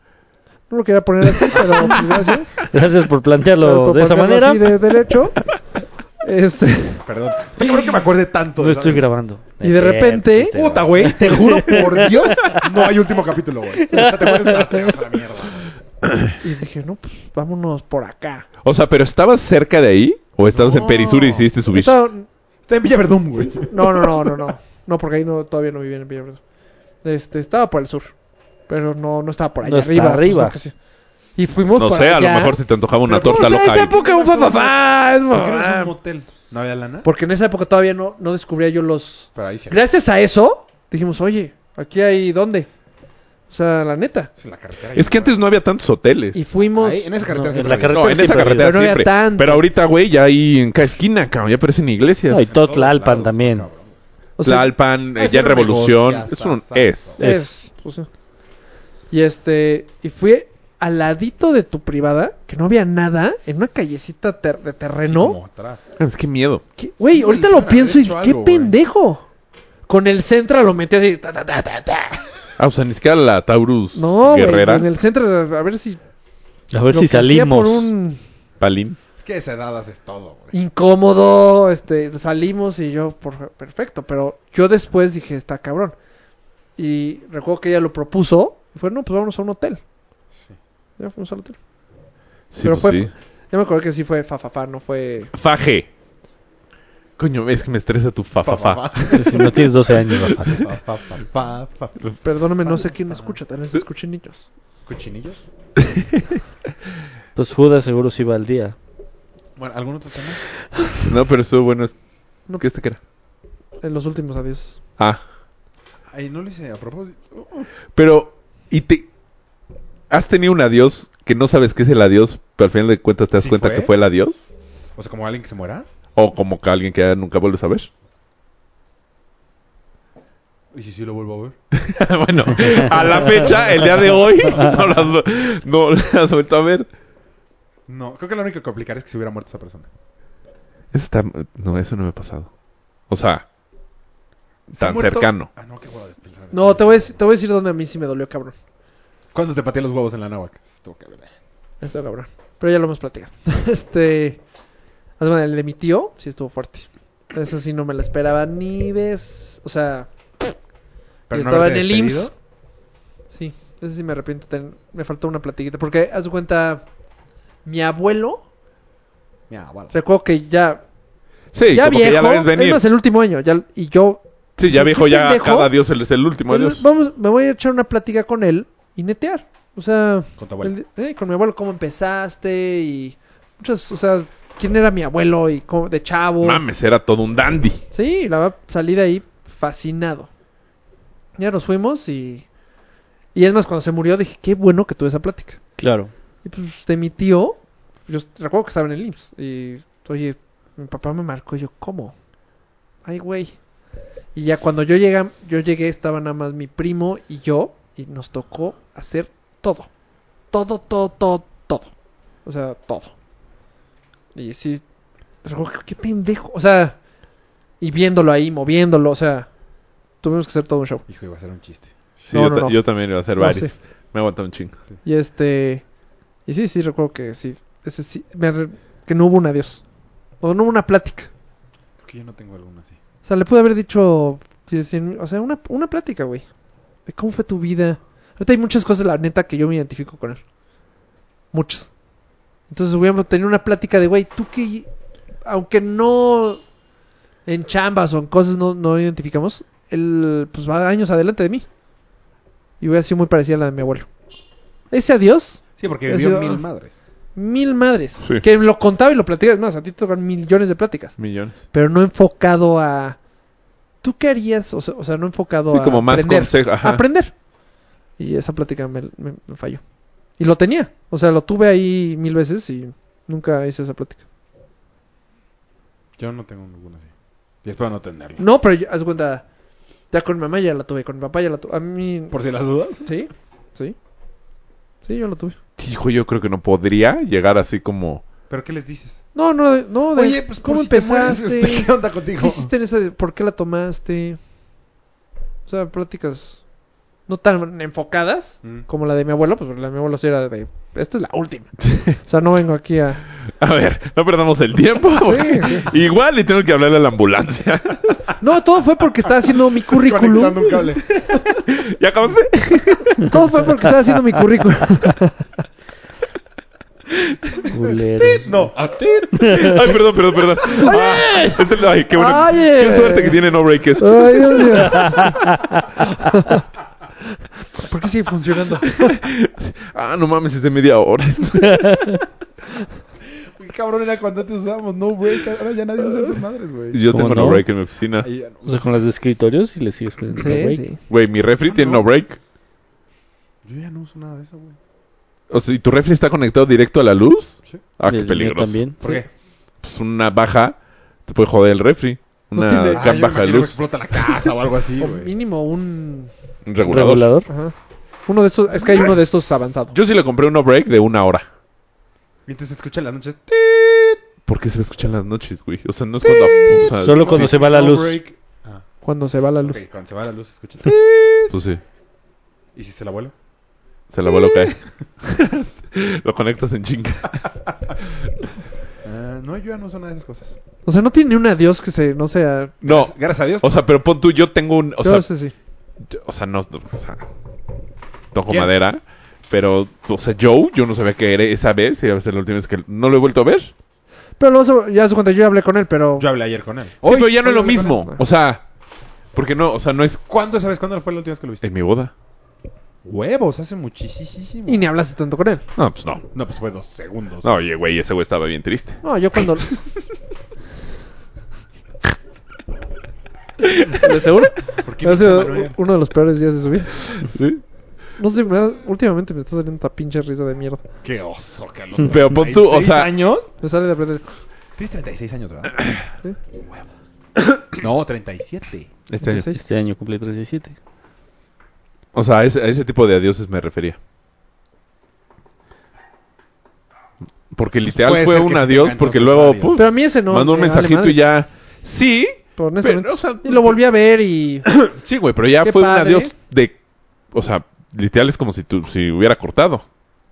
Speaker 5: no lo quería poner así, pero
Speaker 1: (laughs)
Speaker 5: pues, gracias.
Speaker 1: Gracias por plantearlo
Speaker 5: Pero
Speaker 1: de esa
Speaker 5: ponerlo
Speaker 1: manera.
Speaker 5: así
Speaker 1: (laughs)
Speaker 5: de derecho. Este.
Speaker 2: Perdón. Te creo que me acuerde tanto
Speaker 1: No
Speaker 2: de
Speaker 1: estoy
Speaker 2: esa vez.
Speaker 1: grabando.
Speaker 5: Y de repente-
Speaker 2: Puta, güey, te juro
Speaker 1: (laughs)
Speaker 2: por Dios, no hay último capítulo, güey. Si no te acuerdas, te vas a la mierda. güey.
Speaker 5: Y dije, no, pues vámonos por acá.
Speaker 3: O sea, ¿pero estabas cerca de ahí? ¿O estabas en
Speaker 2: No.
Speaker 3: Perisur y decidiste subir?
Speaker 5: Estaba-
Speaker 2: Está en Villa Verdún, güey.
Speaker 5: No, no, no, no, no. No, porque ahí no, todavía no vivía en Villaverde. Este, estaba por el sur. Pero no, no estaba por allá
Speaker 1: No está
Speaker 5: arriba. pues,
Speaker 1: arriba.
Speaker 5: no, que sí. y fuimos
Speaker 3: No
Speaker 5: por
Speaker 3: sé, a lo
Speaker 5: allá.
Speaker 3: mejor si te antojaba una
Speaker 2: Pero,
Speaker 3: torta
Speaker 5: o sea,
Speaker 3: local.
Speaker 5: esa época un papá.
Speaker 2: ¿Por qué no
Speaker 1: ah.
Speaker 2: es un motel? ¿No había lana?
Speaker 5: Porque en esa época todavía no, no descubría yo los...
Speaker 2: Pero ahí sí. había.
Speaker 5: Gracias a eso, dijimos, oye, aquí hay dónde. O sea, la neta.
Speaker 2: Sí, en la carretera.
Speaker 3: Es que antes no había tantos hoteles.
Speaker 5: Y fuimos...
Speaker 2: Ahí, en esa carretera.
Speaker 1: No,
Speaker 2: siempre
Speaker 1: en la
Speaker 2: había.
Speaker 1: carretera
Speaker 3: No, en esa
Speaker 1: siempre
Speaker 3: carretera
Speaker 5: había. Pero no había
Speaker 3: siempre.
Speaker 5: tantos.
Speaker 3: Pero ahorita, güey, ya hay en cada esquina, cabrón. Ya parecen iglesias.
Speaker 1: No, y todo
Speaker 2: Todos
Speaker 1: Tlalpan
Speaker 2: lados,
Speaker 1: también.
Speaker 2: cabrón.
Speaker 5: o sea,
Speaker 3: Tlalpan, eh,
Speaker 2: es
Speaker 3: ya en
Speaker 2: un
Speaker 3: Revolución.
Speaker 2: negociazo,
Speaker 3: Es un...
Speaker 2: sazo.
Speaker 3: Es.
Speaker 5: Es. pues, sí. y este. Y fui al ladito de tu privada, que no había nada, en una callecita ter- de
Speaker 1: ¿Ah,
Speaker 2: Sí,
Speaker 5: terreno.
Speaker 2: como atrás.
Speaker 3: Es que miedo.
Speaker 5: que- Güey,
Speaker 2: Sí,
Speaker 5: ahorita
Speaker 2: le
Speaker 5: lo
Speaker 2: hubieran
Speaker 5: pienso y
Speaker 2: hecho
Speaker 5: qué
Speaker 2: algo, güey.
Speaker 5: pendejo. Con el centro lo metí así. ta, ta, ta, ta, ta.
Speaker 3: Ah, o sea, ni siquiera la Taurus
Speaker 5: No, güey.
Speaker 3: Guerrera.
Speaker 5: En el centro, a ver si.
Speaker 1: A
Speaker 2: Pues
Speaker 1: ver
Speaker 5: lo
Speaker 1: si
Speaker 5: que hacía
Speaker 1: salimos.
Speaker 5: por un
Speaker 3: Palín.
Speaker 2: Es que a esa edad haces todo,
Speaker 1: (laughs)
Speaker 2: güey.
Speaker 5: incómodo, este, salimos y yo, por, perfecto. Pero yo después dije, está cabrón. Y recuerdo que ella lo propuso. Y fue, no, pues vámonos a un hotel. Ya fuimos al hotel.
Speaker 3: Sí,
Speaker 5: Pero
Speaker 3: pues
Speaker 5: fue-
Speaker 3: sí.
Speaker 5: Ya me acuerdo que sí fue fa, fa, fa, no fue.
Speaker 3: Faje. Coño, es que me estresa tu fafafa.
Speaker 1: (laughs) Si no tienes 12 años, Rafa.
Speaker 2: Fa, fa, fa, fa, fa.
Speaker 5: Perdóname, no sé quién me escucha, tal vez escuchen niños.
Speaker 2: ¿Cochinillos?
Speaker 1: Pues Judas seguro sí iba al día.
Speaker 2: Bueno, ¿algún otro tema?
Speaker 3: No, pero estuvo bueno. es-
Speaker 5: No.
Speaker 3: ¿Qué este que era?
Speaker 5: En los últimos adiós.
Speaker 3: Ah.
Speaker 2: Ay, no lo hice a propósito.
Speaker 3: Pero, ¿y te has tenido un adiós que no sabes qué es el adiós, pero al final de cuentas te das
Speaker 2: ¿Sí
Speaker 3: cuenta
Speaker 2: fue?
Speaker 3: que fue el adiós?
Speaker 2: O sea, como alguien que se muera.
Speaker 3: ¿O como que alguien que ya nunca vuelves a ver?
Speaker 2: ¿Y si sí lo vuelvo a ver?
Speaker 3: (laughs) bueno, a la fecha, el día de hoy, (laughs) no las, no las has vuelto a ver.
Speaker 2: No, creo que lo único que aplicar es que se hubiera muerto esa persona.
Speaker 3: Eso está, no, eso no me ha pasado. O sea,
Speaker 2: ¿Se ha
Speaker 3: tan
Speaker 2: muerto?
Speaker 3: cercano.
Speaker 2: Ah, no, qué hueva de pensar.
Speaker 5: No, te voy, a decir, te voy a decir dónde a mí sí me dolió, cabrón.
Speaker 2: ¿Cuándo te pateé los huevos en la náhuac? Estuvo cabrón.
Speaker 5: Esto, cabrón. Pero ya lo hemos platicado. (laughs) este. haz de cuenta, El de mi tío sí estuvo fuerte. Eso sí no me la esperaba ni ves. O sea,
Speaker 2: Pero
Speaker 5: yo
Speaker 2: no
Speaker 5: estaba en
Speaker 2: haberte
Speaker 5: el
Speaker 2: despedido.
Speaker 5: IMSS. Sí, eso sí me arrepiento. ten- me faltó una platiquita. Porque, haz de cuenta, mi abuelo.
Speaker 2: Mira, bueno.
Speaker 5: Recuerdo que ya.
Speaker 3: Sí,
Speaker 5: ya
Speaker 3: como
Speaker 5: viejo.
Speaker 3: que ya la ves
Speaker 5: Es
Speaker 3: venir.
Speaker 5: más, el último año. Ya, y yo.
Speaker 3: Sí, ya
Speaker 5: ¿Qué
Speaker 3: viejo, ya
Speaker 5: pendejo?
Speaker 3: cada dios es el último
Speaker 5: Bueno,
Speaker 3: dios.
Speaker 5: Pues, Vamos, me voy a echar una plática con él y netear. O sea,
Speaker 2: Con tu abuelo.
Speaker 5: el- eh, con mi abuelo, cómo empezaste y muchas, o sea, quién era mi abuelo y cómo, de chavo.
Speaker 3: Mames, era todo un dandy.
Speaker 5: Sí, la verdad, salí de ahí fascinado. Ya nos fuimos y. Y es más, cuando se murió dije, qué bueno que tuve esa plática.
Speaker 1: Claro.
Speaker 5: Y pues de mi tío, yo est- recuerdo que estaba en el IMSS. Y, oye, mi papá me marcó. y yo, ¿cómo? Ay, güey. Y ya cuando yo llegué, yo llegué, estaba nada más mi primo y yo. Y nos tocó hacer todo. Todo, todo, todo, todo. O sea, todo. Y sí, recuerdo que qué pendejo. O sea, y viéndolo ahí, moviéndolo. O sea, tuvimos que hacer todo un show.
Speaker 2: Hijo, iba a ser un chiste.
Speaker 3: Sí,
Speaker 5: No,
Speaker 3: yo,
Speaker 5: no,
Speaker 3: ta-
Speaker 5: no.
Speaker 3: yo también iba a hacer
Speaker 5: No,
Speaker 3: varios.
Speaker 5: sí.
Speaker 3: Me aguanta un chingo.
Speaker 5: Y este. Y sí, sí, recuerdo que sí. Ese sí me re- que no hubo un adiós. O no hubo una plática.
Speaker 2: Porque yo no tengo alguna así.
Speaker 5: O sea, le pude haber dicho. sí, sí, O sea, una, una plática, güey. De cómo fue tu vida. Ahorita hay muchas cosas, la neta, que yo me identifico con él. Muchas. Entonces, hubiéramos tenido una plática de, güey, tú que. Aunque no. En chambas o en cosas no, no identificamos. Él, pues va años adelante de mí. Y hubiera sido muy parecida a la de mi abuelo. Ese adiós
Speaker 2: Sí, porque
Speaker 5: Yo
Speaker 2: vivió
Speaker 5: sigo-
Speaker 2: mil madres.
Speaker 5: mil madres.
Speaker 3: Sí.
Speaker 5: Que lo contaba y lo platicaba. Es más, a ti te tocan millones de pláticas.
Speaker 3: Millones.
Speaker 5: Pero no enfocado a. ¿Tú qué harías? O sea, o sea, no enfocado
Speaker 3: Sí,
Speaker 5: a.
Speaker 3: como más
Speaker 5: aprender,
Speaker 3: consejo, ajá.
Speaker 5: a aprender. Y esa plática me, me- me falló. Y lo tenía. O sea, lo tuve ahí mil veces y nunca hice esa plática.
Speaker 2: Yo no tengo ninguna así. Y espero no tenerla.
Speaker 5: No, pero yo- haz de cuenta. Ya con mi mamá ya la tuve, con mi papá ya la tuve. A mí.
Speaker 2: Por si las dudas.
Speaker 5: Sí, sí. Sí, yo la tuve.
Speaker 3: Hijo, yo creo que no podría llegar así como...
Speaker 2: ¿Pero qué les dices?
Speaker 5: No, no, de- no. de-
Speaker 2: Oye, pues
Speaker 5: ¿cómo
Speaker 2: ¿cómo si este,
Speaker 5: empezaste?
Speaker 2: empezaste? ¿Qué onda contigo?
Speaker 5: ¿Qué hiciste en esa? de- ¿Por qué la tomaste? O sea, pláticas no tan enfocadas
Speaker 2: Mm.
Speaker 5: como la de mi abuelo, pues la de mi abuelo sí era de, esta es la última. o sea, no vengo aquí a...
Speaker 3: A ver, no perdamos el tiempo. porque
Speaker 5: sí.
Speaker 3: (laughs) Igual y tengo que hablarle a la ambulancia. (laughs)
Speaker 5: No, todo fue porque estaba haciendo mi
Speaker 2: Conectando
Speaker 5: currículum.
Speaker 2: un cable. (laughs)
Speaker 3: ¿Ya acabaste?
Speaker 5: (laughs) Todo fue porque estaba haciendo mi currículum.
Speaker 1: Culero.
Speaker 2: No, a ti.
Speaker 3: Ay, perdón, perdón, perdón. Ah, es el- ay, qué bueno.
Speaker 5: Oye. Ah.
Speaker 3: Qué suerte que tiene No Breakers.
Speaker 5: eh. Ay, Dios mío. ¿Por qué sigue funcionando?
Speaker 3: Ah, no mames, es de media
Speaker 5: (laughs)
Speaker 3: hora.
Speaker 2: Qué cabrón era cuando antes usábamos no break. Ahora ya nadie usa esas madres, güey.
Speaker 3: Yo
Speaker 1: ¿Cómo
Speaker 3: tengo no?
Speaker 1: no?
Speaker 3: break en mi oficina.
Speaker 2: Ahí ya no.
Speaker 1: O sea, con las de escritorios y le sigues poniendo
Speaker 5: Sí,
Speaker 1: break.
Speaker 5: sí.
Speaker 3: Güey, mi refri tiene no break.
Speaker 2: Yo ya no uso nada de eso, güey.
Speaker 3: O sea, ¿y tu refri está conectado directo a la luz?
Speaker 2: Sí.
Speaker 3: Ah, qué
Speaker 1: El mío
Speaker 3: peligroso.
Speaker 1: También.
Speaker 2: ¿Por
Speaker 5: Sí.
Speaker 2: qué?
Speaker 3: Pues una baja te puede joder el refri.
Speaker 5: No
Speaker 3: Una
Speaker 5: tiene-
Speaker 2: Ah,
Speaker 3: gran
Speaker 2: yo
Speaker 3: baja de
Speaker 2: imagino que
Speaker 3: luz.
Speaker 2: explota la casa o algo
Speaker 5: (laughs)
Speaker 2: así,
Speaker 5: O
Speaker 2: güey.
Speaker 5: mínimo un...
Speaker 3: Un
Speaker 1: ¿Un
Speaker 3: regulador.
Speaker 1: Regulador.
Speaker 5: Ajá. Uno de estos... Es que hay uno de estos avanzados.
Speaker 3: Yo sí le compré un no break de una hora.
Speaker 2: Y entonces se escucha en las noches.
Speaker 3: ¿Por qué se me escucha en las noches, güey? O sea, no es cuando... o sea,
Speaker 1: Solo cuando
Speaker 3: sí,
Speaker 1: se va la
Speaker 2: No
Speaker 1: luz.
Speaker 2: break.
Speaker 5: Cuando se va la luz.
Speaker 2: Ok, cuando se va la luz se escucha.
Speaker 3: Pues sí.
Speaker 2: ¿Y si se la vuela?
Speaker 3: Se la vuelo cae. Lo conectas en chinga.
Speaker 2: Ah, no, yo ya no uso nada de esas cosas.
Speaker 5: O sea, no tiene ni un adiós que se... No sea...
Speaker 3: No.
Speaker 2: Gracias a Dios.
Speaker 3: O sea, pero pon tú, yo tengo un... O
Speaker 5: Yo
Speaker 3: sea,
Speaker 5: sé, sí.
Speaker 3: yo- o sea no... O sea, toco
Speaker 2: ¿Quién?
Speaker 3: madera. Pero, o sea, Joe, yo no sabía que era esa vez. Y a veces la última vez que... No lo he vuelto a ver. Sí,
Speaker 5: Pero lo vas a- ya hace cuenta, yo ya hablé con él, pero.
Speaker 2: Yo hablé ayer con él.
Speaker 3: pero ya no es lo
Speaker 2: hablé con él.
Speaker 3: mismo. O sea... Porque no, o sea, no es
Speaker 2: ¿Cuándo sabes cuándo fue la última vez que lo viste?
Speaker 3: en mi boda.
Speaker 2: Huevos, hace muchísimo.
Speaker 5: Y ni hablaste tanto con él.
Speaker 3: No, pues no.
Speaker 2: No, pues fue dos segundos.
Speaker 3: No, oye, güey, ese güey estaba bien triste.
Speaker 5: No, yo (laughs) cuando.
Speaker 1: ¿De seguro?
Speaker 2: ¿Por qué
Speaker 5: ha
Speaker 2: viste a
Speaker 5: sido
Speaker 2: Manuel?
Speaker 5: uno de los peores días de su vida.
Speaker 3: ¿Sí?
Speaker 5: No sé, me da- últimamente me está saliendo esta pinche risa de mierda.
Speaker 2: Qué oso, Carlos.
Speaker 3: Pero pon tú, o sea-
Speaker 2: años?
Speaker 5: Me sale de aprender.
Speaker 2: Tienes 36 años, ¿verdad?
Speaker 5: Sí.
Speaker 2: No, 37.
Speaker 3: Este año.
Speaker 5: Entonces,
Speaker 1: Este año cumple 37.
Speaker 3: O sea, a ese, a ese tipo de adioses me refería. Porque literal
Speaker 2: puede
Speaker 3: fue
Speaker 2: ser que
Speaker 3: un
Speaker 2: sí
Speaker 3: adiós,
Speaker 2: tenga
Speaker 3: porque
Speaker 2: entonces
Speaker 3: luego
Speaker 2: varios.
Speaker 3: puf,
Speaker 5: Pero a mí ese no.
Speaker 3: pues, mandó un
Speaker 5: me vale
Speaker 3: mensajito y
Speaker 5: madres.
Speaker 3: ya. Sí,
Speaker 5: Pero, honestamente,
Speaker 3: Pero, o sea,
Speaker 5: y lo volví a
Speaker 3: (coughs)
Speaker 5: ver y...
Speaker 3: Sí, güey, pero ya
Speaker 5: Qué
Speaker 3: fue un
Speaker 5: padre.
Speaker 3: adiós de. O sea, literal es como si, tú, si hubiera cortado.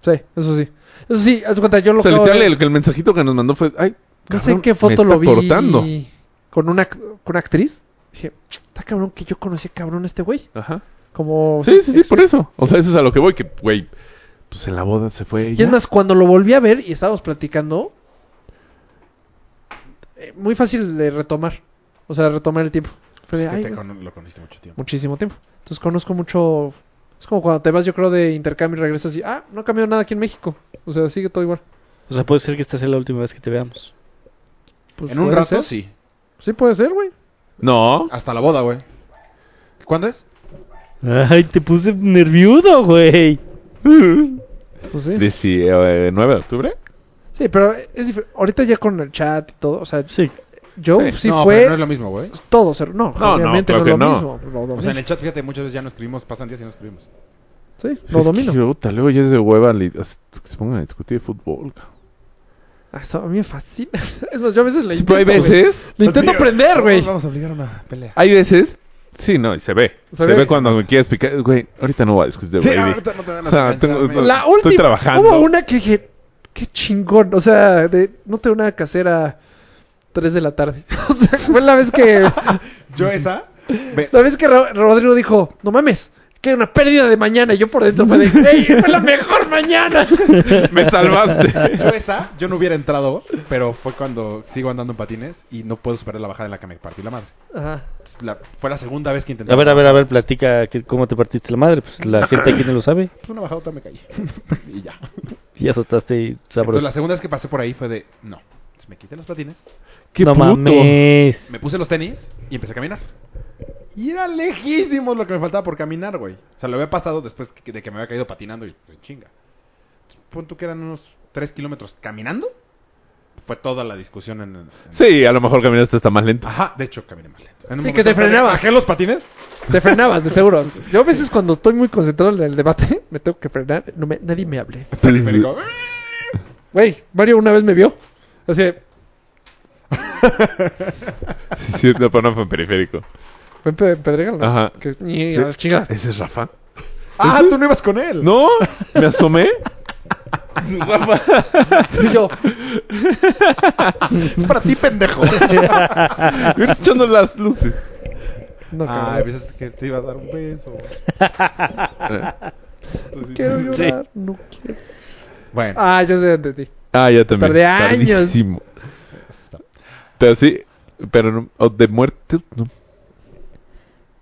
Speaker 5: Sí, eso sí. Eso sí, haz de cuenta, yo lo
Speaker 3: O sea,
Speaker 5: acabo de
Speaker 3: literal,
Speaker 5: ver.
Speaker 3: el, el mensajito que nos mandó fue. Ay,
Speaker 5: No sé
Speaker 3: cabrón,
Speaker 5: en qué
Speaker 3: me
Speaker 5: foto
Speaker 3: está
Speaker 5: lo vi
Speaker 3: cortando.
Speaker 5: con una con una actriz. Dije, está cabrón que yo conocí cabrón a este güey.
Speaker 3: Ajá.
Speaker 5: Como
Speaker 3: Sí, sí, sí, por eso. O sea, eso es a lo que voy, que, güey, pues en la boda se fue.
Speaker 5: Y
Speaker 3: ya.
Speaker 5: es más, cuando lo volví a ver y estábamos platicando, eh, muy fácil de retomar. O sea, retomar el tiempo. Fue de,
Speaker 2: Es que
Speaker 5: "Ay,
Speaker 2: te
Speaker 5: güey,
Speaker 2: con- lo conociste mucho tiempo.
Speaker 5: muchísimo tiempo. Entonces conozco mucho. Es como cuando te vas, yo creo, de intercambio y regresas y, ah, no ha cambiado nada aquí en México. O sea, sigue todo igual.
Speaker 1: O sea, puede ser que esta sea la última vez que te veamos.
Speaker 5: Pues,
Speaker 2: en un
Speaker 5: puede
Speaker 2: rato,
Speaker 5: ser.
Speaker 2: sí.
Speaker 5: Sí, puede ser, güey.
Speaker 3: No,
Speaker 2: Hasta la boda, güey. ¿Cuándo es?
Speaker 1: Ay, te puse nervioso, güey.
Speaker 5: Pues sí.
Speaker 3: 19 eh, de octubre.
Speaker 5: Sí, pero es difer- Ahorita ya con el chat y todo, o sea,
Speaker 1: Sí.
Speaker 5: yo sí,
Speaker 3: Sí.
Speaker 2: no,
Speaker 5: fue
Speaker 2: pero no es lo mismo, güey.
Speaker 5: todo cero. No,
Speaker 3: No,
Speaker 5: obviamente
Speaker 3: no, claro
Speaker 5: no, es
Speaker 3: que
Speaker 5: lo mismo. Lo domino.
Speaker 2: O sea, en el chat, fíjate, muchas veces ya no escribimos, pasan días y no escribimos.
Speaker 5: Sí, lo
Speaker 3: Es que,
Speaker 5: domino.
Speaker 3: puta, luego ya es de hueva li- as- que se pongan a discutir de fútbol. cabrón.
Speaker 5: Ah, Eso a mí me fascina. (laughs) Es más, yo a veces le
Speaker 3: Sí, pero
Speaker 5: intento.
Speaker 3: hay
Speaker 5: güey.
Speaker 3: veces,
Speaker 5: Le intento
Speaker 2: Tío,
Speaker 5: prender,
Speaker 2: no,
Speaker 5: güey.
Speaker 2: Vamos a obligar a una pelea.
Speaker 3: hay veces, sí, no, y se ve.
Speaker 5: Se
Speaker 3: Se,
Speaker 5: ve.
Speaker 3: ve, cuando me quieres picar. Güey, ahorita no voy a discutir de
Speaker 2: Sí,
Speaker 3: Brady.
Speaker 2: ahorita no te van a
Speaker 3: O sea,
Speaker 2: alcanzar,
Speaker 3: tengo-
Speaker 2: amigo.
Speaker 5: La
Speaker 3: Estoy
Speaker 5: última.
Speaker 3: trabajando.
Speaker 5: Hubo una que dije, qué chingón. O sea, de, no tengo nada que hacer a 3 de la tarde. (laughs) O sea, fue la vez que.
Speaker 2: Yo esa. (laughs) ve-
Speaker 5: La vez que Ro- Rodrigo dijo, no mames, que hay una pérdida de mañana. Y yo por dentro me dije, güey, fue la mejor mañana. (laughs)
Speaker 2: (laughs)
Speaker 3: me salvaste.
Speaker 2: yo esa, yo no hubiera entrado, pero fue cuando sigo andando en patines y no puedo superar la bajada en la que me partí la madre.
Speaker 5: Ajá.
Speaker 2: La- fue la segunda vez que intenté.
Speaker 1: A ver, a ver, a ver, platica que- cómo te partiste la madre. Pues la gente aquí no lo sabe.
Speaker 2: Pues una bajada otra me caí. (laughs) y ya.
Speaker 1: Y azotaste sabroso.
Speaker 2: Entonces la segunda vez que pasé por ahí fue de, no. Entonces me quité los patines,
Speaker 3: Qué
Speaker 1: no
Speaker 3: puto.
Speaker 1: mames.
Speaker 2: me puse los tenis y empecé a caminar. Y era lejísimo lo que me faltaba por caminar, güey. O sea, lo había pasado después que- de que me había caído patinando y pues, chinga. Entonces, Pon tú que eran unos 3 kilómetros caminando. Fue toda la discusión en... en-
Speaker 3: Sí, a lo mejor caminaste hasta más lento. (laughs)
Speaker 2: Ajá, de hecho caminé más lento. En un
Speaker 5: Sí,
Speaker 2: momento
Speaker 5: que te frenabas.
Speaker 2: Bajé los patines
Speaker 5: Te frenabas, de seguro. Yo a veces cuando estoy muy concentrado en el debate, (laughs) me tengo que frenar. No me, nadie me hable.
Speaker 2: periférico.
Speaker 5: Güey, Mario una vez me vio. O sea,
Speaker 3: Sí, sí, no, pero no fue en periférico.
Speaker 5: fue en Pe- en Pedregal, ¿no?
Speaker 3: Ajá.
Speaker 5: Que, ni a la chingada.
Speaker 3: Ese es Rafa.
Speaker 2: Ah, tú no ibas con él.
Speaker 3: No, me asomé. Rafa.
Speaker 5: Y yo,
Speaker 2: Es para ti,
Speaker 1: (laughs)
Speaker 2: pendejo.
Speaker 3: Me estás echando las luces.
Speaker 5: no,
Speaker 2: Ah,
Speaker 5: cabrón,
Speaker 2: pensaste que te iba a dar un beso. Entonces,
Speaker 5: quiero
Speaker 1: Sí.
Speaker 5: llorar, no quiero.
Speaker 2: Bueno,
Speaker 5: Ah, ya sé entendí.
Speaker 3: Ah, ya también.
Speaker 5: Tardé años.
Speaker 3: Tardísimo. Pero sí, pero no- o de muerte, no.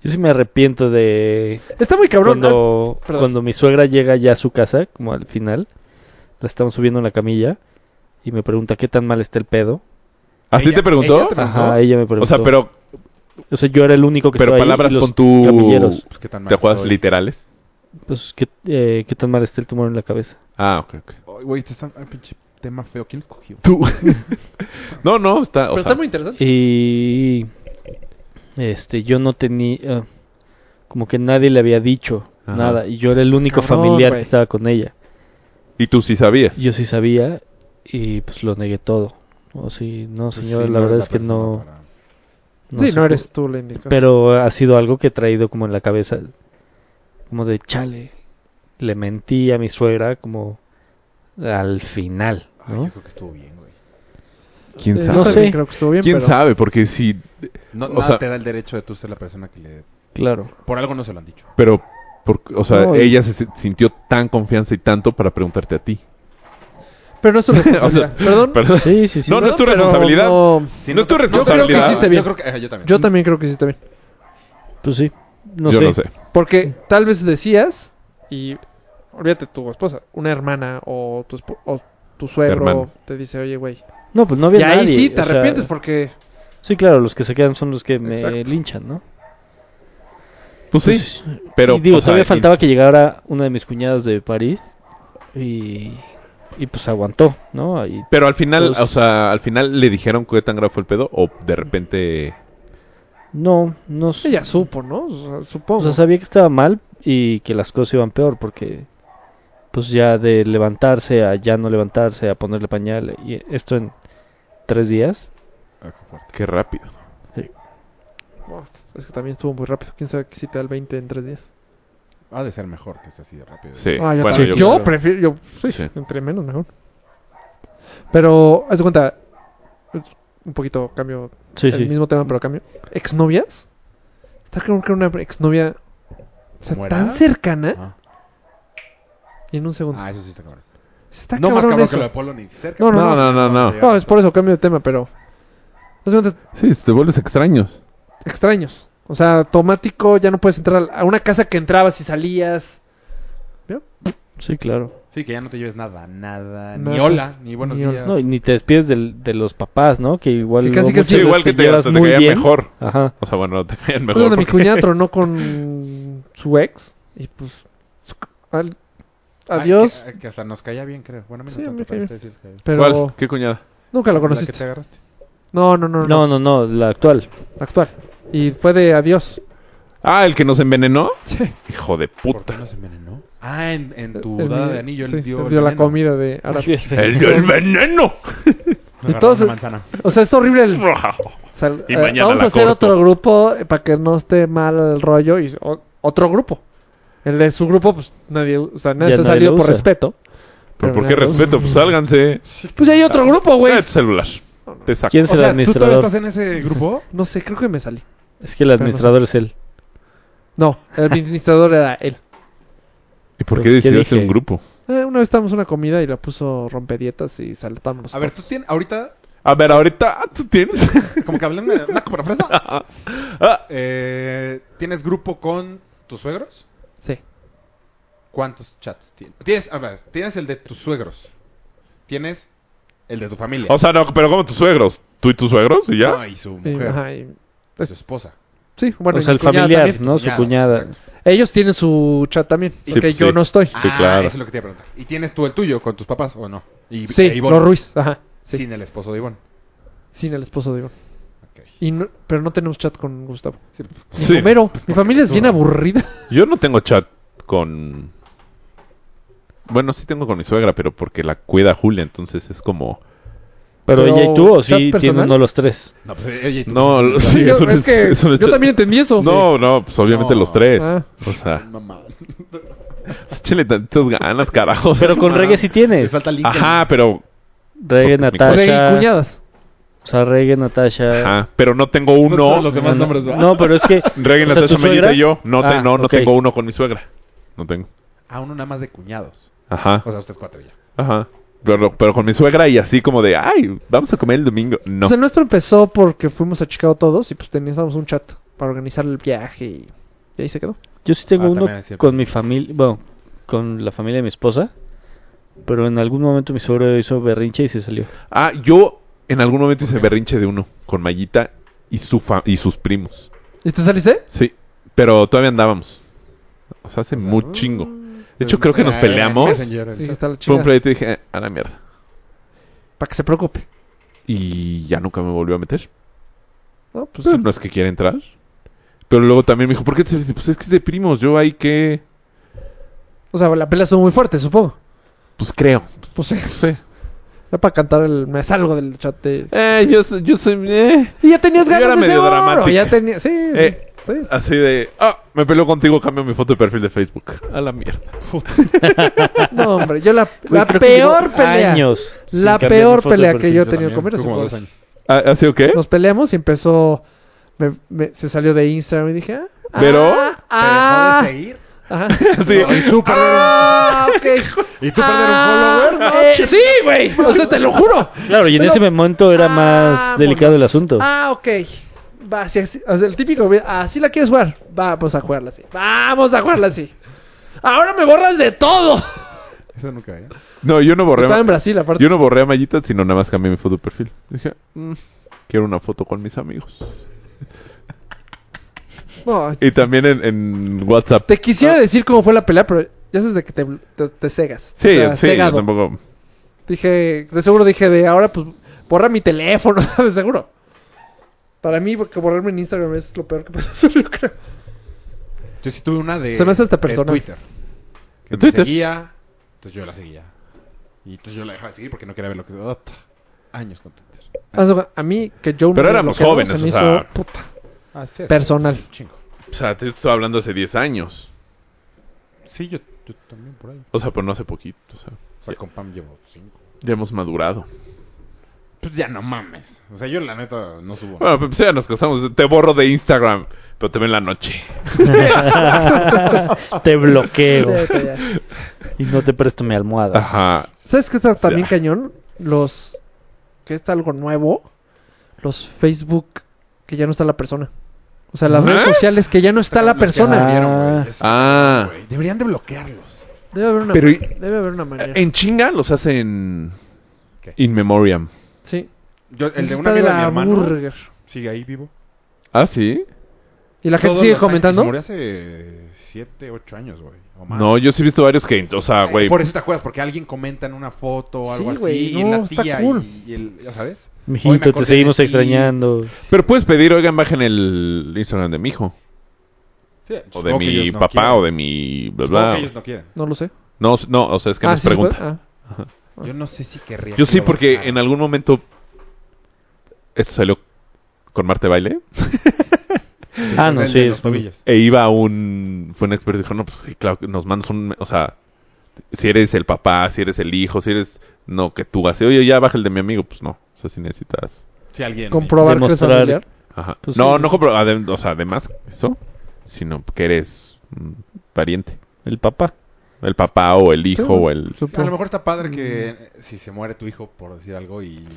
Speaker 1: Yo sí me arrepiento de
Speaker 5: Está muy cabrón.
Speaker 1: cuando,
Speaker 5: ah, perdón.
Speaker 1: cuando mi suegra llega ya a su casa, como al final, la estamos subiendo en la camilla y me pregunta qué tan mal está el pedo.
Speaker 3: ¿Así
Speaker 2: Ella-
Speaker 3: te preguntó?
Speaker 2: ella te preguntó.
Speaker 1: Ajá, ella me
Speaker 3: o
Speaker 1: preguntó.
Speaker 3: sea, pero,
Speaker 1: O sea, yo era el único que
Speaker 3: pero
Speaker 1: estaba ahí y
Speaker 3: palabras
Speaker 1: los
Speaker 3: con tu...
Speaker 1: camilleros.
Speaker 2: pues qué tan mal.
Speaker 3: ¿Te acuerdas
Speaker 2: estoy.
Speaker 3: literales?
Speaker 1: Pues, ¿qué, eh, qué tan mal está el tumor en la cabeza?
Speaker 3: Ah, ok, ok.
Speaker 2: Ay, Güey, este es un un pinche tema feo. ¿Quién escogió?
Speaker 3: Tú. no, no, está... O
Speaker 5: ah, Pero
Speaker 3: sea,
Speaker 5: está muy interesante.
Speaker 1: Y este, yo no tenía, como que nadie le había dicho
Speaker 3: Ajá.
Speaker 1: nada y yo era el único
Speaker 5: Cabrón,
Speaker 1: familiar
Speaker 5: güey.
Speaker 1: que estaba con ella.
Speaker 3: Y tú sí sabías.
Speaker 1: Yo sí sabía y pues lo negué todo. O sí, no señor,
Speaker 2: Pues Sí,
Speaker 1: la
Speaker 2: no
Speaker 1: verdad
Speaker 2: eres
Speaker 1: es que
Speaker 2: persona
Speaker 1: no,
Speaker 2: para-
Speaker 1: no
Speaker 5: sí,
Speaker 1: sé
Speaker 5: no
Speaker 1: cómo-
Speaker 5: eres tú la indicada.
Speaker 1: Pero ha sido algo que he traído como en la cabeza, como de chale, le mentí a mi suegra como al final,
Speaker 2: Ay,
Speaker 1: ¿no?
Speaker 2: Yo creo que estuvo bien, güey.
Speaker 3: ¿Quién
Speaker 5: Eh,
Speaker 3: sabe?
Speaker 1: No
Speaker 5: No sé.
Speaker 1: sé.
Speaker 5: Creo que estuvo bien,
Speaker 3: ¿Quién
Speaker 5: pero-
Speaker 3: sabe? Porque sí...
Speaker 2: No,
Speaker 3: O
Speaker 2: nada
Speaker 3: sea-
Speaker 2: te da el derecho de tú ser la persona que le...
Speaker 1: Claro.
Speaker 2: Por algo no se lo han dicho.
Speaker 3: Pero, por- o sea,
Speaker 1: No, y-
Speaker 3: ella se se sintió tan confianza y tanto para preguntarte a ti.
Speaker 5: Pero no es
Speaker 3: (laughs)
Speaker 5: tu
Speaker 3: O
Speaker 5: responsabilidad.
Speaker 3: sea,
Speaker 5: perdón.
Speaker 3: perdón.
Speaker 1: Sí, sí, sí.
Speaker 3: No, no es tu
Speaker 5: pero
Speaker 3: responsabilidad.
Speaker 5: no.
Speaker 2: Sí,
Speaker 3: no es tu
Speaker 2: te-
Speaker 5: creo que
Speaker 3: responsabilidad.
Speaker 5: hiciste bien.
Speaker 2: Yo creo que... ajá, yo también.
Speaker 5: Yo también creo que sí, también.
Speaker 1: Pues sí. No
Speaker 3: Yo
Speaker 1: sé.
Speaker 3: no sé.
Speaker 5: Porque tal vez decías, y olvídate tu esposa, una hermana o tu, espo- o tu suegro
Speaker 3: Hermano.
Speaker 5: te dice, oye, güey.
Speaker 1: No, pues no
Speaker 5: Y
Speaker 1: había
Speaker 5: ahí
Speaker 1: nadie,
Speaker 5: sí te
Speaker 1: o sea,
Speaker 5: arrepientes porque...
Speaker 1: Sí, claro, los que se quedan son los que me
Speaker 5: Exacto.
Speaker 1: linchan, ¿no?
Speaker 3: Pues sí,
Speaker 1: Pues,
Speaker 3: pero...
Speaker 1: y digo,
Speaker 3: o sea,
Speaker 1: todavía
Speaker 3: y-
Speaker 1: faltaba que llegara una de mis cuñadas de París y, y pues aguantó, ¿no? Y
Speaker 3: Pero al final,
Speaker 1: Pues-
Speaker 3: o sea, al final le dijeron qué tan grave fue el pedo o de repente...
Speaker 1: no, no sé.
Speaker 5: Ella supo, ¿no? O sea,
Speaker 1: O
Speaker 5: supongo.
Speaker 1: sea, sabía que estaba mal y que las cosas iban peor porque pues ya de levantarse a ya no levantarse, a ponerle pañal y esto en tres días.
Speaker 2: Ah, qué fuerte.
Speaker 3: Qué rápido.
Speaker 5: Oh, es que también estuvo muy rápido. Quién sabe que si te da el 20 en tres días.
Speaker 2: Ha de ser mejor que esté así de rápido.
Speaker 3: Sí.
Speaker 5: Ah, yo
Speaker 3: bueno,
Speaker 5: también.
Speaker 3: yo-
Speaker 5: yo, prefiero, yo, sí,
Speaker 3: Sí.
Speaker 5: entre menos mejor. Pero, haz de cuenta, es un poquito cambio,
Speaker 1: Sí,
Speaker 5: el
Speaker 1: sí.
Speaker 5: mismo tema, pero cambio. ¿Exnovias? Está claro que una exnovia o sea,
Speaker 2: ¿Muera?
Speaker 5: tan cercana
Speaker 2: Ah.
Speaker 5: y en un segundo.
Speaker 2: Ah, eso sí está cabrón.
Speaker 5: Está
Speaker 2: no más
Speaker 5: cabrón
Speaker 2: cabrón
Speaker 5: eso.
Speaker 2: que lo de Polo ni cerca.
Speaker 5: No, no,
Speaker 3: No,
Speaker 5: no,
Speaker 3: no, no, no.
Speaker 5: No, es por eso, cambio de tema, pero... haz de cuenta,
Speaker 3: Sí, te vuelves extraños.
Speaker 5: extraños. O sea, automático, ya no puedes entrar a una casa que entrabas y salías.
Speaker 1: Sí, claro.
Speaker 2: Sí, que ya no te lleves nada, nada.
Speaker 5: Nada.
Speaker 2: Ni hola, ni buenos
Speaker 5: Ni hola.
Speaker 2: días.
Speaker 1: No, y ni te despides del- de los papás, ¿no? Que igual.
Speaker 5: Que casi,
Speaker 1: luego
Speaker 5: casi-
Speaker 1: muchas
Speaker 5: Sí,
Speaker 1: veces
Speaker 3: igual que te-
Speaker 1: llevas
Speaker 3: te
Speaker 1: muy
Speaker 3: caían
Speaker 1: bien.
Speaker 3: mejor.
Speaker 1: Ajá.
Speaker 3: O sea, bueno, no te caen
Speaker 5: Fue
Speaker 3: mejor.
Speaker 5: donde mi
Speaker 3: porque-
Speaker 5: cuñada tronó con su ex y pues al-
Speaker 2: Ay,
Speaker 5: adiós,
Speaker 2: que, que hasta nos caía bien, creo. Bueno, a mí no
Speaker 5: Sí, a
Speaker 2: tanto,
Speaker 5: mí
Speaker 2: pero
Speaker 5: me
Speaker 2: ustedes sí les caía bien.
Speaker 5: pero
Speaker 3: (laughs) ¿Cuál? ¿Qué cuñada?
Speaker 5: nunca
Speaker 2: La
Speaker 5: lo
Speaker 2: que te
Speaker 5: conociste.
Speaker 2: agarraste.
Speaker 5: No, no, no, no,
Speaker 1: No, no, no, la actual.
Speaker 5: la actual. Y fue de adiós.
Speaker 3: Ah, el que nos envenenó. Hijo de
Speaker 2: ¿Por
Speaker 3: puta.
Speaker 2: qué no se envenenó? Ah, en, en tu
Speaker 5: (laughs) Él
Speaker 2: dada
Speaker 5: me-
Speaker 2: de anillo
Speaker 5: sí,
Speaker 2: él dio,
Speaker 5: él
Speaker 2: el
Speaker 5: dio la
Speaker 2: veneno.
Speaker 1: (laughs)
Speaker 5: comida de árabe.
Speaker 3: El, el veneno.
Speaker 2: Me agarró
Speaker 5: Entonces-
Speaker 2: una manzana.
Speaker 5: O sea, es horrible. el- sal-
Speaker 3: Y
Speaker 5: eh,
Speaker 3: mañana
Speaker 5: vamos
Speaker 3: la
Speaker 5: a hacer
Speaker 3: corto.
Speaker 5: otro grupo eh, para que no esté mal el rollo y o- otro grupo. El de su grupo pues nadie, o sea,
Speaker 1: Ya
Speaker 5: nadie se
Speaker 1: nadie
Speaker 5: ha salido
Speaker 1: lo
Speaker 5: por
Speaker 1: usa.
Speaker 5: respeto.
Speaker 3: ¿Pero por qué respeto? Pues sálganse.
Speaker 5: Pues ya hay otro grupo, güey.
Speaker 3: Trae tu celular. Te saco.
Speaker 1: ¿Quién es
Speaker 2: O
Speaker 1: el
Speaker 2: sea, ¿tú todavía
Speaker 1: administrador?
Speaker 2: estás en ese grupo?
Speaker 5: No sé, creo que me salí.
Speaker 1: Es que el administrador es él.
Speaker 5: No, el administrador era él.
Speaker 3: ¿Y por
Speaker 1: ¿Pero
Speaker 3: qué
Speaker 1: qué
Speaker 3: decidió hacer
Speaker 1: dije?
Speaker 3: un grupo?
Speaker 5: Eh, una vez estábamos en una comida y la puso rompedietas y saltamos.
Speaker 2: A ver, tú tienes, ahorita,
Speaker 3: A ver, ahorita ah, tú tienes.
Speaker 2: como que hablando de una copra
Speaker 3: (laughs)
Speaker 2: fresa,
Speaker 3: Ah,
Speaker 2: eh, ¿tienes grupo con tus suegros?
Speaker 5: Sí.
Speaker 2: ¿Cuántos chats tienes? Tienes, a ver, tienes el de tus suegros. Tienes el de tu familia.
Speaker 3: o sea, no, pero como tus suegros. ¿Tú y tus suegros? ¿Y Oh, ya?
Speaker 2: No, y su
Speaker 5: Y,
Speaker 2: mujer,
Speaker 5: ajá, y-
Speaker 2: y su esposa.
Speaker 5: sí, bueno,
Speaker 1: o
Speaker 5: y
Speaker 1: sea,
Speaker 5: mi
Speaker 1: el
Speaker 5: cuñada
Speaker 1: familiar,
Speaker 5: también.
Speaker 1: ¿no? Su
Speaker 2: Cuñada,
Speaker 1: cuñada.
Speaker 2: exacto.
Speaker 5: Ellos tienen su chat también,
Speaker 3: Sí,
Speaker 5: porque
Speaker 3: pues,
Speaker 5: yo
Speaker 3: sí.
Speaker 5: no estoy.
Speaker 2: Ah,
Speaker 3: claro.
Speaker 2: eso es lo que te iba a preguntar. ¿Y tienes tú el tuyo con tus papás o no? Y,
Speaker 5: sí,
Speaker 2: e Ivonne,
Speaker 5: los Ruiz, ajá. Sí,
Speaker 2: Sin el esposo de Ivonne.
Speaker 5: sin el esposo de Ivonne.
Speaker 2: Ok.
Speaker 5: Y no- pero no tenemos chat con Gustavo.
Speaker 2: Sí,
Speaker 5: Ni
Speaker 3: Sí.
Speaker 5: Homero, mi familia es bien aburrida.
Speaker 3: Yo no tengo chat con. Bueno, sí tengo con mi suegra, pero porque la cuida Julia, entonces es como.
Speaker 1: Pero,
Speaker 5: Pero,
Speaker 1: ella y tú, o
Speaker 5: ¿chat
Speaker 1: sí tienen
Speaker 5: personal? Ah,
Speaker 1: uno los tres.
Speaker 2: No, pues ella y tú.
Speaker 3: No, lo- (laughs) sí,
Speaker 5: (laughs) yo,
Speaker 3: eso no
Speaker 5: es
Speaker 3: es-
Speaker 5: que
Speaker 3: eso no es
Speaker 5: yo
Speaker 3: chat.
Speaker 5: también entendí eso.
Speaker 3: No, no, pues obviamente
Speaker 2: No.
Speaker 3: los tres.
Speaker 5: Ah.
Speaker 3: O sea,
Speaker 2: Mamá.
Speaker 3: échale tantas ganas, carajo.
Speaker 1: Pero
Speaker 3: (laughs)
Speaker 1: con reggae sí
Speaker 2: Le
Speaker 1: tienes.
Speaker 2: falta LinkedIn.
Speaker 3: Ajá, pero.
Speaker 1: Reggae,
Speaker 3: Porque mi
Speaker 5: O sea, y
Speaker 1: Natasha.
Speaker 5: cuñadas.
Speaker 1: O sea, reggae, Natasha.
Speaker 3: Ajá, Ah, pero no tengo
Speaker 2: todos
Speaker 3: uno.
Speaker 2: los demás nombres. ¿verdad?
Speaker 1: No, pero es que.
Speaker 3: (laughs) Reggae,
Speaker 1: o sea,
Speaker 3: Natasha
Speaker 1: ¿tu
Speaker 3: Mellita
Speaker 1: suegra?
Speaker 3: y yo. No, te-
Speaker 1: Ah,
Speaker 3: no, no
Speaker 1: ok.
Speaker 3: tengo uno con mi suegra. No tengo.
Speaker 2: Ah, uno nada más de cuñados.
Speaker 3: Ajá,
Speaker 2: O sea, ustedes cuatro ya.
Speaker 3: ajá. Pero, pero con mi suegra y así como de, ay, vamos a comer el domingo. No.
Speaker 5: O sea, el nuestro empezó porque fuimos a Chicago todos y pues teníamos un chat para organizar el viaje y, y ahí se quedó.
Speaker 1: Yo sí tengo
Speaker 2: Ah,
Speaker 1: uno
Speaker 2: también es cierto.
Speaker 1: con mi familia. Bueno, con la familia de mi esposa. Pero en algún momento mi suegro hizo berrinche y se salió.
Speaker 3: Ah, yo en algún momento hice berrinche de uno con Mayita y, su fa- y sus primos.
Speaker 5: ¿Y te saliste?
Speaker 3: Sí, pero todavía andábamos. O sea, hace
Speaker 1: Ah,
Speaker 3: muy chingo.
Speaker 1: pues
Speaker 3: De hecho, creo que
Speaker 1: eh,
Speaker 3: nos
Speaker 2: Ah,
Speaker 3: peleamos.
Speaker 2: Messenger, el
Speaker 5: Y
Speaker 2: chat.
Speaker 5: está la
Speaker 3: Fue un
Speaker 5: chica.
Speaker 3: pleito y dije, "Eh, a la mierda.
Speaker 5: Para que se preocupe.
Speaker 3: Y ya nunca me volvió a meter.
Speaker 5: No, pues
Speaker 3: Pero
Speaker 5: sí.
Speaker 3: no es que quiera entrar. Pero luego también me dijo, ¿por qué te saliste?" Pues es que es de primos, yo ahí que...
Speaker 5: O sea, la pelea estuvo muy fuerte, supongo.
Speaker 3: Pues creo.
Speaker 5: Pues sí. (laughs) Ya para cantar el me salgo del chat de...
Speaker 3: Eh, yo, soy- yo soy... eh.
Speaker 5: Y ya tenías
Speaker 3: Yo
Speaker 5: ganas
Speaker 3: era
Speaker 5: de
Speaker 3: medio
Speaker 5: ese oro,
Speaker 3: dramático.
Speaker 5: Ya tenías... Sí,
Speaker 3: Eh.
Speaker 5: sí, sí.
Speaker 3: Así de... Ah, me peleo contigo, cambio mi foto de perfil de Facebook. A la mierda.
Speaker 5: No, hombre, yo la,
Speaker 1: Güey,
Speaker 5: la
Speaker 1: creo que
Speaker 5: peor
Speaker 1: llevo
Speaker 5: pelea.
Speaker 1: años sin
Speaker 5: la
Speaker 1: cambiar mi
Speaker 5: peor
Speaker 1: foto de
Speaker 5: pelea que
Speaker 1: perfil.
Speaker 5: yo he
Speaker 2: Yo
Speaker 5: tenido
Speaker 2: también,
Speaker 5: con Mira,
Speaker 2: tuve como
Speaker 5: supongo.
Speaker 2: dos años.
Speaker 3: Ah, ¿Así o qué?
Speaker 5: Nos peleamos y empezó... me- me- se salió de Instagram y dije... Ah,
Speaker 3: Pero-
Speaker 5: Ah,
Speaker 2: ¿Te
Speaker 5: ah,
Speaker 2: dejó de seguir?
Speaker 5: ajá.
Speaker 3: (laughs) Sí.
Speaker 2: No, y tú perder
Speaker 5: ah ok.
Speaker 2: un, y tú perder un follower, ¿no?
Speaker 5: Eh, sí, güey. O sea, te lo juro.
Speaker 1: Claro, y en
Speaker 5: Pero-
Speaker 1: ese momento era más
Speaker 5: Vámonos.
Speaker 1: delicado el asunto.
Speaker 5: Ah, ok. Va, así, así- o sea, el típico, güey, así la quieres jugar. Vamos a jugarla así. Vamos a jugarla así. Ahora me borras de todo.
Speaker 2: Eso nunca, ¿eh?
Speaker 3: No, yo no borré...
Speaker 5: Estaba en Brasil, aparte.
Speaker 3: Yo no borré a Mayita, sino nada más cambié mi foto de perfil. Dije, "Mm, quiero una foto con mis amigos.
Speaker 5: No,
Speaker 3: Y también en, en WhatsApp.
Speaker 5: te quisiera decir cómo fue la pelea, pero ya sabes de que te, te, te cegas.
Speaker 3: Sí,
Speaker 5: O sea,
Speaker 3: sí, yo
Speaker 5: cegado.
Speaker 3: tampoco.
Speaker 5: Dije, de seguro dije de ahora, pues, borra mi teléfono, (laughs) de seguro. Para mí, porque borrarme en Instagram es lo peor que puedes (laughs) hacer, yo creo.
Speaker 2: Yo sí tuve una de,
Speaker 5: Se me hace hasta
Speaker 2: de
Speaker 5: personal.
Speaker 2: Twitter. Que
Speaker 3: ¿De
Speaker 2: me
Speaker 3: Twitter?
Speaker 2: seguía, entonces yo la seguía. Y entonces yo la dejaba de seguir porque no quería ver lo que... Ota, años con Twitter.
Speaker 5: Haz- Ah, A mí, que yo
Speaker 3: Pero éramos jóvenes, o sea.
Speaker 5: puta.
Speaker 2: Así es.
Speaker 5: personal.
Speaker 2: Chingo.
Speaker 3: O sea, te estoy hablando hace 10 años.
Speaker 2: Sí, yo, yo también por ahí.
Speaker 3: O sea, pues no hace poquito. O sea,
Speaker 2: O sea,
Speaker 3: Sí.
Speaker 2: con Pam llevo cinco.
Speaker 3: ya hemos madurado.
Speaker 2: Pues ya no mames. O sea, yo la neta no subo.
Speaker 5: Ah,
Speaker 3: Bueno, pues ya nos casamos. Te borro de Instagram, pero te veo en la noche.
Speaker 1: te bloqueo
Speaker 5: Sí, ya.
Speaker 1: y no te presto mi almohada.
Speaker 3: Ajá.
Speaker 5: ¿Sabes
Speaker 3: (laughs)
Speaker 5: qué está también
Speaker 3: Ya.
Speaker 5: cañón? Los. que está algo nuevo. Los Facebook. que ya no está la persona. O sea, las
Speaker 3: ¿Eh?
Speaker 5: redes sociales que ya no está
Speaker 2: Los
Speaker 5: la
Speaker 2: que
Speaker 5: persona.
Speaker 1: Ah.
Speaker 2: salieron, güey. Es-
Speaker 3: Ah.
Speaker 2: güey, Deberían de bloquearlos.
Speaker 5: Debe haber una,
Speaker 3: Pero-
Speaker 5: debe haber una manera.
Speaker 3: En chinga los hacen
Speaker 2: ¿Qué?
Speaker 3: in memoriam.
Speaker 5: Sí.
Speaker 2: Yo, el de un amigo
Speaker 5: Está
Speaker 2: de mi
Speaker 5: la
Speaker 2: hermano
Speaker 5: burger.
Speaker 2: sigue ahí vivo.
Speaker 3: Ah, sí.
Speaker 5: ¿Y la gente
Speaker 2: Todos
Speaker 5: sigue
Speaker 2: los años-
Speaker 5: comentando?
Speaker 2: Se murió hace 7, 8 años, güey. O más.
Speaker 3: No, yo sí he visto varios que, o sea,
Speaker 2: Eh,
Speaker 3: güey,
Speaker 2: Por eso te acuerdas, porque alguien comenta en una foto o algo
Speaker 5: Sí, güey,
Speaker 2: así. y
Speaker 5: no,
Speaker 2: la
Speaker 5: está
Speaker 2: tía
Speaker 5: cool.
Speaker 2: y, y el, ya sabes. Hoy me
Speaker 1: Mijito,
Speaker 2: acordé
Speaker 1: te
Speaker 2: de
Speaker 1: seguimos
Speaker 2: ti.
Speaker 1: extrañando.
Speaker 3: Pero puedes pedir, oigan, bajen el Instagram de mi hijo.
Speaker 2: Sí,
Speaker 3: O de
Speaker 2: supongo que
Speaker 3: mi
Speaker 2: ellos no
Speaker 3: papá,
Speaker 2: quieren.
Speaker 3: o de mi... Bla,
Speaker 2: Supongo
Speaker 3: bla.
Speaker 2: que ellos no quieren.
Speaker 5: No lo sé.
Speaker 3: No, no, o sea, es que
Speaker 5: Ah,
Speaker 3: nos
Speaker 5: sí, se
Speaker 3: pregunta.
Speaker 5: puede. Ah.
Speaker 2: Yo no sé si querría.
Speaker 3: Yo
Speaker 2: que
Speaker 3: sí,
Speaker 2: lo
Speaker 3: porque
Speaker 2: bloquearan.
Speaker 3: en algún momento... Esto salió con Marte Baile.
Speaker 1: Ah, no,
Speaker 2: Prenden
Speaker 1: sí.
Speaker 2: los
Speaker 1: Es,
Speaker 2: tobillos.
Speaker 3: E iba a un... Fue un experto y dijo, no, pues sí, claro, que nos mandas un... O sea, si eres el papá, si eres el hijo, si eres... No, que tú así, oye, ya baja el de mi amigo. Pues no, o sea, si necesitas...
Speaker 2: Si alguien.
Speaker 5: Comprobar que es
Speaker 1: Demostrar.
Speaker 5: familiar.
Speaker 3: Ajá.
Speaker 1: Pues
Speaker 3: no,
Speaker 1: sí.
Speaker 3: no compro... adem- O sea, además eso, sino que eres mm, pariente. El papá. El papá o el hijo
Speaker 5: Sí,
Speaker 3: o el...
Speaker 2: A lo
Speaker 5: supongo.
Speaker 2: mejor está padre que si se muere tu hijo, por decir algo, y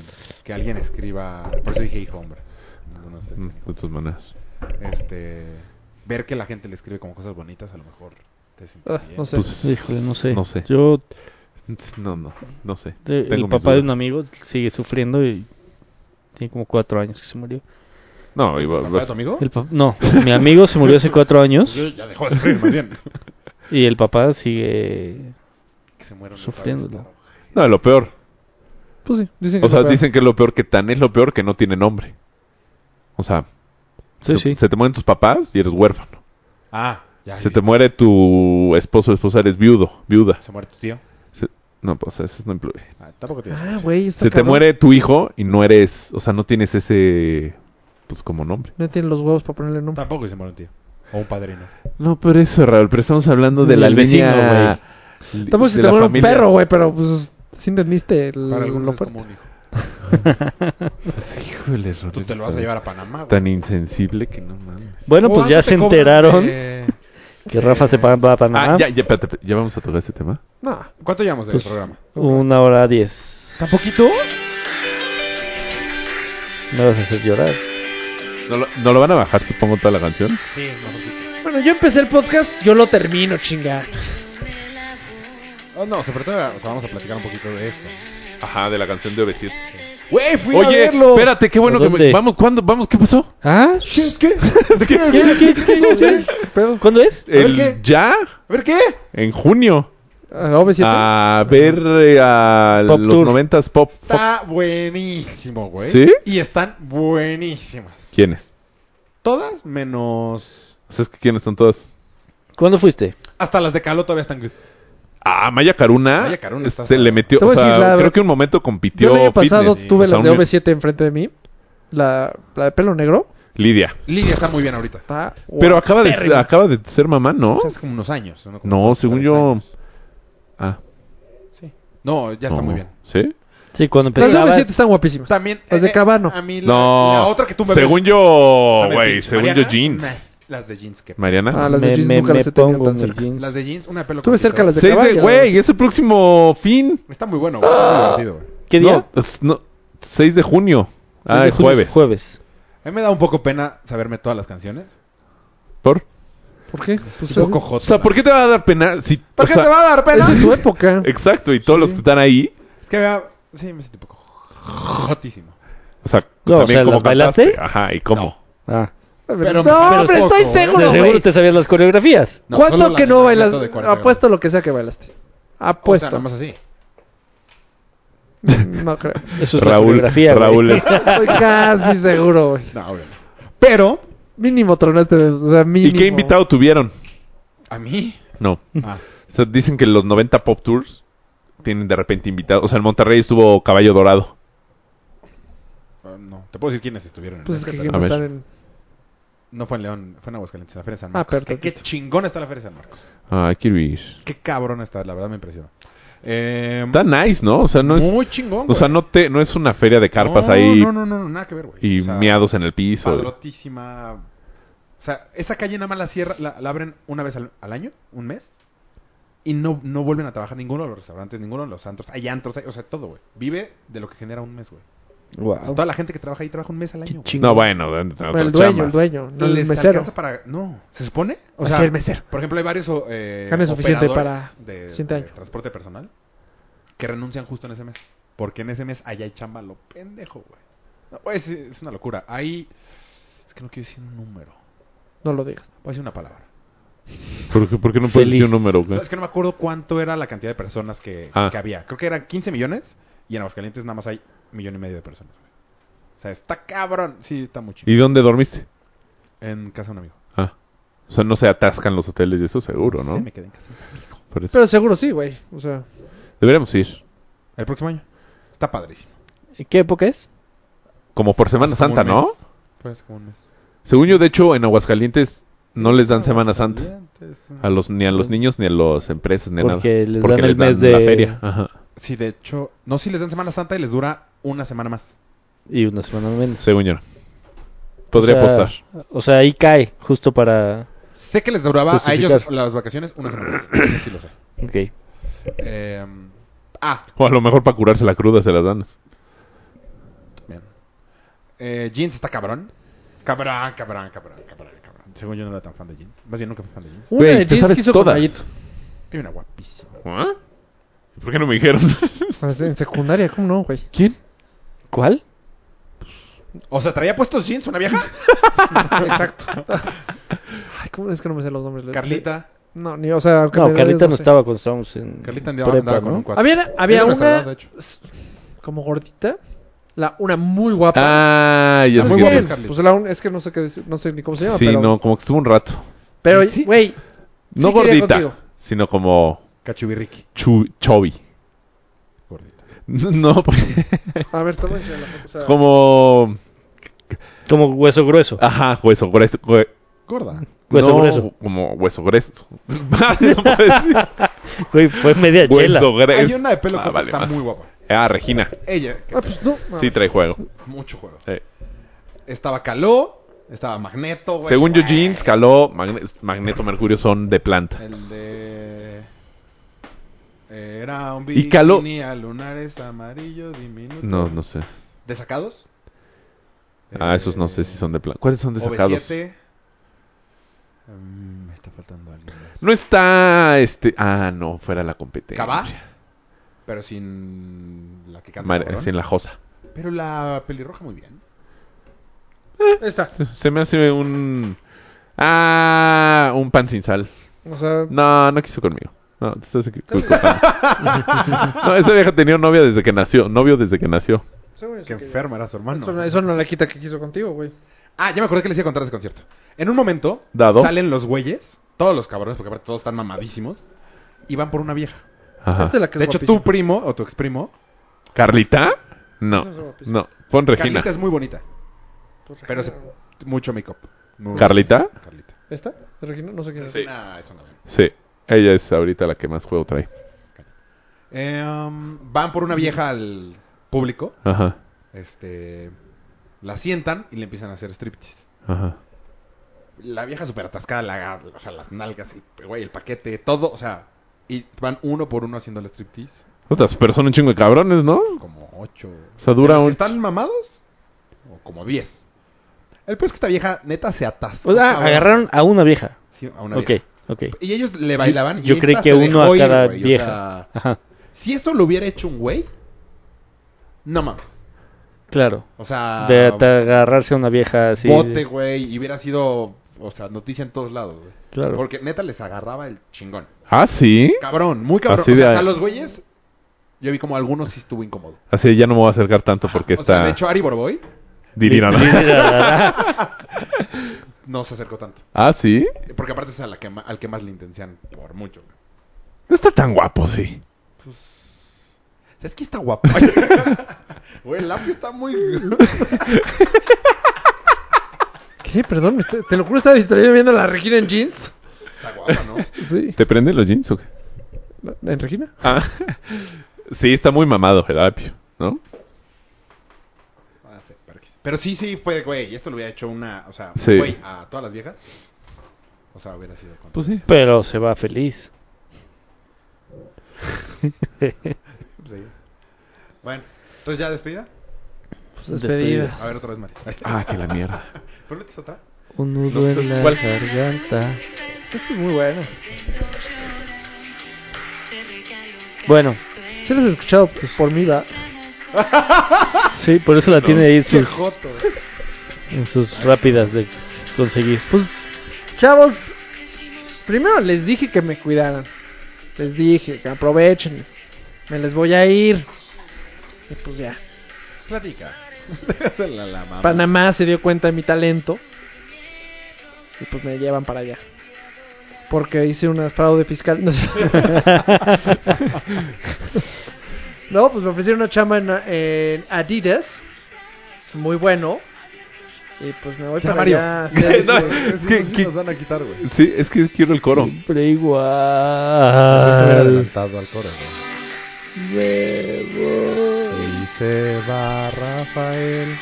Speaker 2: que alguien escriba. Por eso dije hijo, hombre. Algunos, este,
Speaker 3: Mm, De tus maneras.
Speaker 2: este, ver que la gente le escribe como cosas bonitas, a lo mejor te sientes
Speaker 5: Ah,
Speaker 2: bien.
Speaker 5: no sé.
Speaker 3: Pues,
Speaker 1: Híjole, no sé.
Speaker 3: No sé.
Speaker 1: Yo,
Speaker 3: No, no, no sé.
Speaker 1: de-
Speaker 3: Tengo
Speaker 1: el
Speaker 3: mis
Speaker 1: papá de un
Speaker 3: dudas.
Speaker 1: amigo sigue sufriendo y tiene como cuatro años que se murió.
Speaker 3: No, iba,
Speaker 2: ¿Papá de
Speaker 3: vas-
Speaker 2: tu amigo? Pues
Speaker 1: El pa- no, (laughs) mi amigo se murió hace cuatro años
Speaker 2: Yo ya dejó de escribir, más bien.
Speaker 1: y el papá sigue.
Speaker 2: Que se muera
Speaker 1: Sufriendo.
Speaker 3: no, lo peor.
Speaker 5: Pues sí, dicen que
Speaker 3: O sea,
Speaker 5: lo peor.
Speaker 3: dicen que es lo peor que tan es lo peor que no tiene nombre. O sea,
Speaker 1: Sí,
Speaker 3: te-
Speaker 1: sí.
Speaker 3: se te mueren tus papás y eres huérfano.
Speaker 2: Ah, ya.
Speaker 3: Se te muere tu esposo o esposa, eres viudo, viuda.
Speaker 2: Se muere tu tío.
Speaker 3: Se- no, pues eso no incluye.
Speaker 2: Ah, tampoco tiene.
Speaker 5: Ah, güey, está
Speaker 3: Se te
Speaker 5: cabrón.
Speaker 3: muere tu hijo y no eres, o sea, no tienes ese, pues como nombre.
Speaker 5: No tienen los huevos para ponerle nombre.
Speaker 2: Tampoco que se muere un tío. O un padrino.
Speaker 3: No, pero eso, Raúl, pero estamos hablando de
Speaker 1: Del
Speaker 3: la
Speaker 1: vecino,
Speaker 3: línea... li-
Speaker 5: Tampoco si
Speaker 3: de
Speaker 5: te
Speaker 3: la
Speaker 5: muere
Speaker 3: familia.
Speaker 5: un perro, güey, pero pues sí entendiste el,
Speaker 2: Para algunos
Speaker 5: lo
Speaker 2: es
Speaker 5: fuerte.
Speaker 2: como un hijo.
Speaker 3: Pues, Híjole, Raúl,
Speaker 2: Tú te lo vas a llevar a Panamá, güey.
Speaker 3: Tan insensible que no mames.
Speaker 1: Bueno, pues
Speaker 2: ¿Cuánto
Speaker 1: ya
Speaker 2: te
Speaker 1: se
Speaker 2: cobran Eh,
Speaker 1: enteraron
Speaker 2: de-
Speaker 1: que Rafa se pa- va a Panamá.
Speaker 3: Ah, ya, ya, espérate, espérate, ya vamos a tocar ese tema.
Speaker 5: No,
Speaker 2: ¿Cuánto llevamos del
Speaker 1: Pues-
Speaker 2: programa?
Speaker 1: Una hora diez.
Speaker 5: ¿Tan poquito?
Speaker 1: Me vas a hacer llorar.
Speaker 3: ¿No lo, no lo van a bajar, supongo, toda la canción?
Speaker 2: Sí, mejor
Speaker 5: Bueno, yo empecé el podcast, yo lo termino, chinga.
Speaker 2: Oh, no, sobre todo, o sea, vamos a platicar un poquito de esto.
Speaker 3: Ajá, de la canción de Obesid.
Speaker 2: Güey, fui a
Speaker 3: Oye,
Speaker 2: verlo.
Speaker 3: espérate, qué bueno
Speaker 1: ¿A
Speaker 3: que me-
Speaker 1: dónde?
Speaker 3: Vamos, ¿cuándo? Vamos, ¿qué pasó?
Speaker 5: ¿Ah?
Speaker 2: ¿Qué?
Speaker 5: (laughs)
Speaker 2: ¿Qué?
Speaker 1: ¿Qué?
Speaker 2: ¿Qué?
Speaker 1: ¿Qué? ¿Qué? ¿Qué? ¿Qué? ¿Cuándo es?
Speaker 2: ver,
Speaker 3: El-
Speaker 2: ¿qué?
Speaker 3: ¿Ya?
Speaker 2: A ver, ¿qué?
Speaker 3: En junio.
Speaker 5: ¿OV7?
Speaker 3: A ver eh, a
Speaker 1: Pop
Speaker 3: los
Speaker 1: Tour.
Speaker 3: noventas pop. pop.
Speaker 2: Está buenísimo, güey.
Speaker 3: ¿Sí?
Speaker 2: Y están buenísimas.
Speaker 3: ¿Quiénes?
Speaker 2: Todas menos...
Speaker 3: O sea, es que ¿Quiénes son todos?
Speaker 1: ¿Cuándo fuiste?
Speaker 2: Hasta las de Calo todavía están... good.
Speaker 3: Ah, Maya Caruna.
Speaker 2: Maya Caruna está-
Speaker 3: se le metió,
Speaker 5: Te
Speaker 3: o
Speaker 5: voy a
Speaker 3: sea,
Speaker 5: decir la-
Speaker 3: creo que un momento compitió.
Speaker 5: Yo el año pasado
Speaker 3: fitness.
Speaker 5: tuve
Speaker 3: O sea,
Speaker 5: las de
Speaker 3: un-
Speaker 5: OV7 enfrente de mí. La, la de pelo negro.
Speaker 3: Lidia.
Speaker 2: Lidia está muy bien ahorita.
Speaker 5: Está
Speaker 3: Pero
Speaker 5: guau,
Speaker 3: acaba de,
Speaker 5: pérrima.
Speaker 3: acaba de ser mamá, ¿no?
Speaker 2: O sea, hace como unos años. No, Como
Speaker 3: No,
Speaker 2: dos,
Speaker 3: según
Speaker 2: tres
Speaker 3: yo...
Speaker 2: años.
Speaker 3: Ah,
Speaker 2: Sí. No, ya está
Speaker 3: no.
Speaker 2: muy bien.
Speaker 3: ¿Sí?
Speaker 1: Sí, cuando Ah,
Speaker 5: Las de
Speaker 1: empezaba.
Speaker 5: OV7 están guapísimas.
Speaker 2: Pues También... eh,
Speaker 5: Las de Cabano.
Speaker 2: A mí la,
Speaker 3: No.
Speaker 2: la otra que tú me
Speaker 3: Según
Speaker 2: ves-
Speaker 3: yo,
Speaker 2: Dame
Speaker 3: güey,
Speaker 2: pinche.
Speaker 3: según
Speaker 2: Mariana,
Speaker 3: yo, jeans.
Speaker 2: nah, Las de jeans que...
Speaker 3: Mariana.
Speaker 5: Ah, las de
Speaker 1: me,
Speaker 5: jeans
Speaker 1: me,
Speaker 5: nunca
Speaker 1: me
Speaker 5: las he tenido
Speaker 1: pongo
Speaker 5: tan
Speaker 1: mis
Speaker 5: cerca.
Speaker 1: jeans.
Speaker 2: Las de jeans, una pelo
Speaker 5: Tuve cerca las de
Speaker 3: Seis de,
Speaker 5: caballo.
Speaker 3: güey, es el próximo fin.
Speaker 2: Está muy bueno, güey. Está muy divertido, güey.
Speaker 1: ¿Qué día?
Speaker 3: No, es- no, 6 de junio. Ah,
Speaker 1: de
Speaker 3: es
Speaker 1: junio,
Speaker 3: jueves.
Speaker 1: Jueves.
Speaker 2: A mí me da un poco pena saberme todas las canciones.
Speaker 3: ¿Por?
Speaker 5: ¿Por qué?
Speaker 2: (laughs)
Speaker 5: Pues
Speaker 2: Un poco
Speaker 5: es,
Speaker 2: joto.
Speaker 3: O sea, ¿por qué te va a dar pena? Si,
Speaker 2: ¿Por
Speaker 3: o
Speaker 2: qué
Speaker 3: sea,
Speaker 2: te va a dar pena?
Speaker 5: es de tu (laughs) época.
Speaker 3: Exacto, y todos los que están ahí.
Speaker 2: Es que vea, sí, me siento un poco jotísimo.
Speaker 3: O sea,
Speaker 1: No, o
Speaker 3: también
Speaker 1: sea,
Speaker 3: cómo
Speaker 1: ¿las bailaste?
Speaker 3: cantaste. Ajá, ¿y cómo?
Speaker 1: Ah.
Speaker 2: Pero-
Speaker 5: no,
Speaker 2: pero
Speaker 5: hombre,
Speaker 2: poco,
Speaker 5: estoy
Speaker 2: güey.
Speaker 5: seguro,
Speaker 1: Seguro
Speaker 5: güey.
Speaker 1: te sabías las coreografías.
Speaker 2: No, solo
Speaker 5: ¿Cuánto
Speaker 2: la
Speaker 5: que
Speaker 2: de
Speaker 5: no
Speaker 2: Magneto
Speaker 5: bailas?
Speaker 2: de cuarto grado.
Speaker 5: Apuesto lo que sea que bailaste.
Speaker 2: O
Speaker 5: Apuesto.
Speaker 2: sea, nomás así.
Speaker 5: no
Speaker 2: (laughs)
Speaker 5: creo.
Speaker 1: Eso es pues, la
Speaker 3: Raúl,
Speaker 1: coreografía. güey. (laughs)
Speaker 3: Raúl, es-
Speaker 5: Estoy casi seguro, güey.
Speaker 2: No, obvio no. Pero,
Speaker 5: Mínimo tronaste. O sea,
Speaker 3: ¿Y
Speaker 5: mínimo.
Speaker 3: qué invitado tuvieron?
Speaker 2: a
Speaker 5: (laughs)
Speaker 2: mí.
Speaker 3: No.
Speaker 2: Ah,
Speaker 3: O sea, dicen que los 90 Pop Tours tienen de repente invitados. O sea, en Monterrey estuvo Caballo Dorado.
Speaker 2: no. Te puedo decir quiénes estuvieron. en
Speaker 5: Pues es
Speaker 2: este,
Speaker 5: que
Speaker 2: pero-
Speaker 5: no
Speaker 3: ver.
Speaker 5: están en.
Speaker 2: No fue en León, fue en Aguascalientes, en la Feria de San
Speaker 5: Ah,
Speaker 2: Marcos.
Speaker 5: pero
Speaker 2: ¿Qué, qué
Speaker 5: tantito.
Speaker 2: chingón está la Feria de San Marcos.
Speaker 3: Ay, qué Luis.
Speaker 2: Qué cabrón está, la verdad me impresionó. Eh,
Speaker 3: Está nice, ¿no? O sea, no es,
Speaker 2: muy chingón.
Speaker 3: o sea,
Speaker 2: güey.
Speaker 3: no, te, no es una feria de carpas
Speaker 2: No,
Speaker 3: ahí
Speaker 2: No, no, no, no, nada que ver, güey.
Speaker 3: y
Speaker 2: O sea,
Speaker 3: miados en el piso.
Speaker 2: Padrotísima. O sea, esa calle nada más la cierra, la, la abren una vez al, al año, un mes. Y no, no vuelven a trabajar ninguno de los restaurantes, ninguno de los antros. Hay antros, hay- o sea, todo, güey. Vive de lo que genera un mes, güey. O sea,
Speaker 1: Wow.
Speaker 2: toda la gente que trabaja ahí trabaja un mes al año. güey.
Speaker 3: No, bueno, de- de- de
Speaker 5: Bueno, el
Speaker 3: otras
Speaker 5: dueño,
Speaker 3: chambas.
Speaker 5: el dueño, no el
Speaker 2: Les
Speaker 5: mesero.
Speaker 2: alcanza para... No, ¿se supone? O
Speaker 5: Así, el mesero.
Speaker 2: Por ejemplo, hay varios o, eh,
Speaker 5: Carne suficiente
Speaker 2: operadores
Speaker 5: para
Speaker 2: de,
Speaker 5: siguiente
Speaker 2: de
Speaker 5: año.
Speaker 2: transporte personal que renuncian justo en ese mes. Porque en ese mes allá hay chamba lo pendejo, güey. No, güey, es, es una locura. Ahí... Es que no quiero decir un número.
Speaker 5: No lo digas.
Speaker 2: Voy a decir una palabra.
Speaker 3: ¿Por qué, por qué no puedes
Speaker 1: Feliz.
Speaker 3: decir un número? güey?
Speaker 2: Es que no me acuerdo cuánto era la cantidad de personas que,
Speaker 3: Ah.
Speaker 2: que había. Creo que eran 15 millones y en Aguascalientes nada más hay millón y medio de personas. güey. O sea, está cabrón. Sí, está muy chido.
Speaker 3: ¿Y dónde dormiste?
Speaker 2: En casa de un amigo.
Speaker 3: Ah. O sea, no se atascan los hoteles y eso seguro, ¿no?
Speaker 2: Sí, me quedé en casa. de un amigo.
Speaker 3: Por eso.
Speaker 5: Pero seguro sí, güey. O sea,
Speaker 3: Deberíamos ir.
Speaker 2: El próximo año. Está padrísimo.
Speaker 1: ¿Qué época es?
Speaker 3: Como por Semana
Speaker 2: Hace como
Speaker 3: Santa,
Speaker 2: un mes.
Speaker 3: ¿no?
Speaker 2: Fue hace como un mes.
Speaker 3: Según yo, de hecho, en Aguascalientes no les dan Semana Santa. A los, ni a los niños, ni a las empresas, ni a
Speaker 1: Porque
Speaker 3: nada.
Speaker 1: les dan el mes
Speaker 3: la
Speaker 1: de-
Speaker 3: feria. Ajá.
Speaker 2: Sí, de hecho, no, si les dan Semana Santa y les dura una semana más.
Speaker 1: Y una semana menos.
Speaker 3: Según yo. Podría
Speaker 1: O sea,
Speaker 3: apostar.
Speaker 1: O sea, ahí cae, justo para.
Speaker 2: Sé que les duraba a
Speaker 1: Justificar.
Speaker 2: ellos las vacaciones una semana más. Eso sí lo sé.
Speaker 1: Ok.
Speaker 2: Eh, ah,
Speaker 3: O a lo mejor para curarse la cruda se las dan.
Speaker 2: bien. Eh, jeans está cabrón. Cabrón, cabrón, cabrón, cabrón, cabrón. Según yo no era tan fan de jeans. Más bien nunca fui fan de jeans.
Speaker 5: una
Speaker 3: Güey,
Speaker 5: de
Speaker 3: te
Speaker 5: jeans
Speaker 3: sabes
Speaker 5: que hizo
Speaker 3: todas.
Speaker 5: con gallito.
Speaker 2: Hay una guapísima.
Speaker 3: ¿Ah? ¿Por qué no me dijeron?
Speaker 5: Pues, En secundaria, ¿cómo no, güey?
Speaker 3: ¿Quién?
Speaker 1: ¿Cuál?
Speaker 2: O sea, traía puestos jeans una
Speaker 3: (laughs)
Speaker 2: vieja. Exacto.
Speaker 5: Ay, ¿cómo es que no me sé los nombres?
Speaker 2: Carlita.
Speaker 5: No, ni, o sea, aunque me
Speaker 1: No,
Speaker 5: des,
Speaker 1: Carlita no
Speaker 5: sé.
Speaker 1: estaba con Sounds en.
Speaker 2: Carlita andaba, andaba con un cuatro.
Speaker 5: Había, había
Speaker 2: Era restaurante,
Speaker 5: una
Speaker 2: de hecho.
Speaker 5: s- como gordita, la una muy guapa.
Speaker 3: (laughs) Ah, ya
Speaker 5: Es
Speaker 3: sé
Speaker 2: muy
Speaker 5: que-
Speaker 3: quién
Speaker 2: guapa
Speaker 3: es.
Speaker 2: es Carlita.
Speaker 5: pues la un- es que no sé qué decir- no sé ni cómo se llama,
Speaker 3: Sí,
Speaker 5: pero
Speaker 3: no, como que estuvo un rato.
Speaker 5: pero
Speaker 2: Sí.
Speaker 5: güey, sí
Speaker 3: No
Speaker 5: quería
Speaker 3: gordita,
Speaker 5: contigo.
Speaker 3: sino como
Speaker 2: Cachubirriqui.
Speaker 3: chu chubby. (laughs)
Speaker 2: Gordita.
Speaker 1: (laughs)
Speaker 3: No, porque-
Speaker 5: A ver, te voy a enseñar la foto, o sea,
Speaker 3: como...
Speaker 1: Como hueso grueso.
Speaker 3: Ajá, hueso grueso. hue- (laughs)
Speaker 2: Gorda.
Speaker 1: Hueso
Speaker 3: no,
Speaker 1: grueso.
Speaker 3: Como
Speaker 1: (laughs)
Speaker 3: hueso grueso. (laughs) No puedo decir.
Speaker 1: Güey, fue media chela.
Speaker 3: hueso grueso.
Speaker 2: Hay una de pelo
Speaker 3: ah,
Speaker 2: corto
Speaker 3: vale,
Speaker 2: que está
Speaker 3: más.
Speaker 2: muy guapa.
Speaker 3: Ah, Regina.
Speaker 2: Ella, que
Speaker 5: Ah, pues no.
Speaker 3: Sí, trae juego.
Speaker 2: mucho juego.
Speaker 3: Eh,
Speaker 2: Estaba Caló, estaba Magneto, güey.
Speaker 3: Según yo, Jeans, Caló, Magne- Magneto, Mercurio son de planta.
Speaker 2: El de. eh, Era un
Speaker 3: Y Caló-
Speaker 2: bikini a lunares amarillo diminuto.
Speaker 3: No, no sé.
Speaker 2: ¿De sacados?
Speaker 3: Ah, esos no sé si son de planta. ¿Cuáles son de sacados?
Speaker 2: OV7. Mm, me está faltando alguien. más.
Speaker 3: No está este. Ah, no, fuera la competencia.
Speaker 2: ¿Cabá? Pero sin la que canta.
Speaker 3: Mar-
Speaker 2: cabrón.
Speaker 3: sí, en la Josa.
Speaker 2: Pero la pelirroja muy bien.
Speaker 3: Eh.
Speaker 5: Esta.
Speaker 3: Se me hace un. Ah, un pan sin sal.
Speaker 5: O sea,
Speaker 3: No, no quiso conmigo. No, te estás equivocando.
Speaker 2: (laughs)
Speaker 3: no, esa vieja tenía novia desde que nació. Novio desde que nació.
Speaker 5: según yo
Speaker 2: Qué
Speaker 5: sí que-
Speaker 2: enferma era su hermano.
Speaker 5: Esto no- Eso no la quita que quiso contigo, güey.
Speaker 2: Ah, ya me acordé que les iba a contar ese concierto. En un momento
Speaker 3: Dado.
Speaker 2: salen los güeyes, todos los cabrones, porque aparte todos están mamadísimos, y van por una vieja.
Speaker 3: Ajá.
Speaker 5: Esta es la que
Speaker 2: de
Speaker 5: es
Speaker 2: hecho,
Speaker 5: guapísima.
Speaker 2: tu primo o tu exprimo,
Speaker 3: ¿Carlita? No.
Speaker 2: Este
Speaker 5: Esa es guapísima.
Speaker 3: No. Pon Regina.
Speaker 2: Carlita es muy bonita,
Speaker 5: Pues,
Speaker 2: pero es
Speaker 5: Regina,
Speaker 2: mucho make-up. Muy
Speaker 3: ¿Carlita?
Speaker 2: bonita, Carlita.
Speaker 5: ¿Esta? ¿De Regina? No sé quién es.
Speaker 3: Sí.
Speaker 2: Nah, eso no veo.
Speaker 3: Sí. Ella es ahorita la que más juego trae.
Speaker 2: Eh, um, van por una vieja al público,
Speaker 3: Ajá.
Speaker 2: este, la sientan y le empiezan a hacer striptease.
Speaker 3: Ajá.
Speaker 2: La vieja súper atascada, la, gar- o sea, las nalgas, el, güey, el paquete, todo, o sea, y van uno por uno haciendo el striptease,
Speaker 3: Otras, pero son un chingo de cabrones, ¿no? O
Speaker 2: como ocho.
Speaker 3: sea, dura
Speaker 2: ¿Los que
Speaker 3: un.
Speaker 2: están mamados? O como 10. El peor es que esta vieja neta se atascó.
Speaker 1: O sea,
Speaker 2: cabrón.
Speaker 1: agarraron a una vieja.
Speaker 2: Sí, a Ah, una
Speaker 1: Ok,
Speaker 2: vieja.
Speaker 1: ok.
Speaker 2: Y ellos le bailaban. y
Speaker 1: Yo creí
Speaker 2: esta
Speaker 1: que
Speaker 2: se
Speaker 1: uno
Speaker 2: dejó
Speaker 1: a
Speaker 2: ir,
Speaker 1: cada
Speaker 2: güey, o
Speaker 1: vieja.
Speaker 2: sea,
Speaker 1: Ajá,
Speaker 2: si eso lo hubiera hecho un güey, no mames.
Speaker 1: claro.
Speaker 2: O sea,
Speaker 1: De at- agarrarse a una vieja así.
Speaker 2: Ah, bote, güey, y hubiera sido, o sea, noticia en todos lados, güey.
Speaker 1: Claro.
Speaker 2: Porque neta les agarraba el chingón.
Speaker 3: Ah, sí.
Speaker 2: Cabrón, muy cabrón.
Speaker 3: Así
Speaker 2: o sea,
Speaker 3: de-
Speaker 2: a los güeyes, yo vi como algunos sí estuvo incómodo.
Speaker 3: Así ya no me voy a acercar tanto porque
Speaker 2: O sea,
Speaker 3: está.
Speaker 2: de hecho, Ari Boroboy
Speaker 3: (laughs) Dirirana.
Speaker 2: no se acercó tanto.
Speaker 3: Ah, sí.
Speaker 2: Porque aparte es a la que ma- al que más le intensian por mucho, güey.
Speaker 3: No está tan guapo, sí.
Speaker 2: ¿Sabes que está (laughs) guapo? Güey, el apio está muy...
Speaker 5: ¿Qué? Perdón, me está- te lo juro, estaba distraído viendo a la Regina en jeans.
Speaker 2: Está guapa, ¿no?
Speaker 5: Sí.
Speaker 3: ¿Te prenden los jeans o qué?
Speaker 5: ¿La- ¿En Regina?
Speaker 3: Ah, (laughs) sí, está muy mamado el apio, ¿no?
Speaker 2: (laughs) Ah, sí, perquis. Pero sí, sí, fue, güey, esto lo hubiera hecho una, o sea, un
Speaker 3: Sí.
Speaker 2: güey a todas las viejas. O sea, hubiera sido con...
Speaker 3: Pues sí.
Speaker 1: Pero se va feliz.
Speaker 2: pues sí. Bueno, entonces ya despedida.
Speaker 5: Pues
Speaker 1: despedida.
Speaker 5: despedida.
Speaker 2: A ver otra vez, Mari.
Speaker 3: Ah, que la mierda.
Speaker 2: (laughs) ¿Pero metes otra?
Speaker 1: Un nudo
Speaker 3: No,
Speaker 1: en la
Speaker 3: ¿cuál?
Speaker 1: garganta.
Speaker 5: Esto es muy bueno.
Speaker 1: Bueno,
Speaker 5: Si lo has escuchado, pues por mí va.
Speaker 1: sí, por eso la tiene ahí en sus,
Speaker 5: Joto.
Speaker 2: ¿eh?
Speaker 1: en sus rápidas de conseguir.
Speaker 5: Pues, chavos, primero les dije que me cuidaran. Les dije que aprovechen. Me les voy a ir. Y pues ya.
Speaker 2: Platica. Dásela a la mamá.
Speaker 5: Panamá se dio cuenta de mi talento. Y pues me llevan para allá. Porque hice un fraude fiscal. (laughs) No, sé. No, pues me ofrecieron una chamba en, en Adidas. Muy bueno. Y pues me voy
Speaker 2: Ya,
Speaker 5: para
Speaker 2: Mario.
Speaker 3: (laughs)
Speaker 5: allá. Sí,
Speaker 3: No,
Speaker 5: sí.
Speaker 2: Es que sí nos van a quitar, güey.
Speaker 3: Sí, es que quiero el coro.
Speaker 1: Siempre
Speaker 2: Estuviera
Speaker 1: igual.
Speaker 2: adelantado al coro, güey. Y se va Rafael.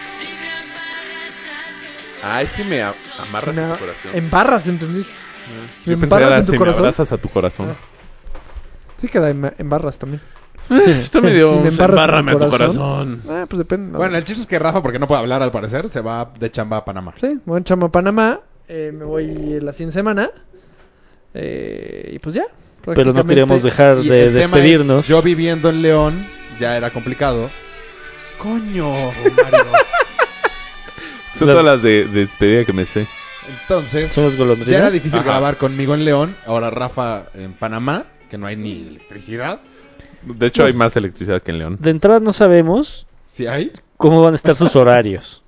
Speaker 3: Ay, sí me a- amarras
Speaker 5: Una-
Speaker 3: tu corazón.
Speaker 5: en barras, ¿entendés?
Speaker 3: Ah. Yo
Speaker 5: en
Speaker 3: pensé
Speaker 5: barras
Speaker 3: era,
Speaker 5: em, en tu
Speaker 3: si me
Speaker 5: corazón. Ah.
Speaker 3: abrazas a tu corazón.
Speaker 5: Sí queda en, en barras también.
Speaker 3: (laughs) Está medio...
Speaker 5: (laughs) Si me embarras en
Speaker 3: embárrame a tu
Speaker 5: tu
Speaker 3: corazón.
Speaker 5: Ah, pues depende. ¿no?
Speaker 2: Bueno, el chiste es que Rafa, porque no puede hablar al parecer, se va de chamba a Panamá.
Speaker 5: Sí, buen chamo a Panamá. eh, me voy la siguiente semana. eh, y pues ya.
Speaker 1: Pero no
Speaker 5: prácticamente-
Speaker 1: queríamos dejar
Speaker 2: Y
Speaker 1: de
Speaker 2: el tema
Speaker 1: despedirnos.
Speaker 2: es, yo viviendo en León ya era complicado. Coño, Mario.
Speaker 3: Son
Speaker 1: Las-
Speaker 3: todas las de, de despedida que me sé.
Speaker 2: Entonces,
Speaker 1: Son los
Speaker 2: ya era
Speaker 1: golondrinas.
Speaker 2: difícil
Speaker 3: Ajá.
Speaker 2: grabar conmigo en León, ahora Rafa en Panamá, que no hay ni electricidad.
Speaker 3: De hecho,
Speaker 1: Pues-
Speaker 3: hay más electricidad que en León.
Speaker 1: De entrada no sabemos
Speaker 2: Si hay.
Speaker 1: cómo van a estar sus horarios.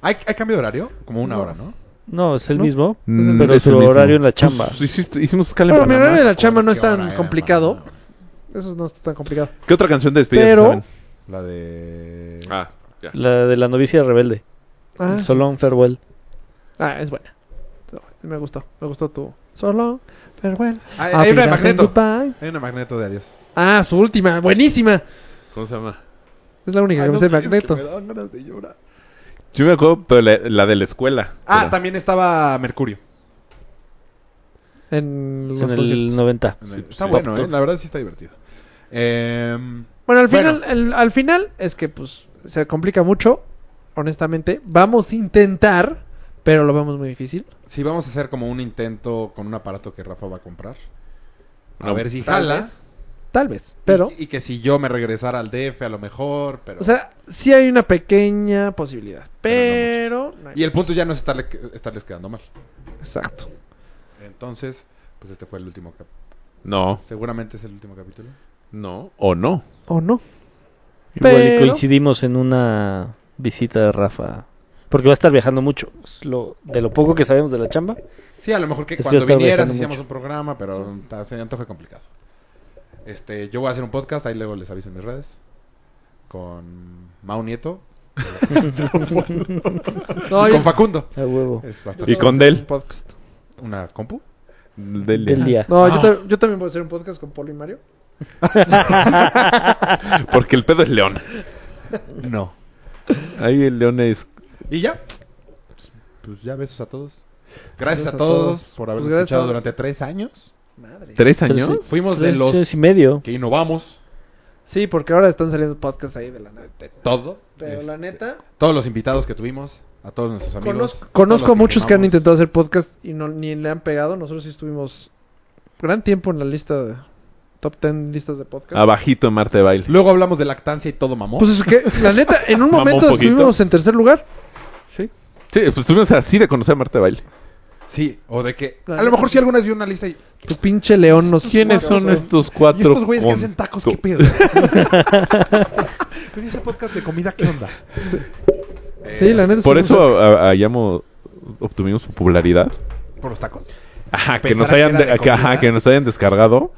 Speaker 2: ¿Hay, hay cambio de horario? Como una hora, ¿no?
Speaker 1: No, es el
Speaker 5: No.
Speaker 1: mismo,
Speaker 3: Mm,
Speaker 1: pero
Speaker 3: es el
Speaker 1: su
Speaker 3: mismo.
Speaker 1: horario en la chamba.
Speaker 3: Pues, hiciste- hicimos escala en
Speaker 5: Bueno, mi
Speaker 3: Panamá.
Speaker 5: horario de la chamba no
Speaker 2: ¿Qué
Speaker 5: es
Speaker 2: hora
Speaker 5: tan
Speaker 2: era
Speaker 5: complicado.
Speaker 2: Panamá?
Speaker 5: Eso no es tan complicado.
Speaker 3: ¿Qué otra canción de despedida se
Speaker 5: Pero-
Speaker 3: saben?
Speaker 2: La de.
Speaker 3: Ah, ya.
Speaker 1: La de la novicia rebelde.
Speaker 5: Ah,
Speaker 1: El Solón Farewell.
Speaker 5: ah, es buena. Me gustó. Me gustó tu. Solo. Pero bueno.
Speaker 2: Hay, hay una de
Speaker 5: Happy dancing
Speaker 2: Ah, Magneto.
Speaker 5: goodbye.
Speaker 2: Hay una de Magneto de adiós.
Speaker 5: Ah, su última. Buenísima.
Speaker 3: ¿Cómo se llama?
Speaker 5: Es la única
Speaker 2: Ay,
Speaker 5: que
Speaker 2: Ah, no,
Speaker 5: me sé de
Speaker 2: es que
Speaker 5: Magneto.
Speaker 2: me dan ganas de llorar.
Speaker 3: Yo me acuerdo, pero la, la de la escuela.
Speaker 2: Ah,
Speaker 3: Era-
Speaker 2: también estaba Mercurio.
Speaker 5: En los
Speaker 1: En
Speaker 5: conciertos.
Speaker 1: el 90.
Speaker 2: está
Speaker 3: sí.
Speaker 2: bueno,
Speaker 3: Top,
Speaker 2: ¿eh?
Speaker 3: top.
Speaker 2: La verdad sí está divertido. Em,
Speaker 5: Bueno, al
Speaker 2: Bueno.
Speaker 5: final, el- al final es que pues se complica mucho, honestamente. Vamos a intentar, pero lo vemos muy difícil.
Speaker 2: sí, vamos a hacer como un intento con un aparato que Rafa va a comprar. A
Speaker 3: No.
Speaker 2: ver si
Speaker 5: Tal
Speaker 2: jala.
Speaker 5: vez. Tal vez, pero...
Speaker 2: Y, y que si yo me regresara al DF a lo mejor, pero...
Speaker 5: O sea, sí hay una pequeña posibilidad,
Speaker 2: Pero
Speaker 5: pero... no hay-
Speaker 2: y el punto ya no es estarle, estarles quedando mal.
Speaker 5: Exacto.
Speaker 2: Entonces, pues este fue el último capítulo.
Speaker 3: No,
Speaker 2: Seguramente es el último capítulo.
Speaker 3: no, o no.
Speaker 5: ¿O no?
Speaker 1: Igual y
Speaker 5: Pero-
Speaker 1: coincidimos en una visita de Rafa. Porque va a estar viajando mucho. Es Lo, de lo poco que sabemos de la chamba.
Speaker 2: Sí, a lo mejor que
Speaker 1: Es que
Speaker 2: cuando
Speaker 1: está
Speaker 2: vinieras
Speaker 1: viajando
Speaker 2: hacíamos
Speaker 1: mucho.
Speaker 2: un programa, pero ta- se me antoja complicado. Este, yo voy a hacer un podcast, ahí luego les aviso en mis redes. Con Mau Nieto.
Speaker 5: No,
Speaker 2: y
Speaker 5: yo-
Speaker 2: con Facundo.
Speaker 1: A huevo.
Speaker 2: Es bastante...
Speaker 3: Y con Del.
Speaker 5: podcast.
Speaker 2: ¿Una compu?
Speaker 3: Del
Speaker 1: Del día.
Speaker 5: No,
Speaker 2: Ah.
Speaker 5: yo, ta- yo también voy a hacer un podcast con Polo y Mario.
Speaker 3: (laughs) Porque el pedo es León.
Speaker 2: No.
Speaker 3: Ahí el León es.
Speaker 2: Y ya. Pues ya besos a todos. Gracias
Speaker 5: Besos
Speaker 2: a
Speaker 5: a
Speaker 2: todos,
Speaker 5: todos.
Speaker 2: por haber
Speaker 5: Pues gracias
Speaker 2: escuchado
Speaker 5: a-
Speaker 2: durante tres años.
Speaker 5: Madre.
Speaker 3: ¿Tres
Speaker 1: Pero
Speaker 3: años?
Speaker 1: sí.
Speaker 2: Fuimos de
Speaker 1: Tres
Speaker 2: los
Speaker 1: años y medio.
Speaker 2: que innovamos
Speaker 5: Sí, porque ahora están saliendo podcasts ahí de la neta.
Speaker 2: de todo.
Speaker 5: Pero
Speaker 2: Este,
Speaker 5: la neta...
Speaker 2: Todos los invitados que tuvimos, a todos nuestros amigos.
Speaker 5: Conozco,
Speaker 2: todos
Speaker 5: conozco
Speaker 2: los
Speaker 5: a muchos que han
Speaker 2: firmamos.
Speaker 5: intentado hacer podcast y no, ni le han pegado. Nosotros sí estuvimos gran tiempo en la lista de top 10 listas de podcast.
Speaker 3: Abajito en Marte Baile.
Speaker 2: Luego hablamos de lactancia y todo mamó.
Speaker 5: pues es que, la neta,
Speaker 3: (laughs)
Speaker 5: en un
Speaker 3: Mamó
Speaker 5: momento
Speaker 3: un poquito.
Speaker 5: estuvimos en tercer lugar.
Speaker 3: Sí. Sí, pues estuvimos así de conocer a Marte Baile.
Speaker 2: sí, o de que
Speaker 5: La
Speaker 2: a lo
Speaker 5: neta.
Speaker 2: mejor si alguna vez vi una lista y,
Speaker 5: Tu pinche león nos.
Speaker 3: ¿Quiénes
Speaker 5: nos-
Speaker 3: son estos cuatro?
Speaker 2: y estos güeyes que hacen tacos, qué
Speaker 3: (laughs)
Speaker 2: pedo. (laughs) Pero ese podcast de comida, ¿qué onda? Eh,
Speaker 5: Sí, la neta.
Speaker 3: Por
Speaker 5: estuvimos-
Speaker 3: eso a- a- hayamos- obtuvimos popularidad.
Speaker 2: ¿Por los tacos?
Speaker 3: Ajá, que
Speaker 2: Pensar
Speaker 3: nos
Speaker 2: que
Speaker 3: hayan,
Speaker 2: era
Speaker 3: de-
Speaker 2: de
Speaker 3: que, ajá,
Speaker 2: comida. Pues
Speaker 3: que nos hayan descargado.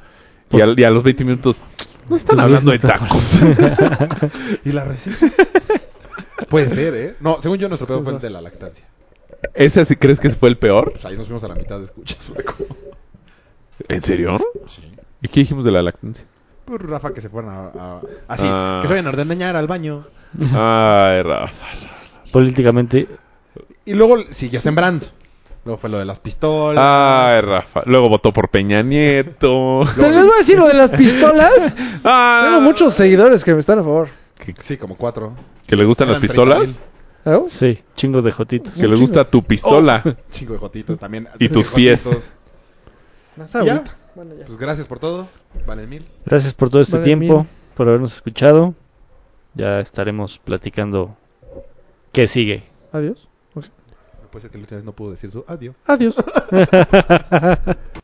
Speaker 3: Y, al- y a los 20 minutos. No están hablando de tacos. (laughs)
Speaker 5: (laughs)
Speaker 2: ¿Y la receta? Puede ser, ¿eh? No, según yo, nuestro pedo fue el de la lactancia.
Speaker 3: ¿Ese sí crees que fue el peor?
Speaker 2: Pues ahí nos fuimos a la mitad de escuchas, (laughs) flaco.
Speaker 3: ¿En serio?
Speaker 2: Sí.
Speaker 3: ¿Y qué dijimos de la lactancia?
Speaker 2: Pues Rafa que se fueron a... a- Así,
Speaker 3: Ah.
Speaker 2: que se vayan a ordeñar al baño.
Speaker 3: Ay, Rafa.
Speaker 1: Políticamente,
Speaker 2: Y luego siguió sembrando. Luego fue lo de las pistolas.
Speaker 3: Ay, Rafa. Luego votó por Peña Nieto.
Speaker 5: Te les voy a decir lo de las pistolas.
Speaker 3: (laughs) Ah,
Speaker 5: Tengo muchos seguidores que me están a favor.
Speaker 2: Sí, como cuatro.
Speaker 3: ¿Que le gustan las
Speaker 2: Eran
Speaker 3: pistolas?
Speaker 2: 30,000.
Speaker 5: ¿Sabes?
Speaker 1: sí, chingo de jotitos.
Speaker 3: Que le gusta tu pistola.
Speaker 2: Cinco de jotitos también.
Speaker 3: Y tus pies.
Speaker 2: Jotitos.
Speaker 5: Hasta
Speaker 2: ¿Ya?
Speaker 5: ahorita. Bueno, ya.
Speaker 2: Pues gracias por todo. Valen mil.
Speaker 1: Gracias por todo este
Speaker 5: Vale,
Speaker 1: tiempo,
Speaker 5: bien.
Speaker 1: por habernos escuchado. Ya estaremos platicando qué (laughs) sigue.
Speaker 5: Adiós.
Speaker 2: Puede ser que la última vez no pudo decir su adiós.
Speaker 5: Adiós.